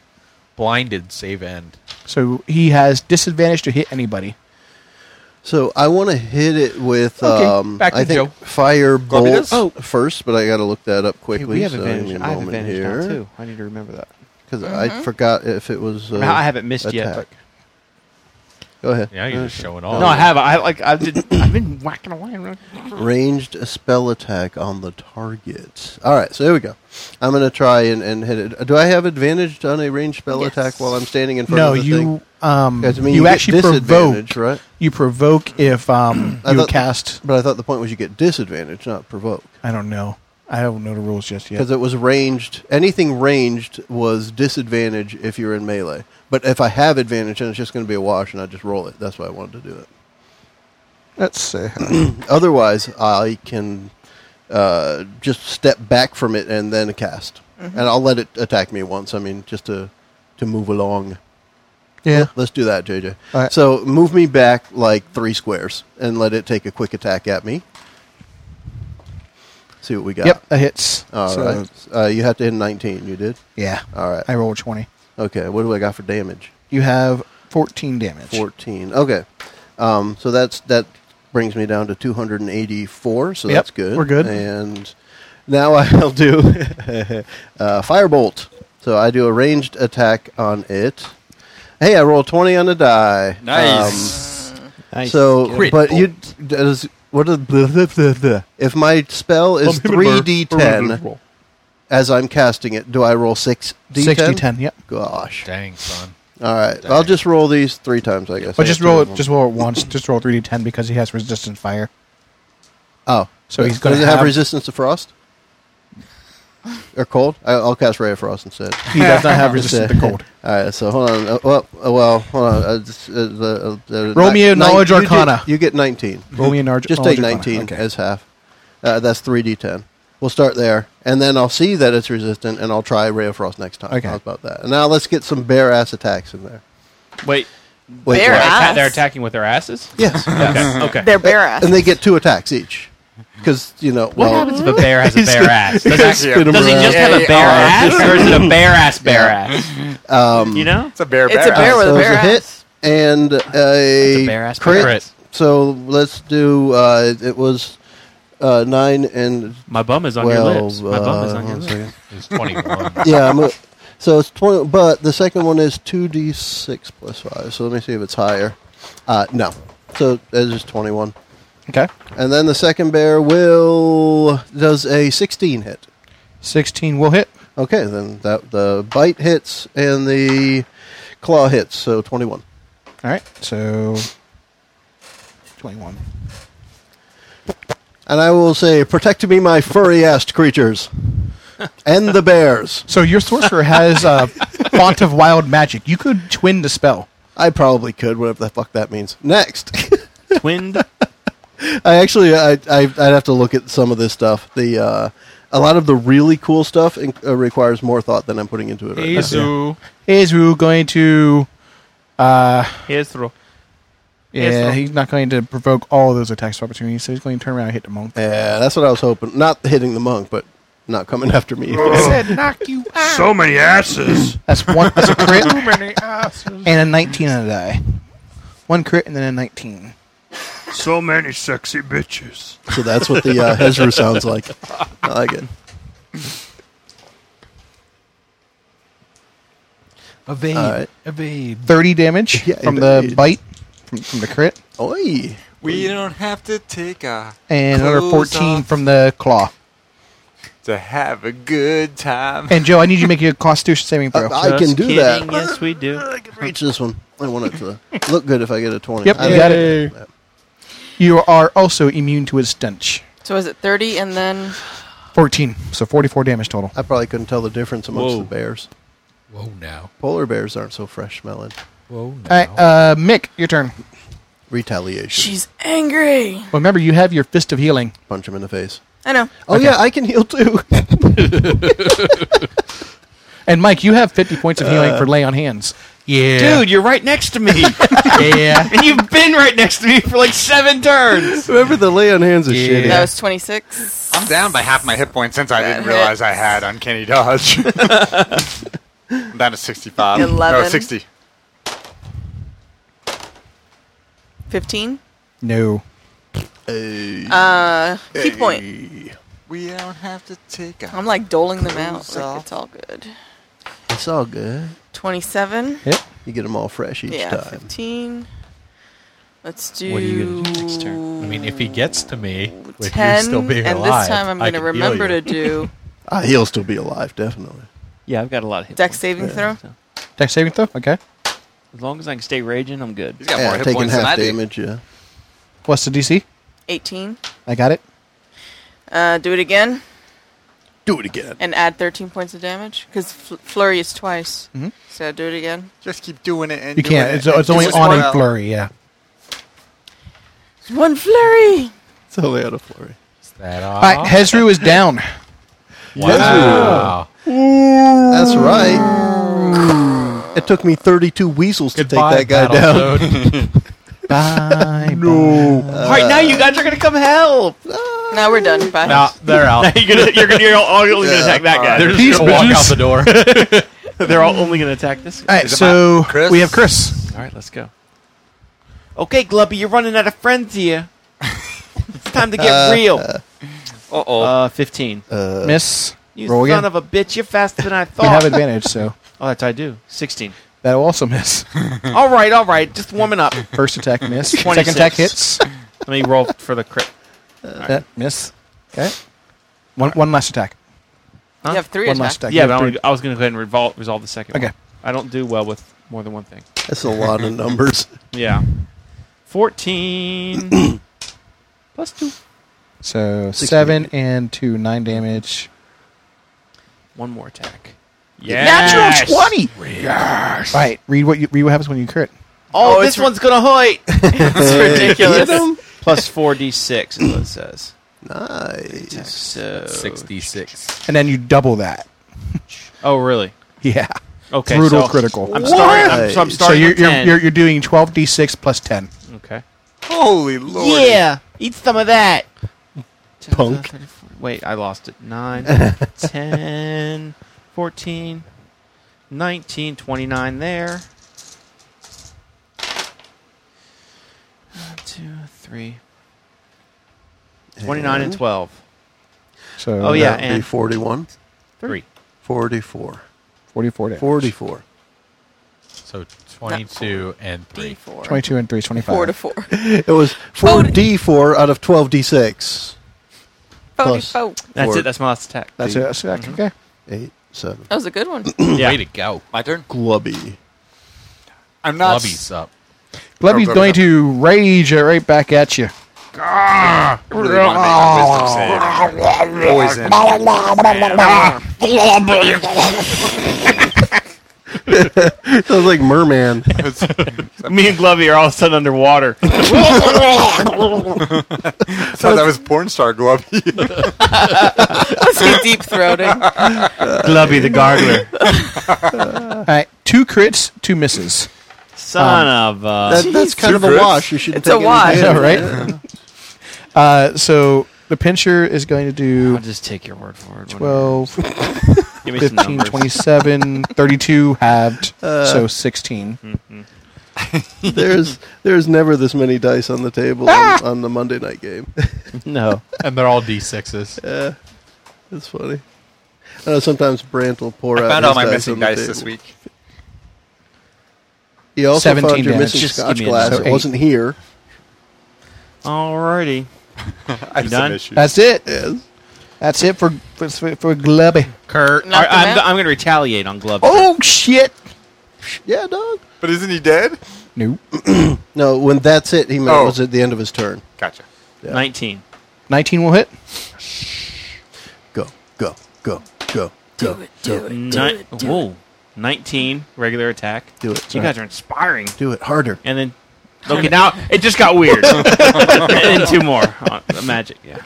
Speaker 5: blinded save end.
Speaker 3: So he has disadvantage to hit anybody.
Speaker 1: So I want to hit it with.
Speaker 5: Okay,
Speaker 1: Um,
Speaker 5: back to
Speaker 1: I think
Speaker 5: Joe.
Speaker 1: fire bolt
Speaker 4: does? Oh.
Speaker 1: first, but I got to look that up quickly.
Speaker 6: Hey, we have
Speaker 1: so
Speaker 6: advantage.
Speaker 1: Give me
Speaker 6: I
Speaker 1: a
Speaker 6: have
Speaker 1: moment
Speaker 6: advantage
Speaker 1: here,
Speaker 6: now too. I need to remember that.
Speaker 1: because I forgot if it was. Uh,
Speaker 6: I haven't missed yet.
Speaker 1: attack.
Speaker 6: But
Speaker 1: Go ahead.
Speaker 5: Yeah, you're just showing off.
Speaker 6: no, I have. I like. I've, did, I've been whacking away. around-
Speaker 1: Ranged a spell attack on the target. All right, so here we go. I'm going to try and, and hit it. Do I have advantage on a ranged spell
Speaker 2: Yes.
Speaker 1: attack while I'm standing in front
Speaker 3: No,
Speaker 1: of the thing?
Speaker 3: you um,
Speaker 1: Because, I mean,
Speaker 3: you,
Speaker 1: you get
Speaker 3: actually
Speaker 1: disadvantage,
Speaker 3: provoke.
Speaker 1: right?
Speaker 3: You provoke if um,
Speaker 1: I
Speaker 3: you
Speaker 1: thought-
Speaker 3: cast.
Speaker 1: But I thought the point was you get disadvantage, not provoke.
Speaker 3: I don't know. I don't know the rules just yet.
Speaker 1: Because it was ranged. Anything ranged was disadvantage if you're in melee. But if I have advantage, then it's just going to be a wash, and I just roll it. That's why I wanted to do it.
Speaker 3: Let's see.
Speaker 1: Otherwise, I can uh, just step back from it and then cast,
Speaker 3: Mm-hmm.
Speaker 1: and I'll let it attack me once. I mean, just to to move along.
Speaker 3: yeah.
Speaker 1: Let's do that, JJ.
Speaker 3: All right.
Speaker 1: So move me back like three squares and let it take a quick attack at me. See what we got.
Speaker 3: Yep, that hits.
Speaker 1: All
Speaker 3: So,
Speaker 1: right. Uh, you have to hit 19. You did?
Speaker 3: Yeah.
Speaker 1: All right.
Speaker 3: I roll 20.
Speaker 1: Okay. What do I got for damage?
Speaker 3: You have 14 damage.
Speaker 1: 14. Okay. Um, so that's that brings me down to 284. So
Speaker 3: Yep,
Speaker 1: that's good.
Speaker 3: we're good.
Speaker 1: And now I'll do uh, firebolt. So I do a ranged attack on it. Hey, I roll 20 on the die. Um,
Speaker 4: Nice.
Speaker 6: Nice.
Speaker 1: so,
Speaker 5: Crit
Speaker 1: but you does what is blah, blah, blah, blah. if my spell is three d ten as I'm casting it? Do I roll six d
Speaker 3: 6d10, yep.
Speaker 1: Gosh.
Speaker 5: Dang, son.
Speaker 1: All right, I'll just roll these three times, I guess. I
Speaker 3: But just
Speaker 1: have two
Speaker 3: roll
Speaker 1: of
Speaker 3: it.
Speaker 1: them.
Speaker 3: Just roll it once. just roll three d ten because he has resistance fire.
Speaker 1: oh,
Speaker 3: So he's going
Speaker 1: Does
Speaker 3: to
Speaker 1: it have,
Speaker 3: have
Speaker 1: resistance to frost or cold? I, I'll cast ray of frost instead.
Speaker 3: He does not have resistance to cold.
Speaker 1: All right, so hold on. Uh, well, uh, well, hold on. Uh, just, uh, the, uh, the-
Speaker 3: Roll me a
Speaker 1: nine-
Speaker 3: knowledge
Speaker 1: you do-
Speaker 3: arcana.
Speaker 1: You, get nineteen.
Speaker 3: Roll me a knowledge-
Speaker 1: Just
Speaker 3: knowledge
Speaker 1: take
Speaker 3: arcana,
Speaker 1: nineteen
Speaker 3: okay.
Speaker 1: as half. Uh, that's three d ten. We'll start there, and then I'll see that it's resistant, and I'll try ray of frost next time.
Speaker 3: Okay.
Speaker 1: How's about that? And now let's get some bare ass attacks in there.
Speaker 8: Wait.
Speaker 1: Wait,
Speaker 8: they're,
Speaker 1: what?
Speaker 8: atta- they're attacking with their asses?
Speaker 1: Yes.
Speaker 8: Okay. okay.
Speaker 2: They're bare ass.
Speaker 1: and they get two attacks each. Because you know,
Speaker 8: What
Speaker 1: well,
Speaker 8: happens if a bear has a bear ass? Does, that,
Speaker 1: Spin 'em
Speaker 8: does he just
Speaker 1: around.
Speaker 8: have a bear ass, or is it a bear ass bear ass? Hmm.
Speaker 1: um,
Speaker 6: You know?
Speaker 4: It's a bear.
Speaker 2: It's a
Speaker 4: bear
Speaker 2: bear
Speaker 4: ass.
Speaker 2: with
Speaker 1: so
Speaker 2: a
Speaker 1: it's
Speaker 2: bare
Speaker 1: a hit
Speaker 2: ass.
Speaker 1: and a,
Speaker 8: a bare ass
Speaker 1: crit.
Speaker 8: crit.
Speaker 1: So let's do. Uh, it was uh, nine and
Speaker 6: My bum is on
Speaker 1: twelve.
Speaker 6: your lips. My bum is
Speaker 1: uh,
Speaker 6: on your
Speaker 1: one
Speaker 6: lips.
Speaker 1: second.
Speaker 5: It's 21.
Speaker 1: yeah, I'm a, so it's twenty. But the second one is two d six plus five. So let me see if it's higher. Uh, no, so that is twenty one.
Speaker 3: Okay.
Speaker 1: And then the second bear will does a sixteen hit.
Speaker 3: 16 will hit.
Speaker 1: Okay, then that the bite hits and the claw hits, so twenty one.
Speaker 3: All right. So 21.
Speaker 1: And I will say, protect me, my furry assed creatures, and the bears.
Speaker 3: So your sorcerer has a font of wild magic. You could twin the spell.
Speaker 1: I probably could, whatever the fuck that means. Next,
Speaker 6: Twinned.
Speaker 1: I actually, I, I, I'd have to look at some of this stuff. The uh, a lot of the really cool stuff in, uh, requires more thought than I'm putting into it. Right now.
Speaker 7: Azu.
Speaker 3: Is Ru going to. Uh,
Speaker 6: Here's through. Yes,
Speaker 3: yeah,
Speaker 6: sir.
Speaker 3: he's not going to provoke all those attacks of opportunity, so he's going to turn around and hit the monk.
Speaker 1: Yeah, that's what I was hoping. Not hitting the monk, but not coming after me.
Speaker 6: So many asses.
Speaker 3: That's one. That's a crit. And a 19 on a die. One crit and then a 19.
Speaker 6: so many sexy bitches.
Speaker 1: so that's what the uh, Hezru sounds like. I like it.
Speaker 5: Evade.
Speaker 1: All right.
Speaker 5: Evade.
Speaker 3: 30 damage
Speaker 1: Yeah,
Speaker 3: from
Speaker 1: it-
Speaker 3: the
Speaker 1: it-
Speaker 3: bite, from, from the crit,
Speaker 1: Oi!
Speaker 4: We don't have to take a
Speaker 3: and another
Speaker 4: clothes
Speaker 3: 14
Speaker 4: off
Speaker 3: from the claw.
Speaker 4: to have a good time.
Speaker 3: And Joe, I need you to make a Constitution saving throw.
Speaker 1: Uh, I can do that.
Speaker 6: Yes, we do.
Speaker 1: I can reach this one. I want it to look good if I get a 20.
Speaker 3: Yep,
Speaker 1: I
Speaker 3: you
Speaker 1: don't-
Speaker 3: got it. You are also immune to its stench.
Speaker 2: So is it 30 and then
Speaker 3: 14, so 44 damage total.
Speaker 1: I probably couldn't tell the difference amongst
Speaker 6: Whoa.
Speaker 1: the bears.
Speaker 5: Whoa now.
Speaker 1: Polar bears aren't so fresh smelling.
Speaker 5: Whoa
Speaker 3: All right,
Speaker 5: now.
Speaker 3: uh, Mick, your turn.
Speaker 1: Retaliation.
Speaker 2: she's angry?
Speaker 3: Remember, you have your Fist of Healing.
Speaker 1: Punch him in the face.
Speaker 2: I know.
Speaker 1: Oh, yeah, I can heal too.
Speaker 3: And Mike, you have 50 points of
Speaker 1: Uh.
Speaker 3: healing for Lay on Hands.
Speaker 5: yeah.
Speaker 8: Dude, you're right next to me, and
Speaker 5: Yeah.
Speaker 8: you've been right next to me for like seven turns.
Speaker 1: Remember the lay on hands is
Speaker 5: Yeah.
Speaker 1: shitty.
Speaker 2: That was 26.
Speaker 4: I'm down by half my hit points since I didn't
Speaker 2: That
Speaker 4: realize I had uncanny dodge. I'm down to 65. No,
Speaker 2: Eleven.
Speaker 4: 60.
Speaker 2: 15.
Speaker 3: No.
Speaker 2: Uh, key point.
Speaker 4: We don't have to take a
Speaker 2: I'm like doling them out. Like it's all good.
Speaker 1: It's all good.
Speaker 2: 27.
Speaker 1: You get them all fresh each
Speaker 2: Yeah,
Speaker 1: time.
Speaker 2: 15. Let's do.
Speaker 5: What are you gonna do next turn? I mean, if he gets to me, with you
Speaker 2: 10,
Speaker 5: still being
Speaker 2: and
Speaker 5: alive,
Speaker 2: this time I'm
Speaker 5: I
Speaker 2: going to
Speaker 5: can heal
Speaker 2: remember
Speaker 5: you.
Speaker 2: to do
Speaker 1: Ah, he'll still be alive, definitely.
Speaker 6: Yeah, I've got a lot of hit
Speaker 2: deck
Speaker 6: points.
Speaker 2: saving throw.
Speaker 6: So,
Speaker 3: Deck saving throw? Okay.
Speaker 6: as long as I can stay raging, I'm good.
Speaker 4: He's got more
Speaker 1: Yeah,
Speaker 4: hit
Speaker 1: taking
Speaker 4: points than I
Speaker 1: half
Speaker 4: do.
Speaker 1: damage, yeah.
Speaker 3: What's the DC?
Speaker 2: 18.
Speaker 3: I got it.
Speaker 2: Uh, do it again
Speaker 1: Do it again.
Speaker 2: and add 13 points of damage because fl- flurry is twice.
Speaker 3: Mhm.
Speaker 2: So do it again.
Speaker 4: Just keep doing it. And
Speaker 3: You
Speaker 4: doing
Speaker 3: can't.
Speaker 4: It
Speaker 3: It's, it's only
Speaker 4: Just
Speaker 3: on
Speaker 4: one
Speaker 3: a
Speaker 4: out.
Speaker 3: flurry, yeah.
Speaker 2: One flurry.
Speaker 1: It's only out of flurry.
Speaker 5: Is that
Speaker 3: All right, Hezru is down.
Speaker 5: all? Wow.
Speaker 1: That's right. It took me 32 weasels to
Speaker 5: Goodbye,
Speaker 1: take that guy down.
Speaker 5: Battletoad.
Speaker 3: bye. No.
Speaker 8: All right, now you guys are gonna come help.
Speaker 2: Now we're done. Bye.
Speaker 5: Nah, they're out.
Speaker 6: you're gonna, you're gonna, you're all, only gonna attack that guy.
Speaker 5: They're just gonna walk out the door.
Speaker 6: They're all only gonna attack this.
Speaker 3: All
Speaker 6: guy.
Speaker 3: right, so
Speaker 4: Chris?
Speaker 3: we have Chris.
Speaker 6: All right, let's go.
Speaker 9: Okay, Glubby, you're running out of friends here. it's time to get
Speaker 3: Uh,
Speaker 9: real.
Speaker 4: Uh-oh.
Speaker 6: Uh, fifteen.
Speaker 1: Uh,
Speaker 3: Miss.
Speaker 9: you
Speaker 3: Roll
Speaker 9: son
Speaker 3: again.
Speaker 9: of a bitch, you're faster than I
Speaker 3: You have
Speaker 9: thought.
Speaker 3: advantage, so
Speaker 6: Oh, that's I do. Sixteen.
Speaker 3: that'll also miss.
Speaker 9: all right, all right, just warming up.
Speaker 3: First attack miss. Second
Speaker 6: 26.
Speaker 3: attack hits.
Speaker 6: Let me roll for the crit.
Speaker 3: That miss. Okay. One, one last attack.
Speaker 2: You have three
Speaker 3: One last
Speaker 2: attacks.
Speaker 3: attack.
Speaker 6: Yeah,
Speaker 3: You have
Speaker 6: but I
Speaker 3: three-
Speaker 6: wanna- I was gonna go ahead and revolve, resolve the second.
Speaker 3: Okay.
Speaker 6: one. I don't do well with more than one thing.
Speaker 1: That's a lot of numbers.
Speaker 6: Yeah. Fourteen plus two.
Speaker 3: So seven and two, nine damage.
Speaker 9: One more attack.
Speaker 3: Natural twenty. Yes. Right. Read what you, read what happens when you crit.
Speaker 9: Oh, this one's gonna hoit. it's ridiculous.
Speaker 1: Hit 'em?
Speaker 9: Plus four d six is what it says.
Speaker 1: Nice.
Speaker 9: So
Speaker 5: Sixty-six.
Speaker 3: and then you double that.
Speaker 9: Oh, really?
Speaker 3: Yeah.
Speaker 9: Okay.
Speaker 3: Brutal
Speaker 9: so
Speaker 3: critical.
Speaker 9: I'm starting. I'm, so I'm
Speaker 1: What?
Speaker 9: starting
Speaker 3: so you're,
Speaker 9: with
Speaker 3: you're,
Speaker 9: 10.
Speaker 3: you're you're doing twelve d six plus ten.
Speaker 9: okay.
Speaker 4: Holy lord.
Speaker 9: Yeah, eat some of that.
Speaker 1: Punk.
Speaker 9: Wait, I lost it. 9, 10, 14, 19, 29 there. One, Two, three. 29 and 12.
Speaker 3: So
Speaker 9: Oh, yeah,
Speaker 1: That'd be
Speaker 9: and-
Speaker 1: 41,
Speaker 9: Three.
Speaker 1: 44,
Speaker 3: forty four damage.
Speaker 1: 44.
Speaker 5: So twenty-two and
Speaker 2: D
Speaker 5: three.
Speaker 2: four.
Speaker 3: Twenty two and three, twenty five.
Speaker 2: Four to four.
Speaker 1: It was 4d4 out of 12d6.
Speaker 2: Four to
Speaker 1: Plus.
Speaker 2: four.
Speaker 9: That's
Speaker 1: Four.
Speaker 9: it. That's my last attack.
Speaker 3: That's it. That's it. Okay.
Speaker 1: 8, 7.
Speaker 2: That was a good one.
Speaker 9: Yeah.
Speaker 5: Way to go.
Speaker 4: My turn.
Speaker 1: Glubby.
Speaker 4: I'm not.
Speaker 5: Lubby's up.
Speaker 3: Glubby's
Speaker 4: Go, go,
Speaker 3: going
Speaker 4: go.
Speaker 3: to rage it right back at you.
Speaker 4: I really want to make my wisdom save. Poison.
Speaker 1: Sounds like Merman.
Speaker 6: Me and Glovey are all of a sudden underwater.
Speaker 4: So that was porn star Glubby.
Speaker 2: Let's get deep throating.
Speaker 6: Glovey the gargler.
Speaker 3: All right. Two crits, two misses.
Speaker 6: Son of a.
Speaker 1: That, that's kind
Speaker 4: Two
Speaker 1: of a
Speaker 4: crits?
Speaker 1: wash. You shouldn't
Speaker 2: It's a
Speaker 1: take any
Speaker 2: wash.
Speaker 3: Yeah,
Speaker 1: damage.
Speaker 3: right? uh, so the pincher is going to do
Speaker 9: I'll just take your word for it. whatever.
Speaker 3: 12,
Speaker 6: Give me some
Speaker 3: 15,
Speaker 6: numbers.
Speaker 3: 27, 32 halved,
Speaker 9: Uh,
Speaker 3: so 16.
Speaker 9: hmm.
Speaker 1: There's there's never this many dice on the table on, on the Monday night game.
Speaker 9: No.
Speaker 5: And they're all D6s.
Speaker 1: It's funny. I know sometimes Brant will pour out.
Speaker 4: I found
Speaker 1: his
Speaker 4: all my
Speaker 1: dice
Speaker 4: missing
Speaker 1: on the
Speaker 4: dice this
Speaker 1: table.
Speaker 4: week.
Speaker 1: You also
Speaker 3: 17
Speaker 1: found your
Speaker 3: damage.
Speaker 1: missing
Speaker 9: Just give
Speaker 1: Scotch
Speaker 9: me a
Speaker 1: glass.
Speaker 3: number.
Speaker 1: it wasn't here.
Speaker 9: Alrighty.
Speaker 4: I have
Speaker 6: done?
Speaker 4: some issues.
Speaker 3: That's it.
Speaker 1: Yes.
Speaker 3: That's it for for, for Glubby.
Speaker 6: Kurt.
Speaker 2: Knock
Speaker 9: Alright,
Speaker 2: them
Speaker 9: I'm,
Speaker 2: out.
Speaker 9: I'm going to retaliate on Glovey.
Speaker 3: Oh, shit.
Speaker 1: Yeah, dog.
Speaker 4: But isn't he dead?
Speaker 3: No.
Speaker 1: No, when that's it, he meant
Speaker 4: Oh.
Speaker 1: it was at the end of his turn.
Speaker 4: Gotcha.
Speaker 6: 19.
Speaker 3: 19 will hit.
Speaker 1: Go, go, go, go, go,
Speaker 2: it,
Speaker 1: go.
Speaker 2: do it.
Speaker 6: Ni-
Speaker 2: it, do
Speaker 6: Whoa. 19 regular attack.
Speaker 1: Do it.
Speaker 6: You guys are inspiring.
Speaker 1: Do it harder.
Speaker 6: And then. Okay, now it just got weird. and then two more. Uh, magic, yeah.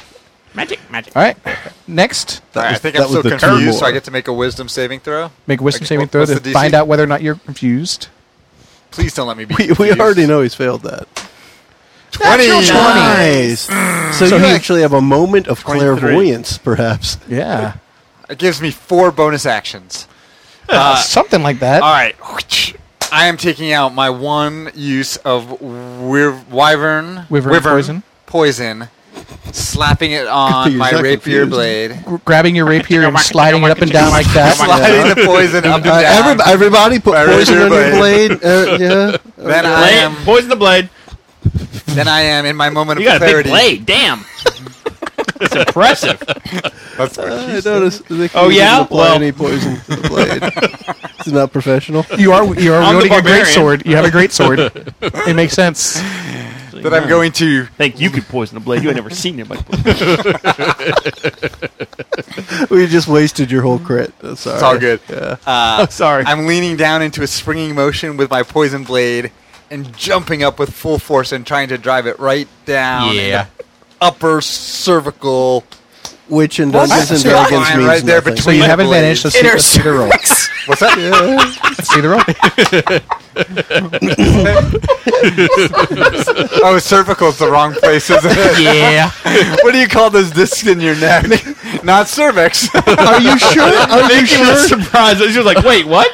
Speaker 6: Magic, magic.
Speaker 3: All right. Next,
Speaker 4: Alright,
Speaker 1: was-
Speaker 4: I think
Speaker 1: that
Speaker 4: I'm still
Speaker 1: was the two
Speaker 4: confused, so I
Speaker 1: more.
Speaker 4: get to make a wisdom saving throw.
Speaker 3: make a wisdom
Speaker 4: Okay,
Speaker 3: saving
Speaker 4: what-
Speaker 3: throw
Speaker 4: what's
Speaker 3: to
Speaker 4: the DC?
Speaker 3: find out whether or not you're confused.
Speaker 4: Please don't let me be.
Speaker 1: We, we
Speaker 4: confused.
Speaker 1: already know he's failed that.
Speaker 4: 20. Uh,
Speaker 1: Nice.
Speaker 2: Mm.
Speaker 1: So,
Speaker 3: So
Speaker 1: you
Speaker 3: he-
Speaker 1: actually have a moment of
Speaker 4: 23.
Speaker 1: clairvoyance, perhaps.
Speaker 3: Yeah.
Speaker 4: It gives me four bonus actions.
Speaker 3: Uh, Something like that.
Speaker 4: All right. I am taking out my one use of wiv- wyvern,
Speaker 3: Wyvern poison?
Speaker 4: poison, slapping it
Speaker 1: Good
Speaker 4: on
Speaker 1: thing
Speaker 4: my
Speaker 1: he's not
Speaker 4: rapier
Speaker 1: confused.
Speaker 4: blade,
Speaker 3: Gr- Grabbing your rapier and sliding it up and down like that.
Speaker 4: sliding the poison up and
Speaker 1: Uh,
Speaker 4: down.
Speaker 1: every- everybody put
Speaker 4: Where is
Speaker 1: poison on
Speaker 4: your
Speaker 1: your blade. Uh, yeah.
Speaker 4: then I
Speaker 6: Blade,
Speaker 4: am,
Speaker 6: poison the blade.
Speaker 4: then I am in my moment
Speaker 6: You
Speaker 4: of
Speaker 6: got a big
Speaker 4: clarity.
Speaker 6: blade. Damn. It's impressive.
Speaker 4: That's what
Speaker 1: I
Speaker 4: she said.
Speaker 1: noticed. Nicky
Speaker 6: Oh,
Speaker 1: didn't
Speaker 6: yeah?
Speaker 1: apply
Speaker 6: Well-
Speaker 1: any poison to the blade. it's not professional.
Speaker 3: You are you are
Speaker 6: I'm the
Speaker 3: wielding a
Speaker 6: barbarian.
Speaker 3: great sword. You have a great sword. it makes sense.
Speaker 4: that I'm going to.
Speaker 6: Think you could poison a blade? You ain't never seen anybody. Poison.
Speaker 1: We just wasted your whole crit. That's all,
Speaker 4: It's all
Speaker 1: right.
Speaker 4: good.
Speaker 1: Yeah.
Speaker 4: Uh,
Speaker 6: Sorry.
Speaker 4: I'm leaning down into a springing motion with my poison blade and jumping up with full force and trying to drive it right down in the
Speaker 5: Yeah.
Speaker 4: upper cervical.
Speaker 1: Which in
Speaker 4: Well,
Speaker 1: Dungeons and
Speaker 4: that's
Speaker 1: Dragons
Speaker 4: fine,
Speaker 1: means
Speaker 4: right there
Speaker 1: nothing.
Speaker 3: So you
Speaker 4: Blade
Speaker 3: have advantage. Let's see,
Speaker 2: Inner
Speaker 3: let's see the roll.
Speaker 4: What's that?
Speaker 3: Let's see the roll.
Speaker 4: Oh, cervical's the wrong place, isn't it?
Speaker 5: Yeah.
Speaker 4: what do you call those discs in your neck? Not cervix.
Speaker 1: Are you sure? Are you
Speaker 6: She was
Speaker 1: sure?
Speaker 6: surprised. She was like, "Wait, what?"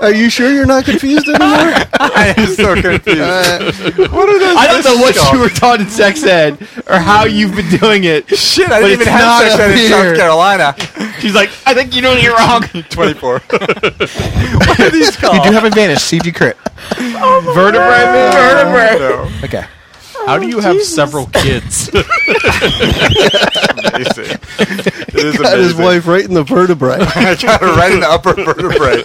Speaker 1: Are you sure you're not confused anymore?
Speaker 4: I am so confused.
Speaker 1: what are those?
Speaker 6: I don't know what you were taught in sex ed or how you've been doing it.
Speaker 4: Shit, I
Speaker 6: But
Speaker 4: didn't
Speaker 6: it's
Speaker 4: even have
Speaker 6: not
Speaker 4: sex
Speaker 6: up
Speaker 4: ed in South
Speaker 6: here.
Speaker 4: Carolina.
Speaker 6: She's like, "I think you're doing it wrong."
Speaker 4: 24.
Speaker 3: You do have advantage. See if you crit.
Speaker 6: Oh, Vertebrae, vertebrae.
Speaker 3: Okay.
Speaker 5: How do you have several kids?
Speaker 4: amazing. It is
Speaker 1: Got his
Speaker 4: amazing.
Speaker 1: wife right in the vertebrae.
Speaker 4: I got it right in the upper vertebrae.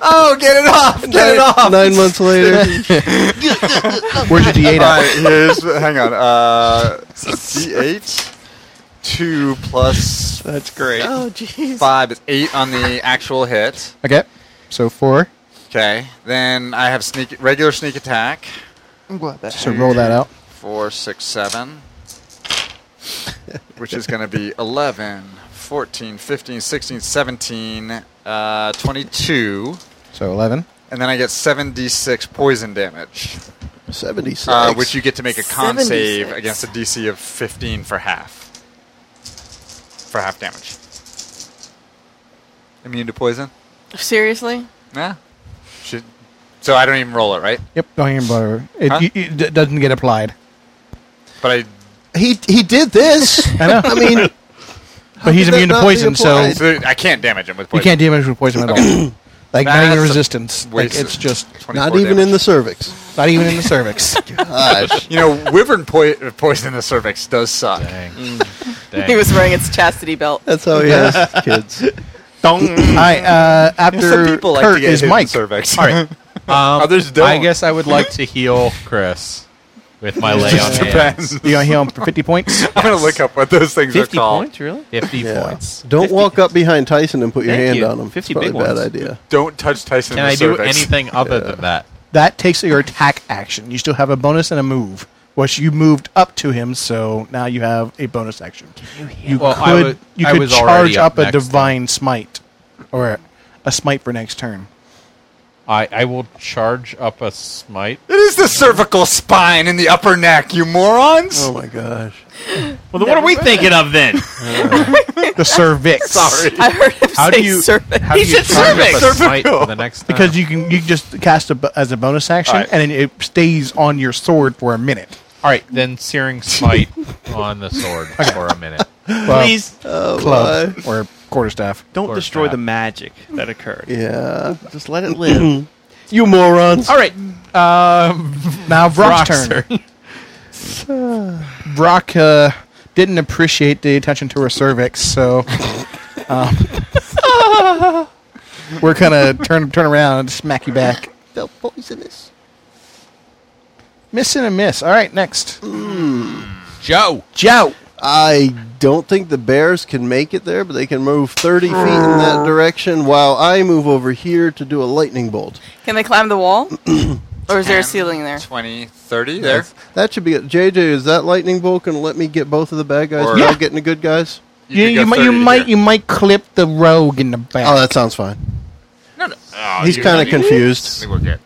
Speaker 1: oh, get it off! Get it off! Nine months later,
Speaker 3: Where's your
Speaker 4: All
Speaker 3: D8 at?
Speaker 4: right, here's, hang on. Uh, D8, 2 plus
Speaker 1: that's great.
Speaker 2: Oh, jeez.
Speaker 4: 5 is 8 on the actual hit.
Speaker 3: Okay. So four.
Speaker 4: Okay. Then I have sneak regular sneak attack.
Speaker 2: I'm glad that.
Speaker 3: So roll that out.
Speaker 4: Four, six, seven, which is going to be 11, 14, 15, 16, 17, uh, 22.
Speaker 3: So eleven.
Speaker 4: And then I get 7d6 poison damage,
Speaker 1: Seventy-six.
Speaker 4: uh, which you get to make a con save
Speaker 2: 76.
Speaker 4: against a DC of 15 for half. For half damage. Immune to poison?
Speaker 2: Seriously?
Speaker 4: Yeah. Should, so I don't even roll it, right?
Speaker 3: Yep. Don't even bother. It,
Speaker 4: Huh?
Speaker 3: you- you- it doesn't get applied.
Speaker 4: But I
Speaker 1: he he did this.
Speaker 3: I know.
Speaker 1: I mean,
Speaker 3: but he's
Speaker 1: could that
Speaker 3: immune to
Speaker 1: not be
Speaker 3: poison, so
Speaker 1: applied?
Speaker 4: So I can't damage him with
Speaker 3: you
Speaker 4: poison.
Speaker 3: can't damage with poison at all. like not even
Speaker 4: That's a
Speaker 3: resistance. Like
Speaker 4: waste
Speaker 3: it's
Speaker 4: of-
Speaker 3: just
Speaker 4: 24
Speaker 1: not even
Speaker 4: damage.
Speaker 1: in the cervix.
Speaker 3: not even in the cervix.
Speaker 1: Gosh.
Speaker 4: You know, wyvern po- poison in the cervix does suck.
Speaker 5: Dang.
Speaker 2: He
Speaker 5: Dang.
Speaker 2: was wearing its chastity belt.
Speaker 1: That's how he has kids.
Speaker 3: All right. Uh, after
Speaker 4: Some people like to
Speaker 3: Kurt
Speaker 4: get
Speaker 3: is
Speaker 4: hit in
Speaker 3: Mike.
Speaker 4: the cervix.
Speaker 5: All right. Um,
Speaker 4: Others don't.
Speaker 5: I guess I would like to heal Chris with my lay on
Speaker 4: Just
Speaker 5: hand.
Speaker 4: depends.
Speaker 3: You gonna heal him for fifty points?
Speaker 4: I'm gonna look up what those things are
Speaker 8: Fifty
Speaker 4: called.
Speaker 8: points, really?
Speaker 5: 50
Speaker 1: Yeah.
Speaker 5: points.
Speaker 1: Don't walk up behind Tyson and put your
Speaker 8: Thank
Speaker 1: hand
Speaker 8: you.
Speaker 1: on him.
Speaker 8: 50
Speaker 1: It's probably
Speaker 8: big
Speaker 1: a bad
Speaker 8: ones.
Speaker 1: idea.
Speaker 4: Don't touch Tyson.
Speaker 5: Can
Speaker 4: in the
Speaker 5: I do
Speaker 4: cervix.
Speaker 5: anything other than that?
Speaker 3: That takes your attack action. You still have a bonus and a move. Which you moved up to him, so now you have a bonus action. You,
Speaker 5: Well, I
Speaker 3: could
Speaker 5: wa-
Speaker 3: you
Speaker 5: I
Speaker 3: could
Speaker 5: was already
Speaker 3: charge
Speaker 5: up
Speaker 3: up, a
Speaker 5: next then.
Speaker 3: divine smite, or a, a smite for next turn.
Speaker 5: I, I will charge up a smite.
Speaker 4: It is the cervical spine in the upper neck, you morons.
Speaker 1: Oh my gosh.
Speaker 8: Well, then what are we thinking of then?
Speaker 3: The cervix.
Speaker 4: Sorry.
Speaker 2: I heard him
Speaker 5: How
Speaker 2: say
Speaker 5: do you-
Speaker 2: serpent.
Speaker 5: How do
Speaker 8: He
Speaker 5: you
Speaker 8: said
Speaker 5: charge up
Speaker 8: cervix.
Speaker 5: a smite for the next time?
Speaker 4: Uh-huh.
Speaker 3: Because you can you just cast a, bo- as a bonus action,
Speaker 4: Alright.
Speaker 3: and then it stays on your sword for a minute.
Speaker 5: All right, then searing smite on the sword for a minute.
Speaker 3: Well, uh,
Speaker 8: Please
Speaker 1: Oh
Speaker 3: club or quarterstaff.
Speaker 6: Don't
Speaker 5: Or
Speaker 6: destroy
Speaker 5: not.
Speaker 6: the magic that occurred.
Speaker 1: my. Yeah.
Speaker 9: Just let it live.
Speaker 1: You morons.
Speaker 5: All right, um,
Speaker 3: Now Brock's
Speaker 5: Brock's
Speaker 3: turn. Brock uh, didn't appreciate the attention to her cervix, so um, we're gonna turn turn around and smack you back.
Speaker 1: Felt poisonous.
Speaker 3: Miss and a miss. All right, next.
Speaker 4: Hmm.
Speaker 5: Joe.
Speaker 3: Jout.
Speaker 1: I don't think the bears can make it there, but they can move 30 feet in that direction while I move over here to do a lightning bolt.
Speaker 2: Can they climb the wall? or is there a
Speaker 4: 10,
Speaker 2: ceiling there?
Speaker 4: 20, 30 there.
Speaker 1: That should be it. JJ, is that lightning bolt going to let me get both of the bad guys
Speaker 4: Or-
Speaker 1: without
Speaker 4: Yeah.
Speaker 1: getting the good guys?
Speaker 3: You,
Speaker 4: could
Speaker 3: you,
Speaker 4: go
Speaker 3: might
Speaker 4: 30
Speaker 3: you might
Speaker 4: here.
Speaker 3: you might clip the rogue in the back.
Speaker 1: Oh, that sounds fine.
Speaker 4: No, no. Oh,
Speaker 1: He's
Speaker 4: you-
Speaker 1: kind of
Speaker 4: you- I
Speaker 1: confused.
Speaker 4: think we're good.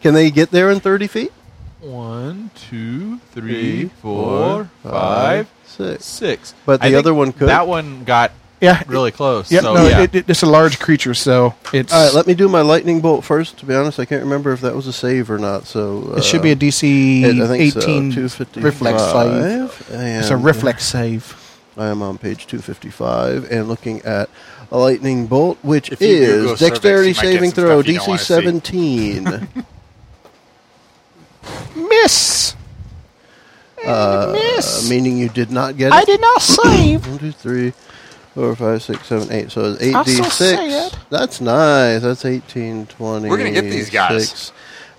Speaker 1: Can they get there in 30 feet?
Speaker 5: One, two, three, four, five,
Speaker 1: Six.
Speaker 5: six.
Speaker 1: But
Speaker 5: I
Speaker 1: the
Speaker 5: think
Speaker 1: other one could.
Speaker 5: That one got
Speaker 3: yeah.
Speaker 5: really close.
Speaker 3: Yep,
Speaker 5: so
Speaker 3: no,
Speaker 5: yeah.
Speaker 3: It, it- it's a large creature, so it's
Speaker 1: All right, let me do my lightning bolt first. To be honest, I can't remember if that was a save or not. So uh,
Speaker 3: it should be a DC
Speaker 1: it- I think so,
Speaker 3: 18
Speaker 1: 255,
Speaker 3: reflex save. It's a
Speaker 1: and
Speaker 3: reflex save.
Speaker 1: I am on page 255 and looking at a lightning bolt, which
Speaker 4: If you
Speaker 1: is
Speaker 4: Google
Speaker 1: dexterity
Speaker 4: cervix, you might get
Speaker 1: saving
Speaker 4: some
Speaker 1: throw
Speaker 4: stuff you don't
Speaker 1: DC
Speaker 4: wanna see.
Speaker 1: 17.
Speaker 3: Miss.
Speaker 1: uh,
Speaker 3: Miss.
Speaker 1: Meaning you did not get it.
Speaker 3: I did not save.
Speaker 1: One, two, three, four, five, six, seven, eight. So it's 8
Speaker 3: I'm so
Speaker 1: d6.
Speaker 3: sad.
Speaker 1: That's nice. That's 18, 20.
Speaker 4: We're gonna get these guys.
Speaker 1: six,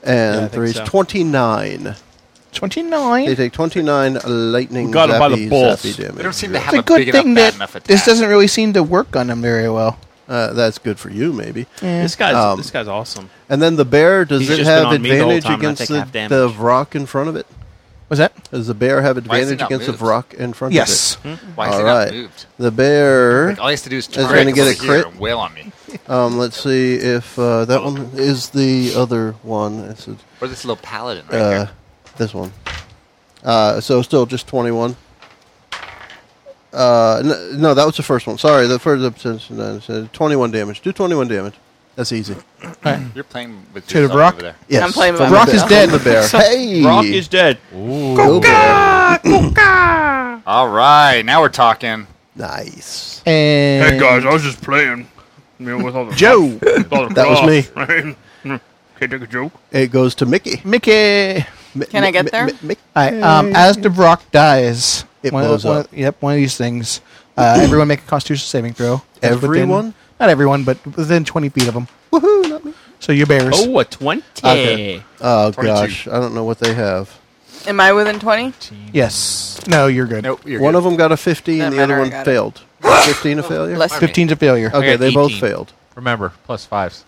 Speaker 1: And
Speaker 6: Yeah, I think
Speaker 1: three,
Speaker 6: so.
Speaker 1: 29. They
Speaker 3: 29.
Speaker 1: take 29 lightning
Speaker 6: We got 'em by the
Speaker 1: zappy,
Speaker 6: balls.
Speaker 1: zappy damage.
Speaker 4: They don't seem to
Speaker 1: Yeah.
Speaker 4: have
Speaker 3: It's a
Speaker 4: a
Speaker 3: good
Speaker 4: big
Speaker 3: thing
Speaker 4: enough, bad
Speaker 3: that
Speaker 4: enough attack.
Speaker 3: this doesn't really seem to work on him very well.
Speaker 1: Uh, that's good for you, maybe.
Speaker 6: This guy's
Speaker 1: Um,
Speaker 6: this guy's awesome.
Speaker 1: And then the bear, does
Speaker 6: He's
Speaker 1: it
Speaker 6: just been
Speaker 1: have
Speaker 6: on me the whole
Speaker 1: advantage
Speaker 6: time and I
Speaker 1: against
Speaker 6: take
Speaker 1: the,
Speaker 6: half damage.
Speaker 1: the rock in front of it?
Speaker 3: Was that?
Speaker 1: Does the bear have
Speaker 4: Why is he
Speaker 1: advantage
Speaker 4: not
Speaker 1: against
Speaker 4: moved?
Speaker 1: the rock in front
Speaker 3: Yes.
Speaker 1: of it?
Speaker 4: Why is
Speaker 1: All
Speaker 4: he not
Speaker 1: right.
Speaker 4: moved?
Speaker 1: The bear.
Speaker 4: Like, all he has to do is
Speaker 1: gonna
Speaker 4: turn over
Speaker 1: get a
Speaker 4: here
Speaker 1: crit.
Speaker 4: and wail on me.
Speaker 1: Um, let's see if uh, that one is the other one. It's a,
Speaker 4: Or this little paladin right
Speaker 1: uh,
Speaker 4: here.
Speaker 1: this one. Uh, so still just 21. Uh, n- no, that was the first one. Sorry, the first episode. 21 damage. Do 21 damage. That's easy.
Speaker 4: You're playing with
Speaker 3: To the
Speaker 4: yourself
Speaker 3: rock?
Speaker 4: over there.
Speaker 1: Yes.
Speaker 2: I'm playing with
Speaker 1: from
Speaker 2: my
Speaker 1: the
Speaker 2: Brock
Speaker 1: bear-
Speaker 2: is dead.
Speaker 1: from The bear. hey.
Speaker 6: Rock is dead.
Speaker 5: Ooh.
Speaker 1: Go bear.
Speaker 4: All right, now we're talking.
Speaker 1: Nice.
Speaker 3: And
Speaker 6: Hey guys, I was just playing. You know, with all the
Speaker 3: Joe.
Speaker 6: with all the
Speaker 1: That was
Speaker 6: props,
Speaker 1: me.
Speaker 6: Right? Can't take a joke.
Speaker 1: It goes to Mickey.
Speaker 3: Mickey.
Speaker 2: Can I get there?
Speaker 3: All right, um, as Devrock dies,
Speaker 1: It
Speaker 3: one of-
Speaker 1: blows
Speaker 3: one
Speaker 1: up.
Speaker 3: of- yep, one of these things. Uh, everyone make a Constitution saving throw. That's within-
Speaker 1: Everyone?
Speaker 3: not everyone, but within twenty feet of them.
Speaker 1: Woohoo! Not me.
Speaker 3: So you bears.
Speaker 8: Oh, a 20.
Speaker 1: Okay. Oh
Speaker 4: 22.
Speaker 1: gosh, I don't know what they have.
Speaker 2: Am I within 20?
Speaker 3: Yes. No, you're good.
Speaker 4: Nope, you're
Speaker 1: One
Speaker 4: good.
Speaker 1: of them got a 15,
Speaker 2: Doesn't
Speaker 1: the other
Speaker 2: matter, I
Speaker 1: one
Speaker 2: got it.
Speaker 1: failed. 15 a failure.
Speaker 2: Bless you.
Speaker 3: Fifteen's a failure.
Speaker 1: Okay,
Speaker 8: got
Speaker 1: they both
Speaker 8: 18.
Speaker 1: failed.
Speaker 5: Remember, plus fives.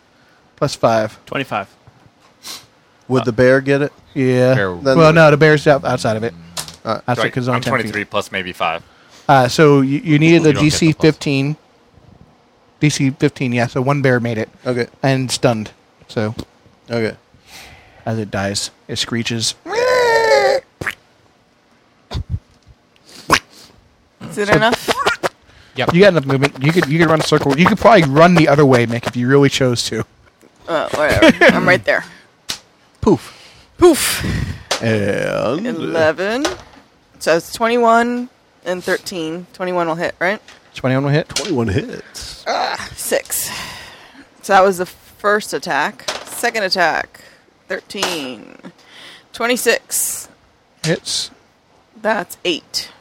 Speaker 3: Plus five.
Speaker 6: 25.
Speaker 1: Would the bear get it?
Speaker 3: Yeah.
Speaker 5: Fair.
Speaker 1: Then-
Speaker 3: well, no, the bears out outside of it.
Speaker 1: Uh,
Speaker 3: outside because
Speaker 8: I'm
Speaker 3: on 10 feet.
Speaker 8: 23 plus maybe 5.
Speaker 3: Uh, so you, you needed
Speaker 5: You
Speaker 3: a
Speaker 5: don't get the
Speaker 3: DC
Speaker 5: plus.
Speaker 3: 15. DC 15, yeah. So one bear made it
Speaker 1: Okay.
Speaker 3: and stunned. So
Speaker 1: Okay.
Speaker 3: as it dies, it screeches.
Speaker 2: Is it enough?
Speaker 3: You got enough movement. You could you could run a circle. You could probably run the other way, Mick, if you really chose to.
Speaker 2: Uh, whatever. I'm right there.
Speaker 1: Poof.
Speaker 2: Poof.
Speaker 1: And
Speaker 2: 11. So it's 21 and 13. 21 will hit, right?
Speaker 3: 21 will hit.
Speaker 1: 21 hits.
Speaker 2: Six. So that was the first attack. Second attack. 13. 26.
Speaker 3: Hits.
Speaker 2: That's eight.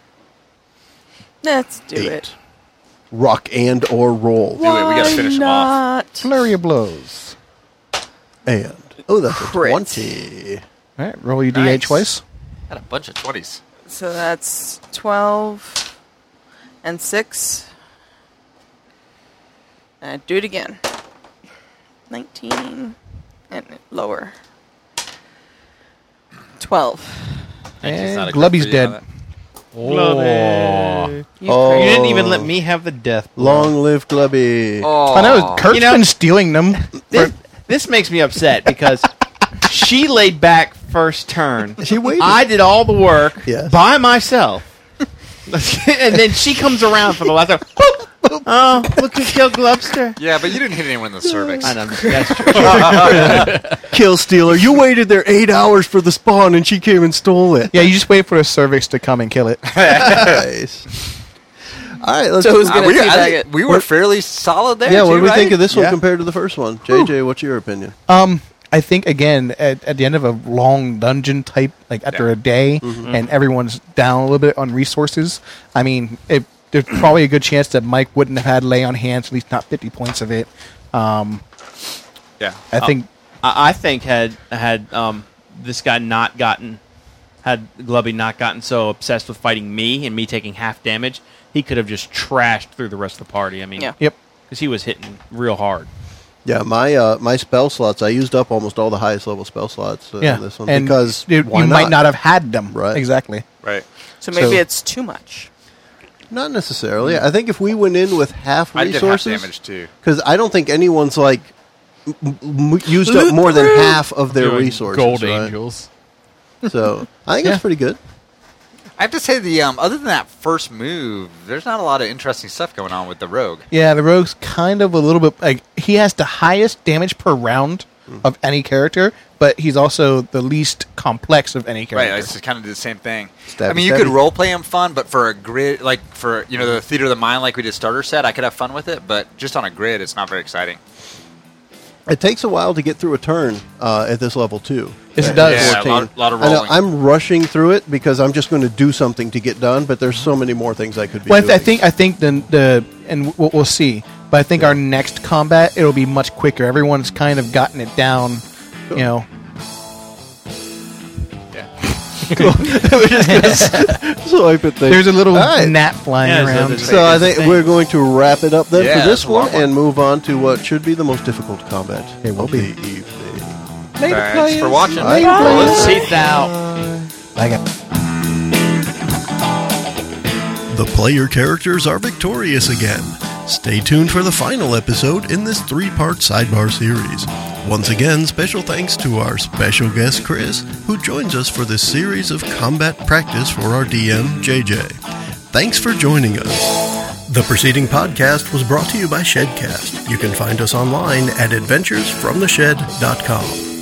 Speaker 2: Let's do
Speaker 1: Eight.
Speaker 2: it.
Speaker 1: Rock and or roll.
Speaker 4: Do it, we gotta finish 'em off.
Speaker 2: Not.
Speaker 3: Flurry of blows.
Speaker 1: And oh, that's a
Speaker 2: Crit.
Speaker 1: 20.
Speaker 3: All right, roll your
Speaker 8: Nice.
Speaker 3: DH twice.
Speaker 8: Got a bunch of 20s.
Speaker 2: So that's 12 and 6. And I do it again. 19 and lower. 12.
Speaker 8: Angie's not
Speaker 3: And
Speaker 8: a good
Speaker 3: Glubby's
Speaker 8: for you on
Speaker 3: dead.
Speaker 8: that.
Speaker 5: Oh.
Speaker 2: You
Speaker 1: Oh.
Speaker 2: crazy.
Speaker 6: You didn't even let me have the death.
Speaker 1: Long live Glubby.
Speaker 4: Oh.
Speaker 3: I know Oh, Kurt's
Speaker 6: You know-
Speaker 3: been stealing them.
Speaker 6: This, this makes me upset because she laid back first turn.
Speaker 1: She waited.
Speaker 6: I did all the work
Speaker 1: Yes.
Speaker 6: by myself. and then she comes around for the last time. oh, look who killed Glubster.
Speaker 4: Yeah, but you didn't hit anyone in the cervix.
Speaker 6: I know, that's true.
Speaker 1: Kill Stealer, you waited there eight hours for the spawn and she came and stole it.
Speaker 3: Yeah, you just wait for the cervix to come and kill it.
Speaker 1: Nice. All right, let's
Speaker 2: So who's
Speaker 1: Ah,
Speaker 2: gonna
Speaker 1: we-
Speaker 2: teabag
Speaker 1: I-
Speaker 2: it?
Speaker 4: Uh, We were fairly solid there.
Speaker 1: Yeah, what do
Speaker 4: too,
Speaker 1: we
Speaker 4: right?
Speaker 1: think of this one
Speaker 3: Yeah.
Speaker 1: compared to the first one? JJ, what's your opinion?
Speaker 3: Um, I think again at, at the end of a long dungeon type, like after a day,
Speaker 6: Mm-hmm.
Speaker 3: and everyone's down a little bit on resources. I mean, it, there's probably a good chance that Mike wouldn't have had lay on hands, at least not 50 points of it. Um,
Speaker 4: Yeah.
Speaker 3: I
Speaker 8: Oh.
Speaker 3: think
Speaker 6: I, I think had had um, this guy not gotten had Glubby not gotten so obsessed with fighting me and me taking half damage, he could have just trashed through the rest of the party. I mean,
Speaker 2: Yeah.
Speaker 3: yep.
Speaker 6: because he was hitting real hard.
Speaker 1: Yeah, my uh, my spell slots. I used up almost all the highest level spell slots uh,
Speaker 3: Yeah,
Speaker 1: in this one
Speaker 3: and
Speaker 1: because
Speaker 3: you,
Speaker 1: why
Speaker 3: you might not have had them.
Speaker 1: Right.
Speaker 3: Exactly.
Speaker 4: Right.
Speaker 2: So maybe
Speaker 3: So-
Speaker 2: it's too much.
Speaker 1: Not necessarily. I think if we went in with half
Speaker 4: I did half
Speaker 1: resources,
Speaker 4: damage too.
Speaker 1: because I don't think anyone's like m- m- used up more than half of their
Speaker 5: Doing
Speaker 1: resources.
Speaker 5: Gold
Speaker 1: right?
Speaker 5: angels.
Speaker 1: So I think
Speaker 3: Yeah.
Speaker 1: it's pretty good.
Speaker 4: I have to say the um, other than that first move, there's not a lot of interesting stuff going on with the rogue.
Speaker 3: Yeah, the rogue's kind of a little bit like he has the highest damage per round
Speaker 1: Hmm.
Speaker 3: of any character, but he's also the least complex of any character.
Speaker 4: Right, it's kind of the same thing.
Speaker 1: Stabby,
Speaker 4: I mean, you could
Speaker 1: stabby.
Speaker 4: role play him fun, but for a grid, like for you know the theater of the mind, like we did starter set, I could have fun with it. But just on a grid, it's not very exciting.
Speaker 1: It takes a while to get through a turn uh, at this level too.
Speaker 3: Yes, it does.
Speaker 4: Yeah, a lot- lot of
Speaker 1: I know,
Speaker 4: rolling.
Speaker 1: I'm rushing through it because I'm just going to do something to get done, but there's so many more things I could be
Speaker 3: Well, I,
Speaker 1: doing.
Speaker 3: th- I think I think the the and we'll, we'll see. But I think our next combat it'll be much quicker. Everyone's kind of gotten it down, you know.
Speaker 1: so. I put the-
Speaker 3: There's a little
Speaker 1: All right.
Speaker 3: gnat flying
Speaker 6: Yeah, so
Speaker 3: around.
Speaker 6: there's-
Speaker 1: So I think we're going to wrap it up then
Speaker 4: Yeah,
Speaker 1: for this
Speaker 4: that's a long
Speaker 1: one, and move on to what should be the most difficult combat. It will be. The evening.
Speaker 4: Thanks for watching.
Speaker 6: Teeth out.
Speaker 3: I got
Speaker 10: The player characters are victorious again. Stay tuned for the final episode in this three part sidebar series. Once again, special thanks to our special guest Chris, who joins us for this series of combat practice for our DM, JJ. Thanks for joining us. The preceding podcast was brought to you by Shedcast. You can find us online at adventuresfromtheshed.com.